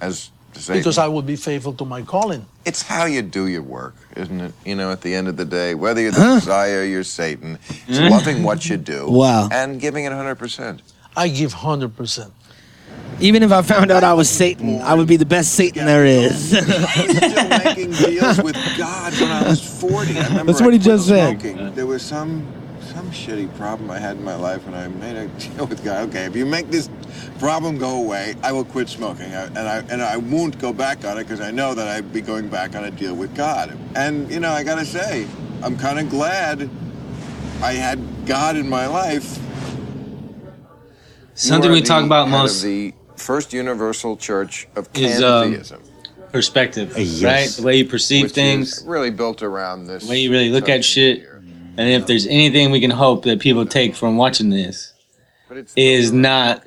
[SPEAKER 6] As to say,
[SPEAKER 43] Because I will be faithful to my calling.
[SPEAKER 6] it's how you do your work, isn't it? You know, at the end of the day, whether you're the Messiah or you're Satan, it's
[SPEAKER 43] Huh?
[SPEAKER 6] loving what you do
[SPEAKER 1] Wow.
[SPEAKER 6] and giving it 100%.
[SPEAKER 43] I give 100%.
[SPEAKER 1] Even if I found out I was Satan, I would be the best Satan there is. <laughs>
[SPEAKER 52] making deals with God when I was 40. I remember
[SPEAKER 1] That's what
[SPEAKER 52] I
[SPEAKER 1] he
[SPEAKER 52] quit
[SPEAKER 1] just said.
[SPEAKER 52] smoking. There was some some shitty problem I had in my life, and I made a deal with God. Okay, if you make this problem go away, I will quit smoking, I, and I and I won't go back on it because I know that I'd be going back on a deal with God. And you know, I gotta say, I'm kind of glad I had God in my life.
[SPEAKER 2] Something
[SPEAKER 6] You are
[SPEAKER 2] we talk
[SPEAKER 6] the
[SPEAKER 2] about
[SPEAKER 6] head of
[SPEAKER 2] most
[SPEAKER 6] the First Universal Church of
[SPEAKER 2] is um,
[SPEAKER 6] Pantheism.
[SPEAKER 2] perspective,
[SPEAKER 6] Uh, Yes.
[SPEAKER 2] right? The way you perceive
[SPEAKER 6] which
[SPEAKER 2] things.
[SPEAKER 6] is really built around this.
[SPEAKER 2] way you really look at shit. And if there's anything we can hope that people take from watching this, is not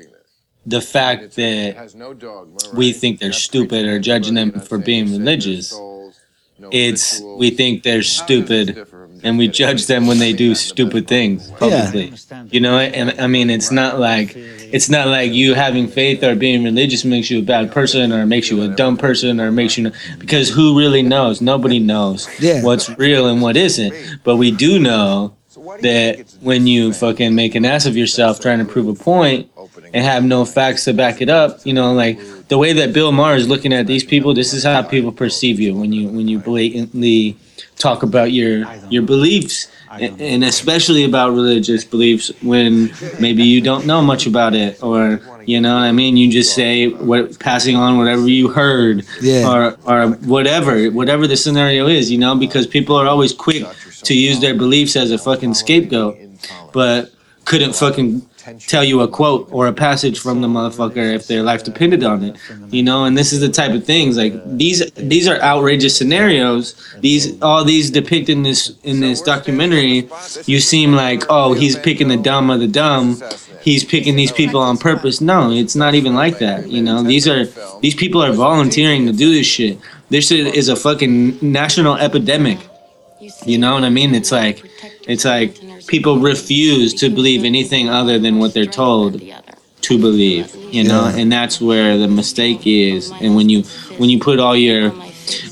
[SPEAKER 2] the fact that we think they're stupid or judging them for being religious. It's we think they're stupid and we judge them when they do stupid things publicly. You know, and I mean, it's not like it's not like you having faith or being religious makes you a bad person or makes you a dumb person or makes you because who really knows? Nobody knows what's real and what isn't. But we do know that when you fucking make an ass of yourself trying to prove a point and have no facts to back it up, you know, like the way that Bill Maher is looking at these people, this is how people perceive you when you when you blatantly talk about your your beliefs and, and especially about religious beliefs when maybe you don't know much about it or you know what I mean you just say what passing on whatever you heard
[SPEAKER 1] Yeah.
[SPEAKER 2] or or whatever whatever the scenario is you know because people are always quick to use their beliefs as a fucking scapegoat but couldn't fucking tell you a quote or a passage from the motherfucker if their life depended on it you know and this is the type of things like these these are outrageous scenarios these all these depicted in this in this documentary you seem like oh he's picking the dumb of the dumb he's picking these people on purpose no it's not even like that you know these are these people are volunteering to do this shit this shit is a fucking national epidemic you know what I mean? It's like it's like people refuse to believe anything other than what they're told to believe, you know?
[SPEAKER 1] Yeah.
[SPEAKER 2] And that's where the mistake is. And when you when you put all your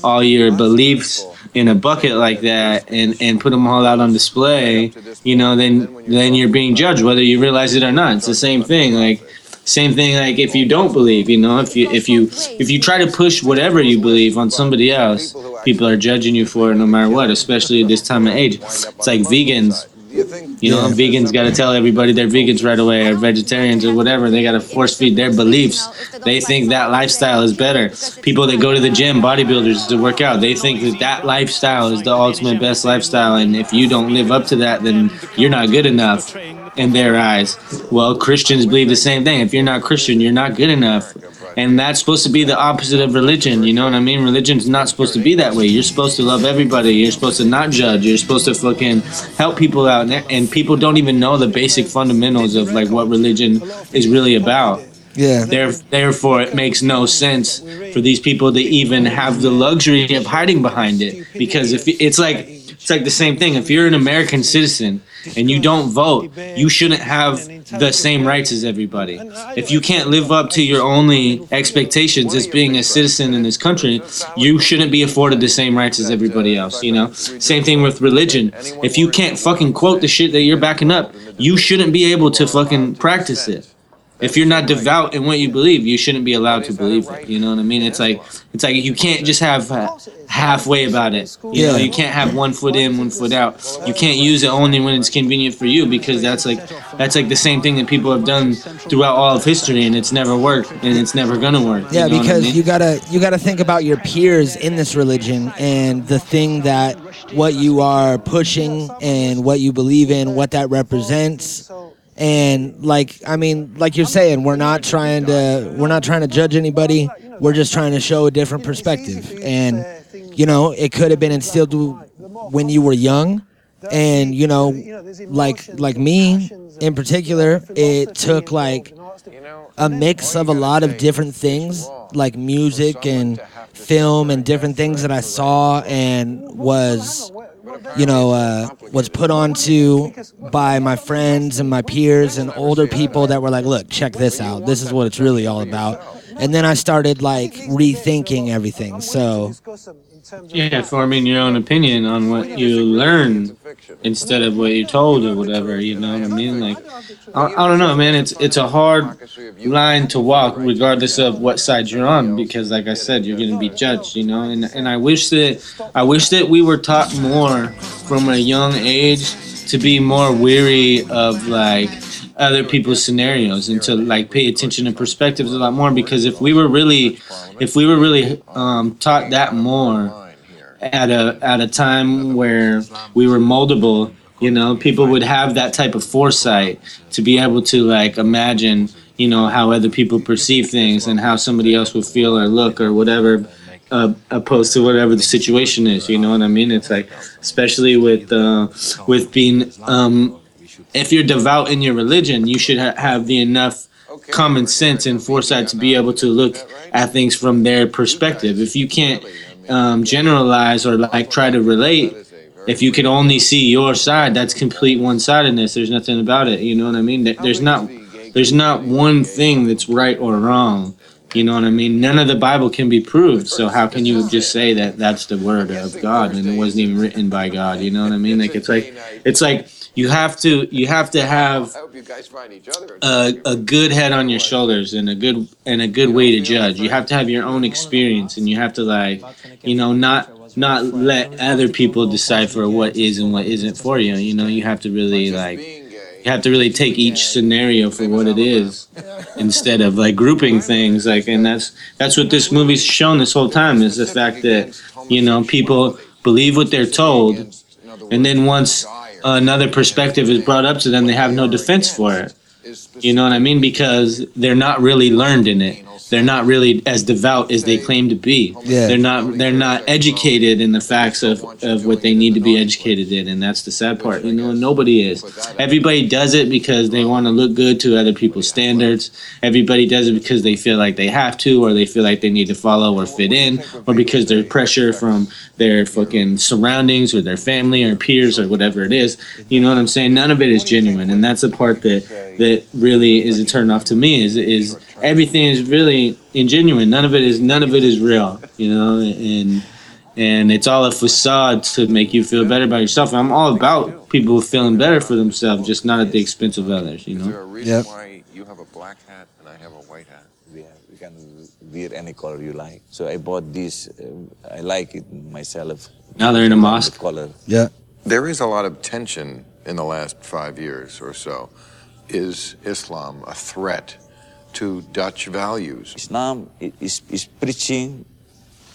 [SPEAKER 2] all your beliefs in a bucket like that and and put them all out on display, you know, then then you're being judged whether you realize it or not. It's the same thing like same thing like if you don't believe, you know, if you if you if you try to push whatever you believe on somebody else, people are judging you for it no matter what, especially at this time of age. It's like vegans. You know, vegans got to tell everybody they're vegans right away, or vegetarians, or whatever. They got to force feed their beliefs. They think that lifestyle is better. People that go to the gym, bodybuilders to work out, they think that that lifestyle is the ultimate best lifestyle. And if you don't live up to that, then you're not good enough in their eyes. Well, Christians believe the same thing. If you're not Christian, you're not good enough. And that's supposed to be the opposite of religion. You know what I mean? Religion's not supposed to be that way. You're supposed to love everybody. You're supposed to not judge. You're supposed to fucking help people out. And, and people don't even know the basic fundamentals of like what religion is really about.
[SPEAKER 1] Yeah.
[SPEAKER 2] There, therefore, it makes no sense for these people to even have the luxury of hiding behind it because if it's like it's like the same thing. If you're an American citizen and you don't vote, you shouldn't have the same rights as everybody. If you can't live up to your only expectations as being a citizen in this country, you shouldn't be afforded the same rights as everybody else. You know, same thing with religion. If you can't fucking quote the shit that you're backing up, you shouldn't be able to fucking practice it if you're not devout in what you believe, you shouldn't be allowed to believe it. You know what I mean? It's like it's like you can't just have uh, halfway about it. You know,
[SPEAKER 1] Yeah.
[SPEAKER 2] you can't have one foot in, one foot out. You can't use it only when it's convenient for you because that's like that's like the same thing that people have done throughout all of history, and it's never worked, and it's never gonna work.
[SPEAKER 1] Yeah,
[SPEAKER 2] you know what I
[SPEAKER 1] because
[SPEAKER 2] mean?
[SPEAKER 1] you gotta you gotta think about your peers in this religion and the thing that what you are pushing and what you believe in, what that represents. And like I mean, like you're saying, we're not trying to we're not trying to judge anybody. We're just trying to show a different perspective. And you know, it could have been instilled when you were young. And you know, like like me in particular, it took like a mix of a lot of different things like music and film and different things that I saw and was you know uh, was put onto by my friends and my peers and older people that were like look check this out this is what it's really all about and then I started like rethinking everything so
[SPEAKER 2] Yeah, forming your own opinion on what you learn instead of what you're told or whatever. You know what I mean? Like, I, I don't know, man. It's it's a hard line to walk, regardless of what side you're on, because, like I said, you're gonna be judged. You know, and and I wish that I wish that we were taught more from a young age to be more weary of like other people's scenarios and to like pay attention to perspectives a lot more because if we were really if we were really um, taught that more at a at a time where we were moldable you know people would have that type of foresight to be able to like imagine you know how other people perceive things and how somebody else would feel or look or whatever uh, opposed to whatever the situation is you know what i mean it's like especially with uh, with being um, if you're devout in your religion, you should ha- have the enough common sense and foresight to be able to look at things from their perspective. If you can't um, generalize or like try to relate if you can only see your side, that's complete one-sidedness. There's nothing about it. You know what I mean? There- There's not there's not one thing that's right or wrong. You know what I mean? None of the Bible can be proved. So how can you just say that that's the word of God and it wasn't even written by God? You know what I mean? Like it's like it's like you have to you have to have a, a good head on your shoulders and a good and a good way to judge. You have to have your own experience and you have to like, you know, not not let other people decipher what is and what isn't for you. You know, you have to really like you have to really take each scenario for what it is instead of like grouping things like and that's that's what this movie's shown this whole time is the fact that you know people believe what they're told and then once another perspective is brought up to them they have no defense for it you know what i mean because they're not really learned in it they're not really as devout as they claim to be
[SPEAKER 1] Yeah.
[SPEAKER 2] they're not they're not educated in the facts of, of what they need to be educated in and that's the sad part you know nobody is everybody does it because they want to look good to other people's standards everybody does it because they feel like they have to or they feel like they need to follow or fit in or because there's pressure from their fucking surroundings or their family or peers or whatever it is you know what i'm saying none of it is genuine and that's the part that that really is a turn off to me is is everything is really ingenuine none of it is none of it is real you know and and it's all a facade to make you feel better about yourself. And I'm all about people feeling better for themselves, just not at the expense of others. You know.
[SPEAKER 1] Yep.
[SPEAKER 53] Why you have a black hat and I have a white hat?
[SPEAKER 18] We, have, we can wear any color you like. So I bought this. Um, I like it myself.
[SPEAKER 2] Now they're in a mosque.
[SPEAKER 18] Color.
[SPEAKER 1] Yeah.
[SPEAKER 6] There is a lot of tension in the last five years or so. Is Islam a threat to Dutch values?
[SPEAKER 18] Islam i- is, is preaching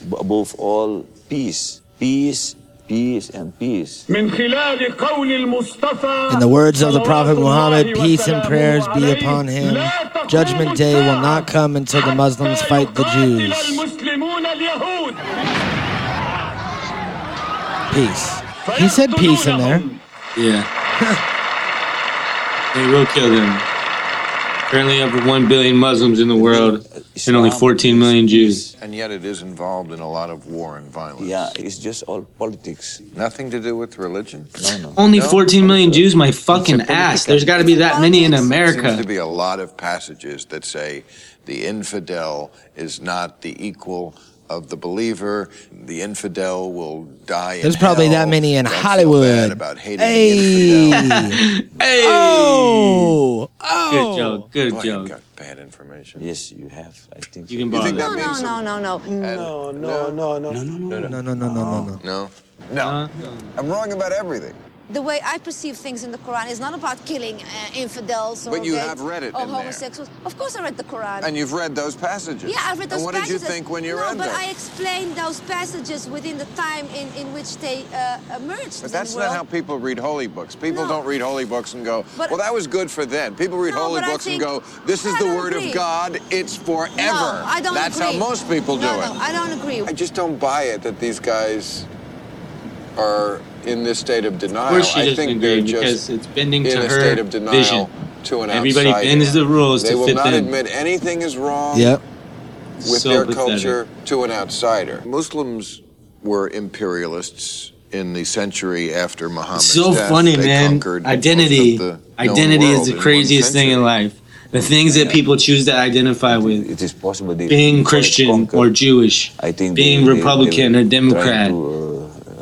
[SPEAKER 18] b- above all peace, peace, peace, and peace.
[SPEAKER 1] In the words of the Prophet Muhammad, peace and prayers be upon him. Judgment Day will not come until the Muslims fight the Jews. Peace. He said peace in there.
[SPEAKER 2] Yeah. <laughs> they will kill them. Currently, over one billion Muslims in the world, and only 14 million Jews.
[SPEAKER 6] And yet it is involved in a lot of war and violence.
[SPEAKER 18] Yeah, it's just all politics.
[SPEAKER 6] Nothing to do with religion.
[SPEAKER 2] Only 14 million Jews, my fucking ass. There's got to be that many in
[SPEAKER 6] There seems
[SPEAKER 2] America.
[SPEAKER 6] to be a lot of passages that say the infidel is not the equal of the believer. The infidel will die. in
[SPEAKER 1] There's probably
[SPEAKER 6] hell.
[SPEAKER 1] that many in
[SPEAKER 6] Don't feel bad
[SPEAKER 1] Hollywood.
[SPEAKER 6] about hating
[SPEAKER 1] Hey.
[SPEAKER 6] the infidel.
[SPEAKER 1] <laughs>
[SPEAKER 2] hey.
[SPEAKER 1] Oh. Oh.
[SPEAKER 2] Uh, Good
[SPEAKER 6] Boy,
[SPEAKER 2] joke.
[SPEAKER 6] You got bad information.
[SPEAKER 18] Yes, you have. I think
[SPEAKER 2] you can
[SPEAKER 6] You
[SPEAKER 2] borrow
[SPEAKER 6] think
[SPEAKER 2] that.
[SPEAKER 6] that means
[SPEAKER 18] no,
[SPEAKER 49] no, no,
[SPEAKER 6] no,
[SPEAKER 49] no,
[SPEAKER 6] no,
[SPEAKER 49] no,
[SPEAKER 18] no, no,
[SPEAKER 1] no, no, no, no, no.
[SPEAKER 6] no, no.
[SPEAKER 2] Uh-huh.
[SPEAKER 6] I'm wrong about everything.
[SPEAKER 49] The way I perceive things in the Quran is not about killing uh, infidels or
[SPEAKER 6] But you
[SPEAKER 49] gays
[SPEAKER 6] have read it
[SPEAKER 49] or
[SPEAKER 6] in there.
[SPEAKER 49] homosexuals. Of course, I read the Quran.
[SPEAKER 6] And you've read those passages.
[SPEAKER 49] yeah, I read those
[SPEAKER 6] And what
[SPEAKER 49] passages.
[SPEAKER 6] did you think when you
[SPEAKER 49] no,
[SPEAKER 6] read
[SPEAKER 49] but
[SPEAKER 6] them?
[SPEAKER 49] I explained those passages within the time in, in which they uh, emerged.
[SPEAKER 6] But that's
[SPEAKER 49] in the
[SPEAKER 6] not
[SPEAKER 49] world.
[SPEAKER 6] how people read holy books. People
[SPEAKER 49] No.
[SPEAKER 6] don't read holy books and go,
[SPEAKER 49] But-
[SPEAKER 6] well, that was good for then. People read
[SPEAKER 49] No,
[SPEAKER 6] holy
[SPEAKER 49] but I
[SPEAKER 6] books
[SPEAKER 49] think-
[SPEAKER 6] and go, this is
[SPEAKER 49] I
[SPEAKER 6] the
[SPEAKER 49] don't
[SPEAKER 6] word
[SPEAKER 49] agree.
[SPEAKER 6] of God, it's forever.
[SPEAKER 49] No, I don't
[SPEAKER 6] That's
[SPEAKER 49] agree.
[SPEAKER 6] how most people do
[SPEAKER 49] no,
[SPEAKER 6] it.
[SPEAKER 49] No, I don't agree.
[SPEAKER 6] I just don't buy it that these guys are in this state of denial.
[SPEAKER 2] course she
[SPEAKER 6] I
[SPEAKER 2] doesn't
[SPEAKER 6] think
[SPEAKER 2] agree,
[SPEAKER 6] they're just
[SPEAKER 2] because it's bending
[SPEAKER 6] in
[SPEAKER 2] to
[SPEAKER 6] a
[SPEAKER 2] her
[SPEAKER 6] state of denial
[SPEAKER 2] vision.
[SPEAKER 6] to an
[SPEAKER 2] Everybody
[SPEAKER 6] outsider.
[SPEAKER 2] bends the rules
[SPEAKER 6] They
[SPEAKER 2] to
[SPEAKER 6] will
[SPEAKER 2] fit
[SPEAKER 6] not
[SPEAKER 2] them.
[SPEAKER 6] admit anything is wrong
[SPEAKER 1] Yep.
[SPEAKER 6] with
[SPEAKER 2] So
[SPEAKER 6] their
[SPEAKER 2] pathetic.
[SPEAKER 6] culture to an outsider. Muslims were imperialists in the century after Muhammad.
[SPEAKER 2] so funny, man. Identity, identity is the craziest thing in life. The things that people choose to identify with.
[SPEAKER 18] It is possible. They,
[SPEAKER 2] being Christian or Jewish,
[SPEAKER 18] I think
[SPEAKER 2] being
[SPEAKER 18] they- they-
[SPEAKER 2] Republican
[SPEAKER 18] they
[SPEAKER 2] or
[SPEAKER 18] were
[SPEAKER 2] Democrat,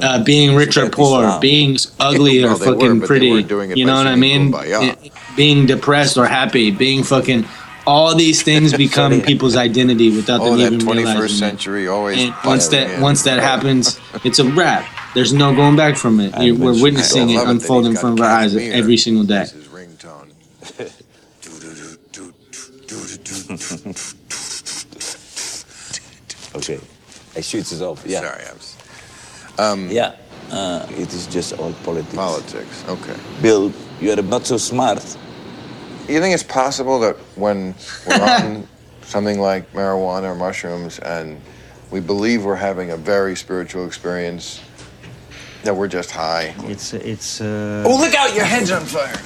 [SPEAKER 2] uh, being rich or poor,
[SPEAKER 18] Islam. <laughs>
[SPEAKER 2] being ugly or
[SPEAKER 18] Well, they were,
[SPEAKER 2] fucking
[SPEAKER 18] but they
[SPEAKER 2] pretty.
[SPEAKER 18] weren't doing it
[SPEAKER 2] You
[SPEAKER 18] by
[SPEAKER 2] know what I
[SPEAKER 18] singing
[SPEAKER 2] mean?
[SPEAKER 18] Kumbaya.
[SPEAKER 2] It- Being depressed or happy, being fucking. All these things
[SPEAKER 18] <laughs>
[SPEAKER 2] become people's identity without
[SPEAKER 6] Oh,
[SPEAKER 2] them
[SPEAKER 6] that
[SPEAKER 2] even
[SPEAKER 6] 21st
[SPEAKER 2] realizing. it.
[SPEAKER 6] century always.
[SPEAKER 2] And once
[SPEAKER 6] butted
[SPEAKER 2] that
[SPEAKER 6] in.
[SPEAKER 2] once that
[SPEAKER 18] <laughs>
[SPEAKER 2] happens, it's a wrap. There's no going back from it. You- we're
[SPEAKER 6] mentioned-
[SPEAKER 2] witnessing
[SPEAKER 6] I
[SPEAKER 2] it
[SPEAKER 6] love it that
[SPEAKER 2] unfold in
[SPEAKER 6] he's
[SPEAKER 2] front of
[SPEAKER 6] got
[SPEAKER 2] our eyes
[SPEAKER 6] Casimir.
[SPEAKER 2] every single day.
[SPEAKER 18] Okay. I shoot it off. Yeah. Sorry, I was. yeah. Uh, it is just all politics.
[SPEAKER 6] Politics. Okay.
[SPEAKER 18] Bill, you are not so smart.
[SPEAKER 6] You think it's possible that
[SPEAKER 5] <laughs>
[SPEAKER 6] when we're on something like marijuana or mushrooms and we believe we're having a very spiritual experience, that we're just high?
[SPEAKER 9] It's it's. Uh...
[SPEAKER 6] <laughs> Oh, look out! Your head's on fire.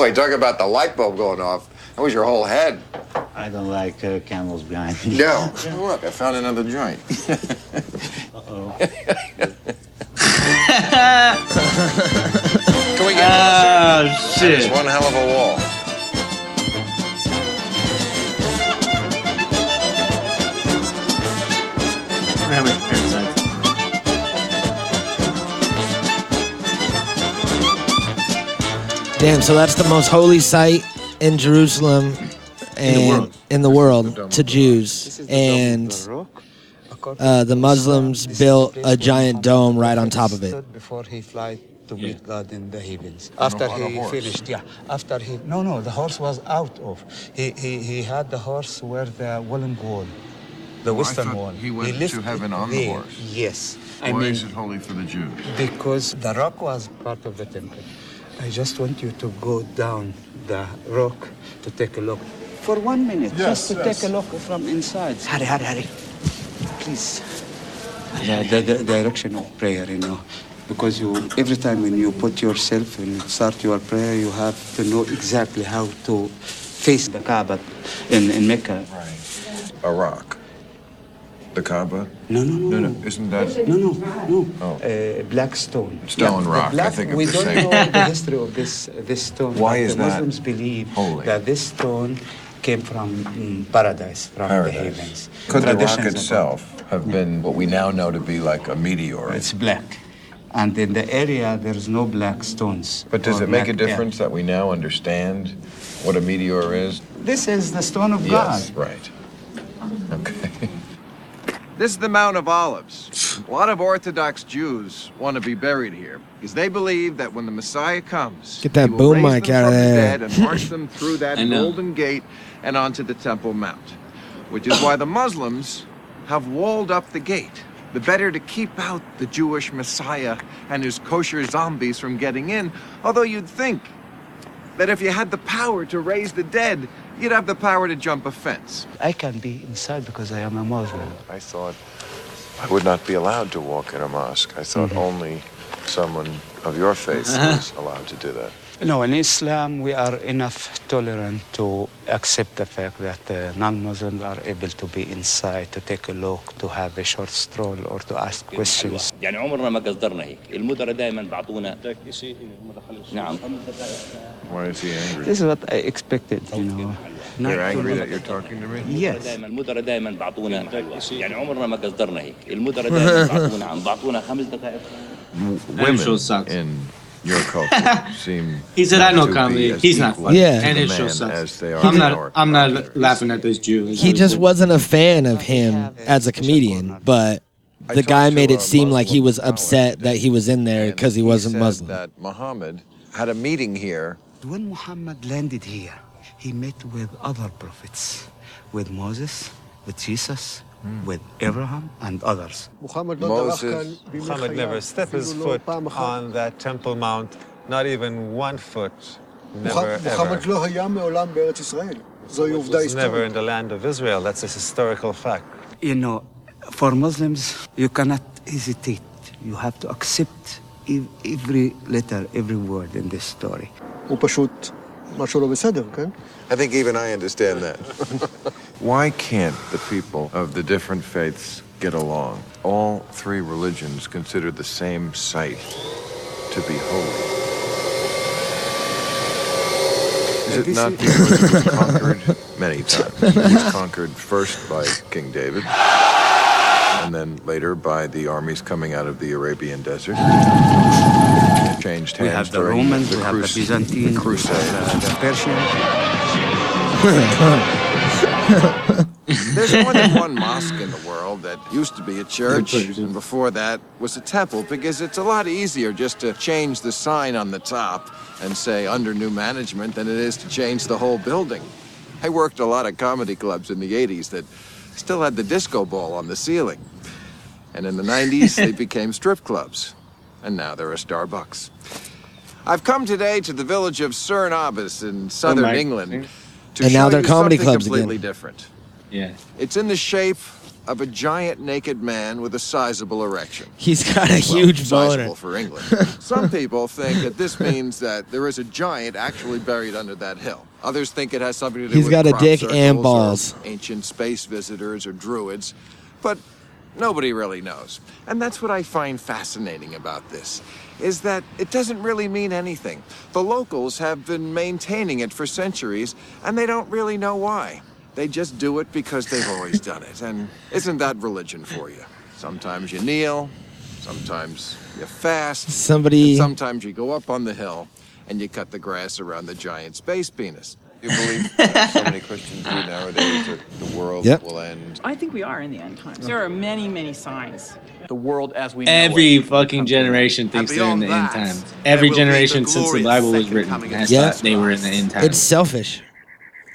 [SPEAKER 6] Wait, talk about the light bulb going off. That was your whole head.
[SPEAKER 9] I don't like uh, candles behind me.
[SPEAKER 6] <laughs> No.
[SPEAKER 5] <laughs>
[SPEAKER 6] Look, I found another joint.
[SPEAKER 9] Uh-oh.
[SPEAKER 6] <laughs> Can we
[SPEAKER 47] Uh,
[SPEAKER 6] get
[SPEAKER 54] Ah,
[SPEAKER 6] closer?
[SPEAKER 54] shit.
[SPEAKER 6] That is one hell of a wall.
[SPEAKER 2] How many parasites?
[SPEAKER 1] Damn, so that's the most holy site in Jerusalem and in the world, to Jews. And uh, the Muslims built a giant dome right on top of it.
[SPEAKER 5] before he fly to meet God in the heavens. After on a he horse. finished, yeah. After he no no the horse was out of. He he, he had the horse where the woolen wall, the
[SPEAKER 47] Oh, I
[SPEAKER 5] western
[SPEAKER 47] thought
[SPEAKER 5] wall.
[SPEAKER 47] he went to
[SPEAKER 5] left
[SPEAKER 47] heaven
[SPEAKER 5] it
[SPEAKER 47] on the
[SPEAKER 5] there.
[SPEAKER 47] horse.
[SPEAKER 5] Yes. I
[SPEAKER 47] Why
[SPEAKER 5] mean
[SPEAKER 47] is it holy for the Jews?
[SPEAKER 5] because the rock was part of the temple. I just want you to go down the rock to take a look. For one minute, Yes, just to yes. take a look from inside. Hurry, hurry, hurry. Please. Yeah, the, the direction of prayer, you know. Because you, every time when you put yourself and start your prayer, you have to know exactly how to face the Kaaba in, in Mecca.
[SPEAKER 47] A rock. The Kaaba?
[SPEAKER 5] No, no, no.
[SPEAKER 47] No, no. Isn't that
[SPEAKER 5] No, no, no.
[SPEAKER 6] Oh.
[SPEAKER 5] Uh, black stone.
[SPEAKER 47] Stone
[SPEAKER 5] the
[SPEAKER 47] rock, I
[SPEAKER 5] Black,
[SPEAKER 47] think if
[SPEAKER 5] we
[SPEAKER 47] they're
[SPEAKER 5] don't
[SPEAKER 47] saying-
[SPEAKER 5] know the history of this uh, this stone.
[SPEAKER 47] Why
[SPEAKER 5] but
[SPEAKER 47] is
[SPEAKER 5] the
[SPEAKER 47] that
[SPEAKER 5] Muslims believe that this stone came from mm, paradise, from the heavens.
[SPEAKER 47] Could the rock
[SPEAKER 5] Traditions about-
[SPEAKER 47] itself have been what we now know to be like a meteor?
[SPEAKER 5] It's black. And in the area, there's no black stones.
[SPEAKER 47] But does
[SPEAKER 1] Oh,
[SPEAKER 5] or
[SPEAKER 47] it make a
[SPEAKER 5] black air.
[SPEAKER 47] difference that we now understand what a meteor is?
[SPEAKER 5] This is the stone
[SPEAKER 1] Oh,
[SPEAKER 5] of
[SPEAKER 47] Yes,
[SPEAKER 5] God.
[SPEAKER 47] right. Okay.
[SPEAKER 6] This is the Mount of Olives. A lot of Orthodox Jews want to be buried here because they believe that when the Messiah comes,
[SPEAKER 1] Get that
[SPEAKER 6] he will
[SPEAKER 1] boom
[SPEAKER 6] raise
[SPEAKER 1] mic
[SPEAKER 6] them
[SPEAKER 1] out of
[SPEAKER 6] from the
[SPEAKER 1] there. <laughs>
[SPEAKER 6] dead and march them through that
[SPEAKER 1] I know.
[SPEAKER 6] golden gate and onto the Temple Mount, which is why the Muslims have walled up the gate, the better to keep out the Jewish Messiah and his kosher zombies from getting in. Although you'd think that if you had the power to raise the dead, you'd have the power to jump a fence.
[SPEAKER 5] I can be inside because I am a Muslim.
[SPEAKER 47] I thought I would not be allowed to walk in a mosque. I thought
[SPEAKER 1] Mm-hmm.
[SPEAKER 47] only someone of your faith
[SPEAKER 1] Uh-huh.
[SPEAKER 47] was allowed to do that.
[SPEAKER 5] No, in Islam, we are enough tolerant to accept the fact that uh, non Muslims are able to be inside, to take a look, to have a short stroll, or to ask questions.
[SPEAKER 55] يعني عمرنا ما قصدرنا هيك المدراء دائما بعطونا نعم
[SPEAKER 47] Why is he angry?
[SPEAKER 5] This is what I expected, you know. Not
[SPEAKER 47] You're angry
[SPEAKER 5] to-
[SPEAKER 47] that you're talking to me?
[SPEAKER 5] Yes.
[SPEAKER 55] دائما المدراء دائما بعطونا يعني عمرنا ما قصدرنا هيك المدراء دائما بعطونا عم بعطونا خمس دقائق
[SPEAKER 47] W-
[SPEAKER 55] And it
[SPEAKER 47] Women
[SPEAKER 55] shows
[SPEAKER 47] in your
[SPEAKER 6] <laughs>
[SPEAKER 47] culture seem.
[SPEAKER 2] He said, "I know
[SPEAKER 47] to be
[SPEAKER 2] comedy.
[SPEAKER 47] as
[SPEAKER 2] He's not
[SPEAKER 47] equal
[SPEAKER 2] funny."
[SPEAKER 47] to
[SPEAKER 2] and
[SPEAKER 47] the
[SPEAKER 2] it
[SPEAKER 47] man
[SPEAKER 2] shows
[SPEAKER 47] As
[SPEAKER 2] sucks.
[SPEAKER 47] they are
[SPEAKER 2] I'm
[SPEAKER 47] to
[SPEAKER 2] not.
[SPEAKER 47] our
[SPEAKER 2] I'm not laughing at this Jew.
[SPEAKER 1] He just wasn't a fan of him as a comedian, but the guy made it seem like he was upset that he was in there because he wasn't
[SPEAKER 47] said
[SPEAKER 1] Muslim.
[SPEAKER 47] that Muhammad had a meeting here.
[SPEAKER 5] When Muhammad landed here, he met with other prophets, with Moses, with Jesus, with Abraham, and others.
[SPEAKER 40] Moses. Muhammad never stepped his foot on that Temple Mount, not even one foot. Never,
[SPEAKER 12] מוחמד
[SPEAKER 40] ever.
[SPEAKER 12] לא היה מעולם בארץ ישראל. זוהי עובדה
[SPEAKER 40] Was never
[SPEAKER 12] היסטורית.
[SPEAKER 40] in the land of Israel. That's a historical fact.
[SPEAKER 5] You know, for Muslims, you cannot hesitate. You have to accept ev- every letter, every word in this story.
[SPEAKER 12] הוא פשוט משהו לא בסדר, כן?
[SPEAKER 47] I think even I understand that. Why <laughs> can't the people of the different faiths get along? All three religions consider the same site to be holy. Is it not because it was conquered <laughs> many times? It was conquered first by King David, and then later by the armies coming out of the Arabian desert. It changed hands
[SPEAKER 5] We have the
[SPEAKER 47] during
[SPEAKER 5] Romans, we have the
[SPEAKER 47] crus-
[SPEAKER 5] Byzantine, we
[SPEAKER 47] crusade.
[SPEAKER 5] have the, the
[SPEAKER 6] There's more than one mosque in the world that used to be a church, and before that was a temple, because it's a lot easier just to change the sign on the top and say under new management than it is to change the whole building. I worked a lot of comedy clubs in the 80s that still had the disco ball on the ceiling. And in the 90s, they became strip clubs. And now they're a Starbucks. I've come today to the village of Cernobis in southern
[SPEAKER 1] Mike.
[SPEAKER 6] England to
[SPEAKER 1] Oh, And now
[SPEAKER 6] show
[SPEAKER 1] they're
[SPEAKER 6] you
[SPEAKER 1] comedy
[SPEAKER 6] something
[SPEAKER 1] clubs
[SPEAKER 6] completely
[SPEAKER 1] again.
[SPEAKER 6] different.
[SPEAKER 54] Yeah.
[SPEAKER 6] It's in the shape of a giant naked man with a sizable erection.
[SPEAKER 1] He's got a
[SPEAKER 6] Well,
[SPEAKER 1] huge boner.
[SPEAKER 6] sizable for England. Some people think that
[SPEAKER 1] <laughs>
[SPEAKER 6] this means that there is a giant actually buried under that hill. Others think it has something to do
[SPEAKER 1] He's
[SPEAKER 6] with
[SPEAKER 1] got a
[SPEAKER 6] crop
[SPEAKER 1] dick
[SPEAKER 6] circles
[SPEAKER 1] and
[SPEAKER 6] or
[SPEAKER 1] balls.
[SPEAKER 6] ancient space visitors or druids. But Nobody really knows. And that's what I find fascinating about this is that it doesn't really mean anything. The locals have been maintaining it for centuries and they don't really know why. They just do it because they've always done it. And isn't that religion for you? Sometimes you kneel, sometimes you fast.
[SPEAKER 1] Somebody-
[SPEAKER 6] and sometimes you go up on the hill and you cut the grass around the giant space penis. You believe so many Christians do nowadays that the world
[SPEAKER 1] Yep.
[SPEAKER 6] will end
[SPEAKER 3] I think we are in the end times. There are many, many signs.
[SPEAKER 26] The world as we
[SPEAKER 2] Every fucking generation thinks they're in the end times. Every generation since the Bible was written has
[SPEAKER 1] Yeah.
[SPEAKER 2] thought they were in the end times.
[SPEAKER 1] It's selfish.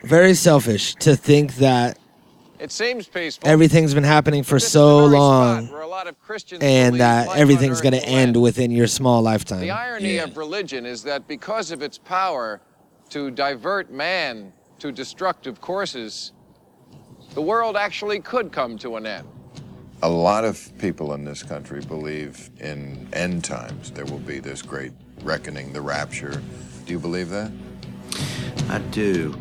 [SPEAKER 1] Very selfish to think that
[SPEAKER 6] It seems peaceful.
[SPEAKER 1] everything's been happening for so long and that everything's going to end within your small
[SPEAKER 6] The
[SPEAKER 1] lifetime.
[SPEAKER 6] irony of religion is that because of its power to divert man to destructive courses, the world actually could come to an end.
[SPEAKER 23] A lot of people in this country believe in end times. There will be this great reckoning, the rapture. Do you believe that?
[SPEAKER 26] I do.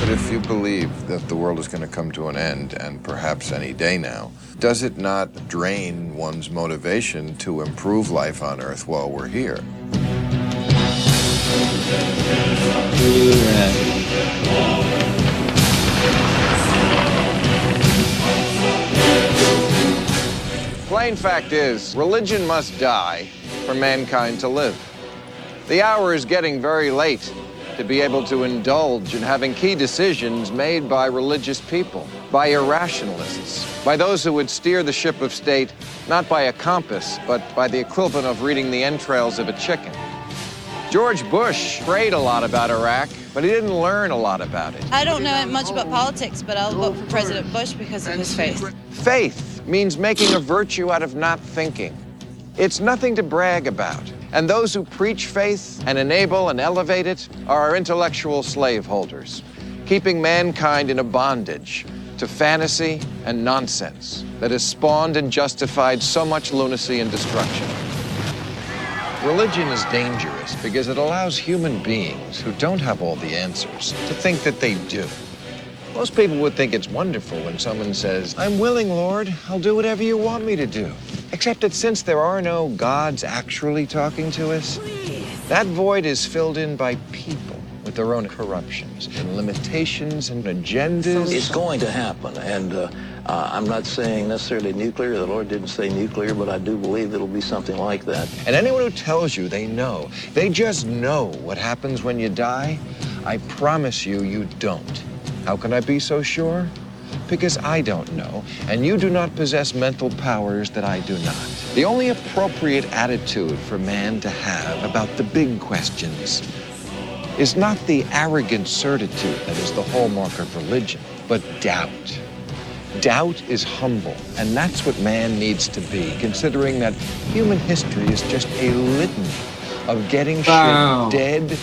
[SPEAKER 23] But if you believe that the world is going to come to an end, and perhaps any day now, does it not drain one's motivation to improve life on Earth while we're here?
[SPEAKER 6] Plain fact is, religion must die for mankind to live. The hour is getting very late to be able to indulge in having key decisions made by religious people, by irrationalists, by those who would steer the ship of state not by a compass, but by the equivalent of reading the entrails of a chicken. George Bush prayed a lot about Iraq, but he didn't learn a lot about it.
[SPEAKER 56] I don't know much about politics, but I'll vote for President Bush because of his faith.
[SPEAKER 6] Faith means making a virtue out of not thinking. It's nothing to brag about. And those who preach faith and enable and elevate it are our intellectual slaveholders, keeping mankind in a bondage to fantasy and nonsense that has spawned and justified so much lunacy and destruction. Religion is dangerous because it allows human beings who don't have all the answers to think that they do. Most people would think it's wonderful when someone says, I'm willing, Lord, I'll do whatever you want me to do. Except that since there are no gods actually talking to us, that void is filled in by people with their own corruptions and limitations and agendas.
[SPEAKER 26] It's going to happen, and uh, uh, I'm not saying necessarily nuclear. The Lord didn't say nuclear, but I do believe it'll be something like that.
[SPEAKER 6] And anyone who tells you they know, they just know what happens when you die, I promise you, you don't. How can I be so sure? Because I don't know, and you do not possess mental powers that I do not. The only appropriate attitude for man to have about the big questions is not the arrogant certitude that is the hallmark of religion, but doubt. Doubt is humble, and that's what man needs to be, considering that human history is just a litany of getting
[SPEAKER 2] Wow.
[SPEAKER 6] shit dead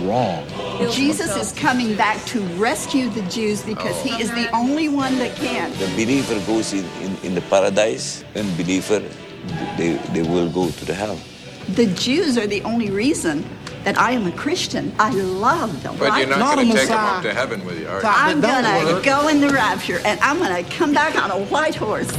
[SPEAKER 6] wrong.
[SPEAKER 25] Jesus is coming back to rescue the Jews because he is the only one that can.
[SPEAKER 18] The believer goes in, in, in the paradise, and believer, they, they will go to the hell.
[SPEAKER 25] The Jews are the only reason that I am a Christian. I love them.
[SPEAKER 23] But you're
[SPEAKER 25] I-
[SPEAKER 23] not, going to take them up to heaven with you, are you?
[SPEAKER 25] I'm gonna go in the rapture and I'm gonna come back on a white horse.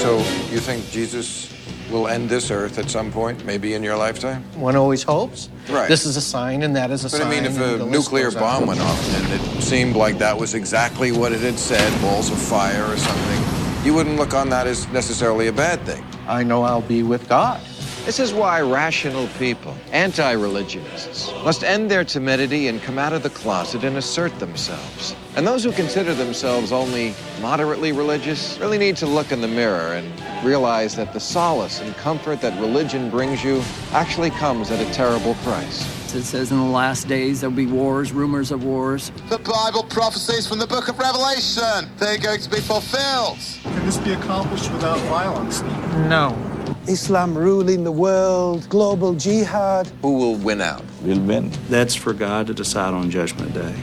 [SPEAKER 23] So you think Jesus will end this Earth at some point, maybe in your lifetime?
[SPEAKER 9] One always hopes.
[SPEAKER 23] Right.
[SPEAKER 9] This is a sign, and that is a
[SPEAKER 23] But
[SPEAKER 9] sign.
[SPEAKER 23] I mean, if
[SPEAKER 9] and
[SPEAKER 23] a
[SPEAKER 9] the list
[SPEAKER 23] nuclear
[SPEAKER 9] goes on.
[SPEAKER 23] bomb went off and it seemed like that was exactly what it had said, balls of fire or something, you wouldn't look on that as necessarily a bad thing.
[SPEAKER 6] I know I'll be with God. This is why rational people, anti religionists, must end their timidity and come out of the closet and assert themselves. And those who consider themselves only moderately religious really need to look in the mirror and realize that the solace and comfort that religion brings you actually comes at a terrible price.
[SPEAKER 57] It says in the last days there'll be wars, rumors of wars.
[SPEAKER 32] The Bible prophecies from the book of Revelation, they're going to be fulfilled.
[SPEAKER 58] Can this be accomplished without violence?
[SPEAKER 9] No. Islam ruling the world, global
[SPEAKER 56] <laughs>
[SPEAKER 9] jihad.
[SPEAKER 6] Who will win out?
[SPEAKER 9] Will win.
[SPEAKER 26] That's for God to decide on Judgment Day.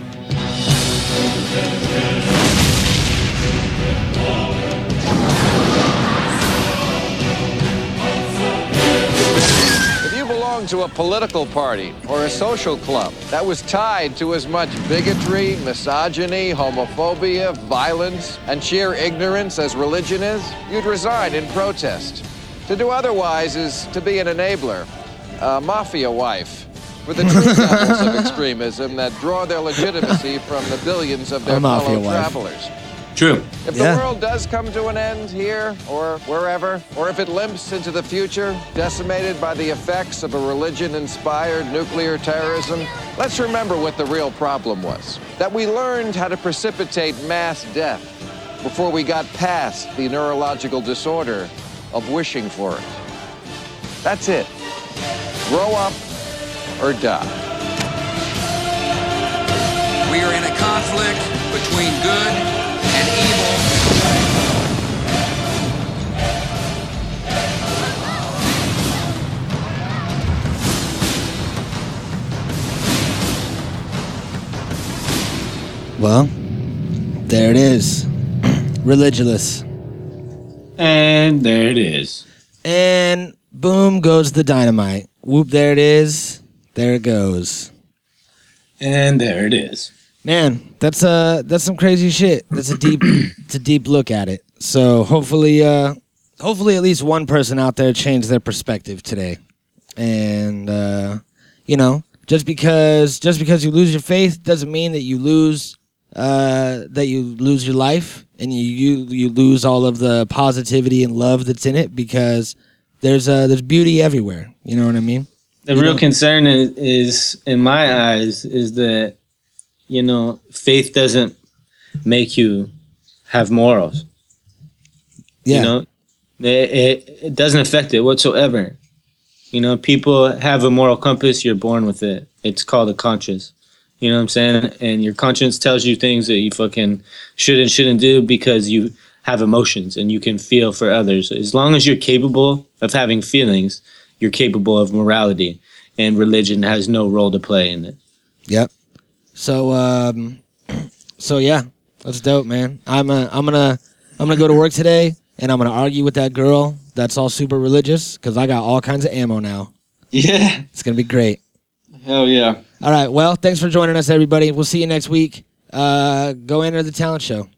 [SPEAKER 6] belonged to a political party or a social club that was tied to as much bigotry, misogyny, homophobia, violence, and sheer ignorance as religion is, you'd resign in protest. To do otherwise is to be an enabler, a mafia wife,
[SPEAKER 1] <laughs>
[SPEAKER 6] with the true devils of extremism that draw their legitimacy from the billions of their
[SPEAKER 1] A mafia
[SPEAKER 6] fellow
[SPEAKER 1] wife.
[SPEAKER 6] travelers.
[SPEAKER 2] True.
[SPEAKER 6] If the world does come to an end here or wherever, or if it limps into the future, decimated by the effects of a religion inspired nuclear terrorism, let's remember what the real problem was that we learned how to precipitate mass death before we got past the neurological disorder of wishing for it. That's it. Grow up or die.
[SPEAKER 28] We are in a conflict between good and evil.
[SPEAKER 1] Well, there it is. <clears throat> Religulous.
[SPEAKER 2] And there it is.
[SPEAKER 1] And boom goes the dynamite. Whoop, there it is. There it goes.
[SPEAKER 2] And there it is.
[SPEAKER 1] Man, that's uh that's some crazy shit. That's a
[SPEAKER 2] <clears throat>
[SPEAKER 1] deep it's a deep look at it. So hopefully uh hopefully at least one person out there changed their perspective today. And uh you know, just because just because you lose your faith doesn't mean that you lose uh that you lose your life and you you, you lose all of the positivity and love that's in it because there's uh there's beauty everywhere. You know what I mean?
[SPEAKER 2] The
[SPEAKER 1] You
[SPEAKER 2] real
[SPEAKER 1] know-
[SPEAKER 2] concern is, is, in my eyes, is that, you know, faith doesn't make you have morals.
[SPEAKER 1] Yeah.
[SPEAKER 2] You know, it, it, it doesn't affect it whatsoever. You know, people have a moral compass, you're born with it. It's called a conscience. You know what I'm saying? And your conscience tells you things that you fucking should and shouldn't do because you have emotions and you can feel for others. As long as you're capable of having feelings, you're capable of morality, and religion has no role to play in it.
[SPEAKER 1] Yep. So um <clears throat> so yeah, that's dope, man. I'm uh, I'm gonna I'm gonna go to work today and I'm gonna argue with that girl that's all super religious because I got all kinds of ammo now.
[SPEAKER 2] Yeah.
[SPEAKER 1] It's gonna be great.
[SPEAKER 2] Hell yeah.
[SPEAKER 1] All right. Well, thanks for joining us, everybody. We'll see you next week. Uh, go enter the talent show.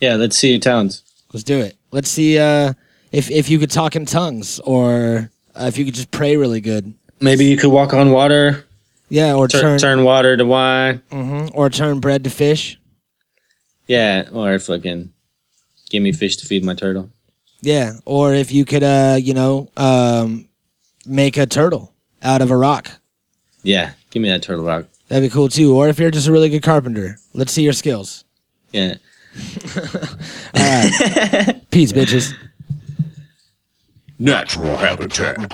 [SPEAKER 2] Yeah, let's see your talents.
[SPEAKER 1] Let's do it. Let's see uh, if if you could talk in tongues or uh, if you could just pray really good.
[SPEAKER 2] Maybe you could walk on water.
[SPEAKER 1] Yeah, or
[SPEAKER 2] tur-
[SPEAKER 1] turn,
[SPEAKER 2] turn water to wine.
[SPEAKER 1] Mhm, or turn bread to fish.
[SPEAKER 2] Yeah, or fucking give me fish to feed my turtle.
[SPEAKER 1] Yeah, or if you could, uh, you know, um, make a turtle out of a rock.
[SPEAKER 2] Yeah, give me that turtle rock.
[SPEAKER 1] That'd be cool too. Or if you're just a really good carpenter, let's see your skills.
[SPEAKER 2] Yeah.
[SPEAKER 1] <laughs> All right.
[SPEAKER 2] <laughs>
[SPEAKER 1] Peace, bitches.
[SPEAKER 9] Natural habitat.